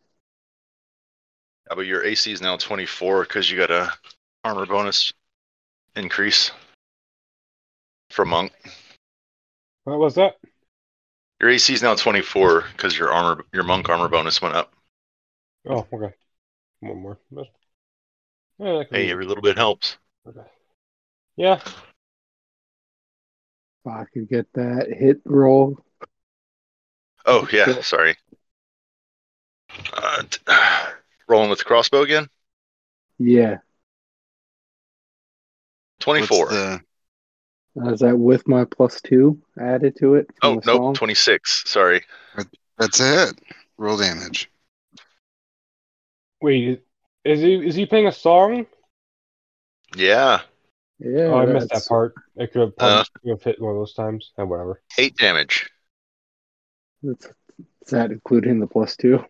Speaker 3: How about your AC is now 24 because you got a armor bonus increase from Monk.
Speaker 2: What was that?
Speaker 3: Your AC is now 24 because your armor, your Monk armor bonus went up.
Speaker 2: Oh, okay. One more. That's- Yeah, that could
Speaker 3: Hey,
Speaker 2: be-
Speaker 3: every little bit helps.
Speaker 2: okay. yeah.
Speaker 5: Fuck, get that hit roll.
Speaker 3: Oh yeah,
Speaker 5: Cool.
Speaker 3: sorry. Uh, t- rolling with the crossbow again.
Speaker 5: Yeah,
Speaker 3: 24.
Speaker 1: What's the-
Speaker 5: is that with my plus two added to it? from
Speaker 3: oh
Speaker 5: the song?
Speaker 3: nope, 26. Sorry.
Speaker 1: that's a hit. Roll damage.
Speaker 2: Wait, is he is he playing a song?
Speaker 3: Yeah,
Speaker 5: Yeah,
Speaker 2: oh, I missed that
Speaker 5: that's-
Speaker 2: part. I could have
Speaker 3: Uh.
Speaker 2: probably could have hit one of those times. Oh, whatever.
Speaker 3: eight damage
Speaker 5: That's, is that including the plus two?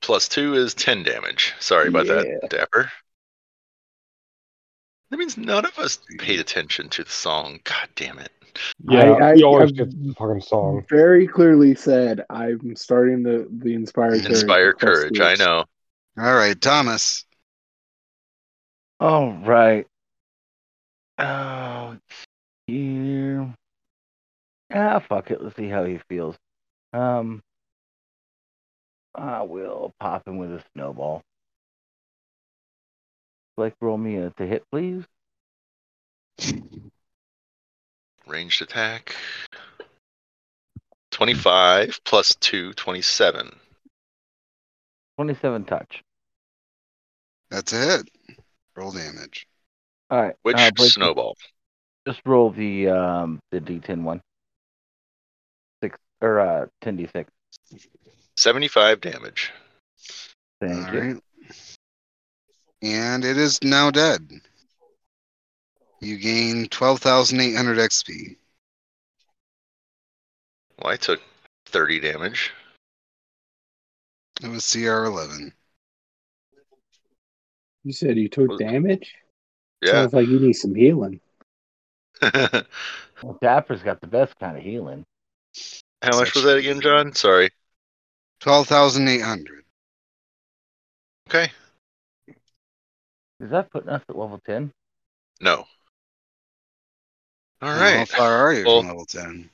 Speaker 3: plus two is 10 damage. Sorry about
Speaker 5: Yeah.
Speaker 3: that, Dapper. That means none of us paid attention to the song. God damn it.
Speaker 2: Yeah,
Speaker 5: I-
Speaker 2: we
Speaker 5: I-
Speaker 2: always
Speaker 5: I've-
Speaker 2: get the fucking song.
Speaker 5: Very clearly said, I'm starting the the inspired courage.
Speaker 3: Inspire
Speaker 5: with plus
Speaker 3: courage.
Speaker 5: two.
Speaker 3: I know.
Speaker 1: All right, Thomas.
Speaker 7: All right. Oh, here. Ah, fuck it. Let's see how he feels. Um, I will pop him with a snowball. Like, roll me a to hit, please.
Speaker 3: Ranged attack. 25 plus 2, 27.
Speaker 7: 27 touch.
Speaker 1: That's a hit. Roll damage.
Speaker 7: All right.
Speaker 3: Which
Speaker 7: uh, Blake,
Speaker 3: snowball?
Speaker 7: Just roll the um the D10 one. Six or uh 10d6.
Speaker 3: 75 damage.
Speaker 7: Thank
Speaker 1: All
Speaker 7: you.
Speaker 1: right. and it is now dead. You gain 12,800 XP.
Speaker 3: Well, I took 30 damage.
Speaker 1: It was CR11.
Speaker 5: You said you took
Speaker 3: Was-
Speaker 5: damage?
Speaker 3: Yeah.
Speaker 5: Sounds like you need some healing.
Speaker 7: Well, Dapper's got the best kind of healing.
Speaker 3: How much was that again, John? Sorry.
Speaker 1: 12,800.
Speaker 3: Okay.
Speaker 7: Is that putting us at level ten?
Speaker 3: No. All
Speaker 1: Now, How
Speaker 3: right.
Speaker 1: far are you
Speaker 3: Well-
Speaker 1: from level 10?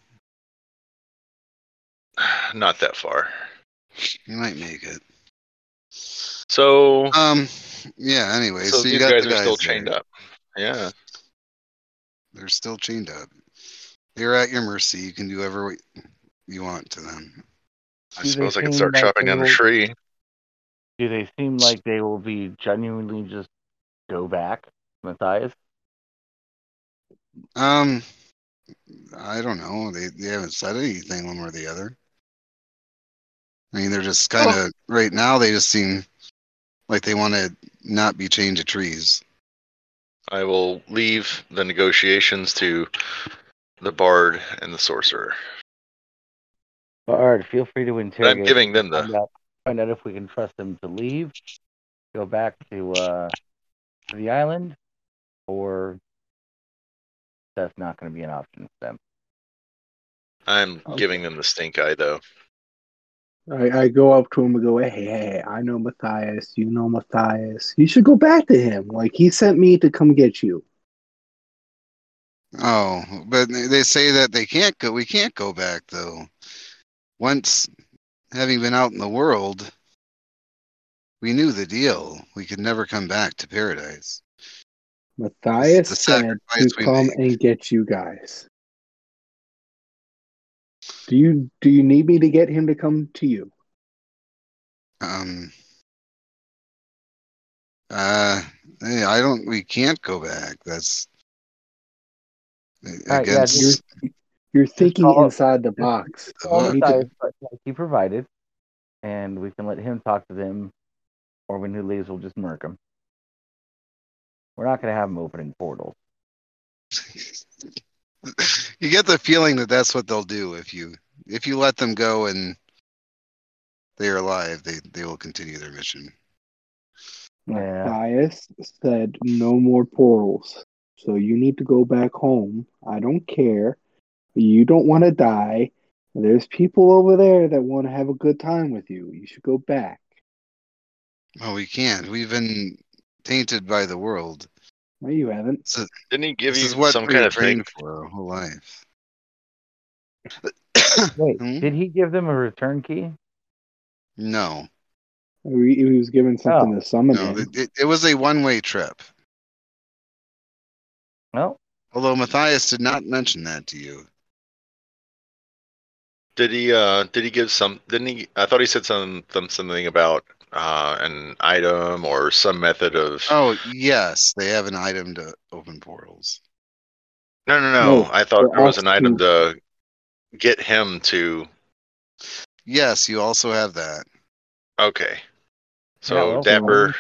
Speaker 3: Not that far.
Speaker 1: You might make it.
Speaker 3: So,
Speaker 1: Um, yeah, anyway, so,
Speaker 3: so
Speaker 1: you
Speaker 3: these
Speaker 1: got
Speaker 3: guys
Speaker 1: the
Speaker 3: are
Speaker 1: guys
Speaker 3: still chained
Speaker 1: there.
Speaker 3: up. Yeah.
Speaker 1: They're still chained up. They're at your mercy. You can do whatever what you want to them.
Speaker 3: I
Speaker 7: Do they
Speaker 3: suppose I can
Speaker 7: seem
Speaker 3: start
Speaker 7: like
Speaker 3: chopping
Speaker 7: they
Speaker 3: down a
Speaker 7: will-
Speaker 3: tree.
Speaker 7: Do they seem like they will be genuinely just go back, Matthias?
Speaker 1: Um, I don't know. They they haven't said anything one way or the other. I mean, they're just kind of right now. They just seem like they want to not be chained to trees.
Speaker 3: I will leave the negotiations to the bard and the sorcerer.
Speaker 7: Bard, feel free to
Speaker 3: But
Speaker 7: interrogate.
Speaker 3: I'm giving them the
Speaker 7: find out, find out if we can trust them to leave, go back to uh, to the island, or that's not going to be an option for them.
Speaker 3: I'm giving them the stink eye though.
Speaker 5: I, I go up to him and go, hey, hey, hey, I know Matthias. You know Matthias. You should go back to him. Like, he sent me to come get you.
Speaker 1: Oh, but they they say that they can't go. We can't go back though. Once having been out in the world, we knew the deal. We could never come back to paradise. It's
Speaker 5: Matthias
Speaker 1: the
Speaker 5: said to
Speaker 1: sacrifice we
Speaker 5: come
Speaker 1: make.
Speaker 5: and get you guys. Do you do you need me to get him to come to you?
Speaker 1: Um. Uh, yeah, I don't. We can't go back. That's
Speaker 7: right, yeah,
Speaker 1: against.
Speaker 7: dude.
Speaker 5: You're you're thinking
Speaker 7: call-
Speaker 5: inside the box.
Speaker 1: Well,
Speaker 7: Well,
Speaker 1: he
Speaker 7: Matthias, but like he provided, and we can let him talk to them, or when he leaves, we'll just murk him. We're not going to have him opening portals.
Speaker 1: you get the feeling that that's what they'll do if you if you let them go and they are alive. They they will continue their mission.
Speaker 7: Yeah.
Speaker 5: Matthias said no more portals. So you need to go back home. I don't care. You don't want to die. There's people over there that want to have a good time with you. You should go back.
Speaker 1: Well, we can't. We've been tainted by the world.
Speaker 5: No, you haven't.
Speaker 3: Didn't he give
Speaker 1: This is
Speaker 3: you
Speaker 1: what
Speaker 3: some
Speaker 1: we
Speaker 3: kind
Speaker 1: were
Speaker 3: of thing?
Speaker 1: trained for our whole life.
Speaker 7: Wait,
Speaker 1: Hmm?
Speaker 7: did he give them a return key?
Speaker 1: No,
Speaker 5: He he was given something
Speaker 7: Oh.
Speaker 5: to summon
Speaker 1: no.
Speaker 5: him.
Speaker 1: It, it, it was a one way trip.
Speaker 7: No.
Speaker 1: Although Matthias did not mention that to you.
Speaker 3: Did he uh did he give some didn't he I thought he said some, some something about uh an item or some method of
Speaker 1: Oh yes, they have an item to open portals.
Speaker 3: No no no.
Speaker 7: Oh,
Speaker 5: No,
Speaker 3: I thought
Speaker 5: for
Speaker 3: there was
Speaker 5: us
Speaker 3: an item
Speaker 5: too.
Speaker 3: to get him to
Speaker 1: Yes, you also have that.
Speaker 3: okay. So
Speaker 7: Yeah, well,
Speaker 3: Dapper,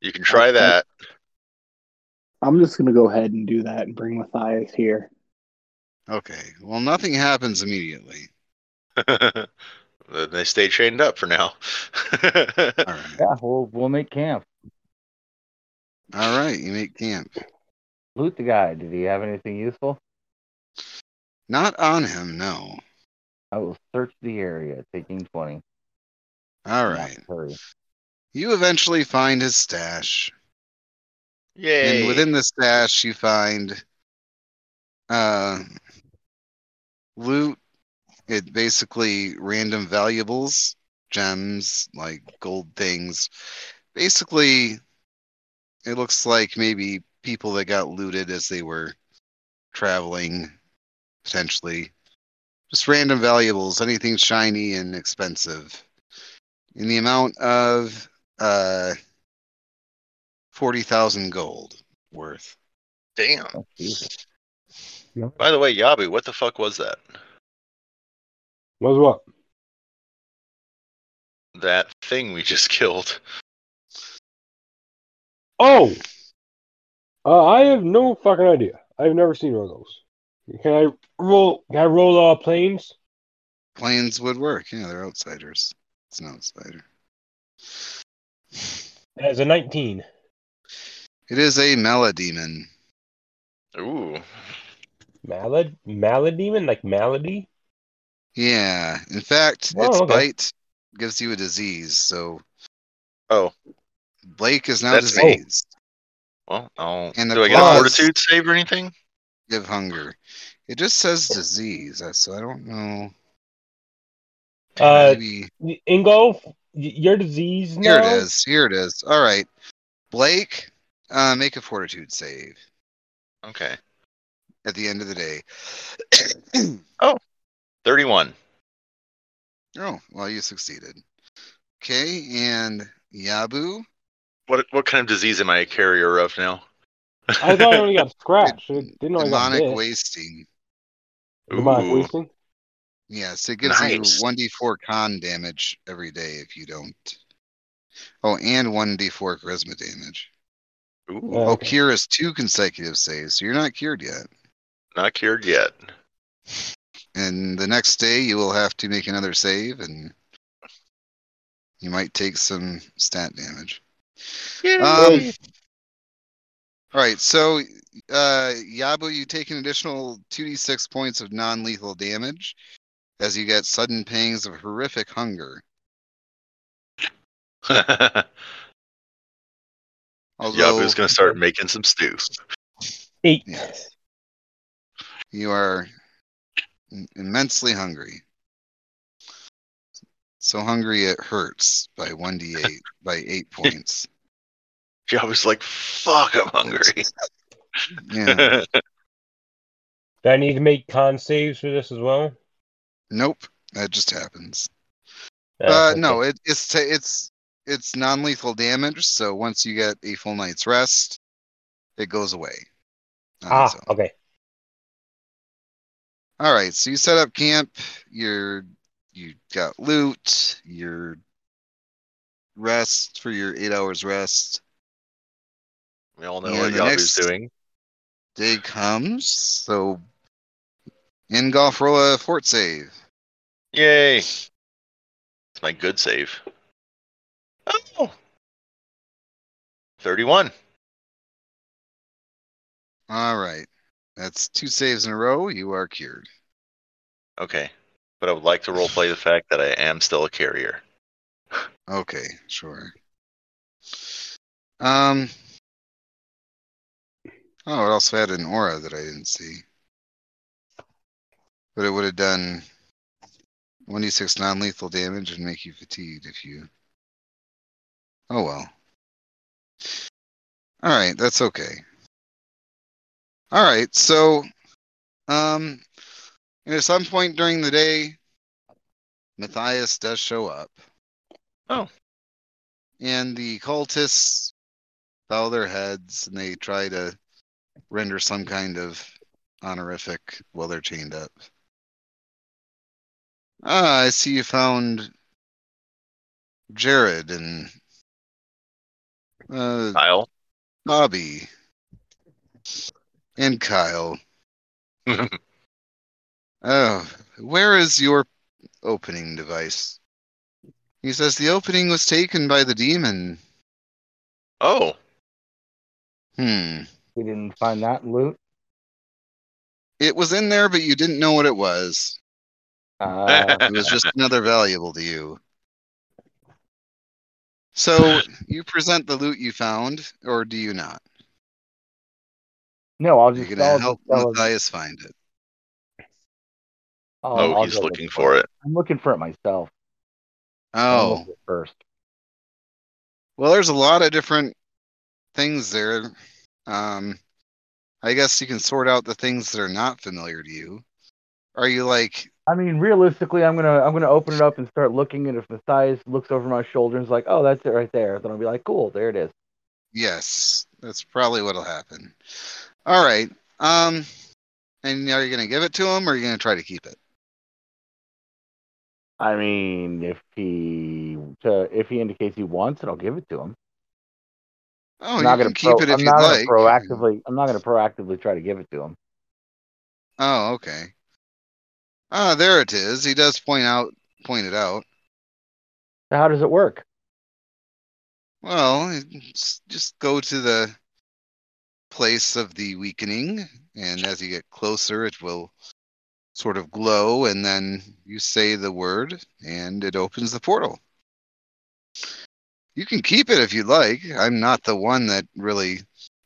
Speaker 3: you can try that.
Speaker 5: I'm just gonna go ahead and do that and bring Matthias here.
Speaker 1: Okay. Well, nothing happens immediately.
Speaker 3: then they stay chained up for now.
Speaker 1: All right.
Speaker 7: Yeah, we'll we'll make camp.
Speaker 1: All right. You make camp.
Speaker 7: Loot the guy. Did he have anything useful?
Speaker 1: Not on him. No.
Speaker 7: I will search the area, taking twenty.
Speaker 1: All
Speaker 7: Not
Speaker 1: right.
Speaker 7: Hurry.
Speaker 1: You eventually find his stash,
Speaker 3: Yay.
Speaker 1: and within the stash, you find uh, loot. It basically random valuables, gems like gold things. Basically, it looks like maybe people that got looted as they were traveling, potentially. Just random valuables, anything shiny and expensive. In the amount of uh, 40,000 gold worth.
Speaker 3: Damn.
Speaker 7: Oh, Jesus.
Speaker 3: By the way, Yabu, what the fuck was that?
Speaker 2: Was what?
Speaker 3: That thing we just killed.
Speaker 2: Oh, uh, I have no fucking idea. I've never seen one of those. Can I roll? Can I roll uh, planes?
Speaker 1: Planes would work. Yeah, they're outsiders. It's an outsider.
Speaker 2: As a nineteen.
Speaker 1: It is a melodemon.
Speaker 3: Ooh.
Speaker 2: Malad, malademon, like malady.
Speaker 1: Yeah. In fact,
Speaker 2: Oh,
Speaker 1: its
Speaker 2: okay.
Speaker 1: bite gives you a disease. So
Speaker 3: Oh,
Speaker 1: Blake is now
Speaker 3: That's me.
Speaker 1: diseased.
Speaker 3: well, I'll,
Speaker 1: And the
Speaker 3: do I get a
Speaker 1: claws-
Speaker 3: fortitude save or anything?
Speaker 1: Give hunger. It just says
Speaker 3: Oh.
Speaker 1: disease, so I don't know.
Speaker 2: Uh,
Speaker 1: Maybe
Speaker 2: Ingo, y- your disease
Speaker 1: here
Speaker 2: now.
Speaker 1: it is. Here it is. All right, Blake, uh, make a fortitude save
Speaker 3: Okay.
Speaker 1: at the end of the day.
Speaker 3: 31.
Speaker 1: oh, well, you succeeded. Okay, and Yabu,
Speaker 3: What what kind of disease am I a carrier of now?
Speaker 2: I thought I only got scratched. I didn't know I got
Speaker 1: demonic
Speaker 2: bit.
Speaker 1: wasting.
Speaker 2: Demonic
Speaker 3: Ooh.
Speaker 2: wasting.
Speaker 1: Yes, it gives
Speaker 3: Nice.
Speaker 1: you one d4 con damage every day if you don't. Oh, and one d4 charisma damage.
Speaker 3: Ooh.
Speaker 2: Uh,
Speaker 1: Oh,
Speaker 2: Okay.
Speaker 1: cure is two consecutive saves, so you're not cured yet.
Speaker 3: Not cured yet.
Speaker 1: And the next day, you will have to make another save, and you might take some stat damage. Um, all right, so uh, Yabu, you take an additional 2d6 points of non lethal damage as you get sudden pangs of horrific hunger. Although
Speaker 3: Yabu's gonna start making some stew.
Speaker 2: Eight.
Speaker 1: Yes. you are im- immensely hungry. So hungry it hurts by 1d8, by 8 points.
Speaker 3: Yabu's like, fuck, I'm hungry.
Speaker 1: Yeah.
Speaker 2: Do I need to make con saves for this as well?
Speaker 1: Nope, that just happens.
Speaker 2: Ah,
Speaker 1: Uh,
Speaker 2: okay.
Speaker 1: no, it, it's ta it's it's non-lethal damage. So once you get a full night's rest, it goes away. Uh, on
Speaker 2: Ah,
Speaker 1: its own.
Speaker 2: okay.
Speaker 1: All right. So you set up camp. You're you got loot. Your rest for your eight hours rest.
Speaker 3: we all know
Speaker 1: Yeah,
Speaker 3: what
Speaker 1: the
Speaker 3: Yabu's
Speaker 1: next-
Speaker 3: doing.
Speaker 1: Day comes. So in golf, roll a fort save.
Speaker 3: Yay. It's my good save. Oh. 31.
Speaker 1: All right. That's two saves in a row. You are cured.
Speaker 3: Okay. But I would like to roleplay the fact that I am still a carrier.
Speaker 1: Okay, sure. Um. Oh, it also had an aura that I didn't see. But it would have done 1d6 non lethal damage and make you fatigued if you. Oh, well. Alright, that's okay. Alright, so. Um. And at some point during the day, Matthias does show up.
Speaker 3: Oh.
Speaker 1: And the cultists bow their heads and they try to render some kind of honorific while they're chained up. Ah, I see you found Jared and uh,
Speaker 3: Kyle.
Speaker 1: Bobby and Kyle. Oh, where is your opening device? He says the opening was taken by the demon.
Speaker 3: oh.
Speaker 1: Hmm.
Speaker 6: We didn't find that loot.
Speaker 1: It was in there, but you didn't know what it was.
Speaker 6: Uh,
Speaker 1: It was just another valuable to you. So you present the loot you found, or do you not?
Speaker 6: no, I'll
Speaker 1: You're
Speaker 6: just
Speaker 1: gonna
Speaker 6: I'll,
Speaker 1: help
Speaker 6: I'll-
Speaker 1: Matthias find it.
Speaker 6: I'll-
Speaker 3: oh,
Speaker 6: I'll
Speaker 3: he's
Speaker 6: go look
Speaker 3: looking for it.
Speaker 6: I'm looking for it myself. I'll look
Speaker 1: Oh,
Speaker 6: for it first.
Speaker 1: well, there's a lot of different things there. Um, I guess you can sort out the things that are not familiar to you. Are you like,
Speaker 6: I mean, realistically, I'm gonna I'm gonna open it up and start looking, and if Matthias looks over my shoulder and is like, "Oh, that's it right there," then I'll be like, "Cool, there it is."
Speaker 1: yes, that's probably what'll happen. All right. Um, and are you gonna give it to him, or are you gonna try to keep it?
Speaker 6: I mean, if he to, if he indicates he wants it, I'll give it to him.
Speaker 1: Oh,
Speaker 7: I'm not
Speaker 1: you can
Speaker 7: gonna
Speaker 1: keep
Speaker 7: pro-
Speaker 1: it if
Speaker 7: I'm
Speaker 1: you'd
Speaker 7: not gonna
Speaker 1: like.
Speaker 7: proactively. I'm not gonna proactively try to give it to him.
Speaker 1: Oh, okay. Ah, there it is. He does point out point it out.
Speaker 7: So how does it work?
Speaker 1: Well, it's- just go to the place of the weakening, and as you get closer, it will sort of glow, and then you say the word, and it opens the portal. You can keep it if you'd like. I'm not the one that really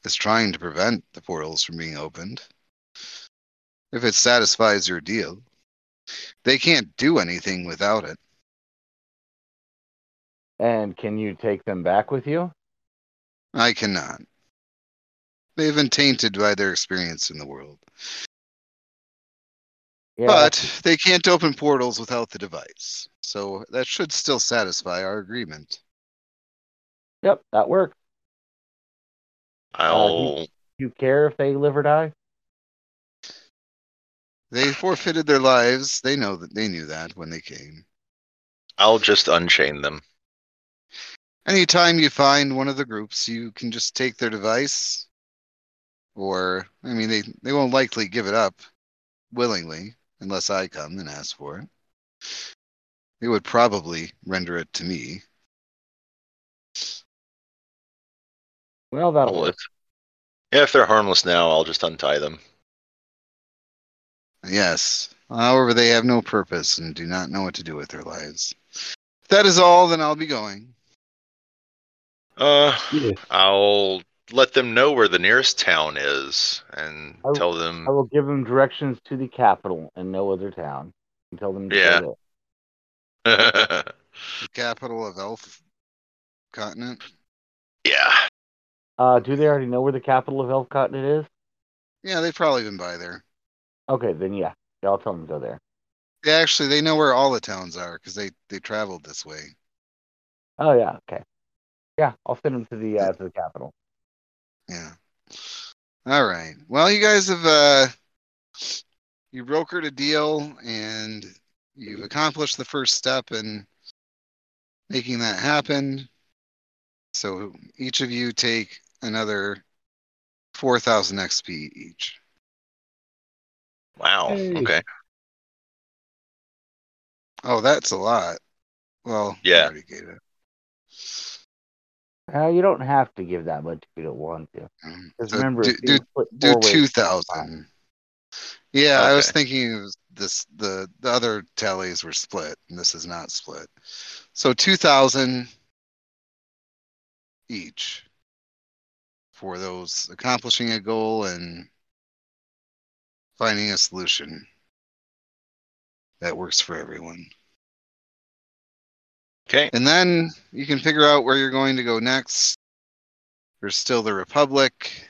Speaker 1: is trying to prevent the portals from being opened. If it satisfies your deal, they can't do anything without it.
Speaker 7: And can you take them back with you?
Speaker 1: I cannot. They've been tainted by their experience in the world.
Speaker 7: Yeah.
Speaker 1: But they can't open portals without the device. So that should still satisfy our agreement.
Speaker 7: Yep, that works.
Speaker 2: Uh,
Speaker 3: I'll
Speaker 7: You care if they live or die?
Speaker 1: They forfeited their lives. They know that they knew that when they came.
Speaker 3: I'll just unchain them.
Speaker 1: Anytime you find one of the groups, you can just take their device. Or I mean they, they won't likely give it up willingly unless I come and ask for it. They would probably render it to me.
Speaker 7: Well, that'll
Speaker 3: Well,
Speaker 7: work.
Speaker 3: if, yeah, if they're harmless now, I'll just untie them.
Speaker 1: Yes. However, they have no purpose and do not know what to do with their lives. If that is all, then I'll be going.
Speaker 3: Uh,
Speaker 2: Yeah.
Speaker 3: I'll let them know where the nearest town is and
Speaker 7: I-
Speaker 3: tell them.
Speaker 7: I will give them directions to the capital and no other town. And tell them to
Speaker 3: Yeah.
Speaker 7: go there.
Speaker 3: yeah,
Speaker 1: The capital of Elf Continent.
Speaker 7: Uh, do they already know where the capital of Elf Continent is?
Speaker 1: Yeah, they've probably been by there.
Speaker 7: Okay, then yeah. Yeah, I'll tell them to go there.
Speaker 1: They actually they know where all the towns are because they they traveled this way.
Speaker 7: Oh yeah, okay. Yeah, I'll send them to the uh, to the capital.
Speaker 1: Yeah. All right. Well, you guys have uh you brokered a deal and you've accomplished the first step in making that happen. So each of you take another 4000 XP each.
Speaker 3: Wow.
Speaker 2: Hey.
Speaker 3: Okay.
Speaker 1: Oh, that's a lot. Well, I
Speaker 3: Yeah.
Speaker 1: already gave it.
Speaker 7: Uh, you don't have to give that much if you don't want to. Because
Speaker 1: So
Speaker 7: remember,
Speaker 1: Mm. do-
Speaker 7: it's being
Speaker 1: do-
Speaker 7: split
Speaker 1: Do
Speaker 7: four ways.
Speaker 1: two thousand. Yeah, I was
Speaker 3: Okay.
Speaker 1: thinking it was this the the other tallies were split, and this is not split. So two thousand each for those accomplishing a goal and finding a solution that works for everyone.
Speaker 3: Okay.
Speaker 1: And then you can figure out where you're going to go next. There's still the Republic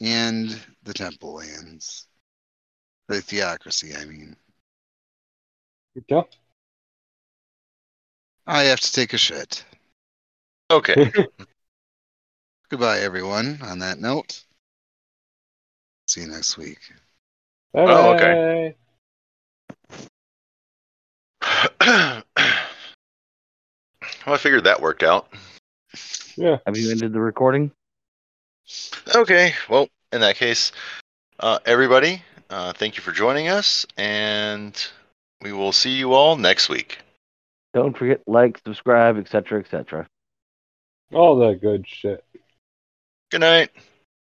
Speaker 1: and the Temple Lands. The Theocracy, I mean.
Speaker 2: Yeah.
Speaker 1: I have to take a shit.
Speaker 3: Okay.
Speaker 1: Goodbye, everyone, on that note. See you next week.
Speaker 3: Oh, okay.
Speaker 2: Bye-bye.
Speaker 3: well, I figured that worked out.
Speaker 7: Have you ended the recording?
Speaker 3: Okay. Well, in that case, uh, everybody, uh, thank you for joining us, and we will see you all next week.
Speaker 7: Don't forget like, subscribe, etc., etc.
Speaker 2: All that good shit.
Speaker 3: Good night.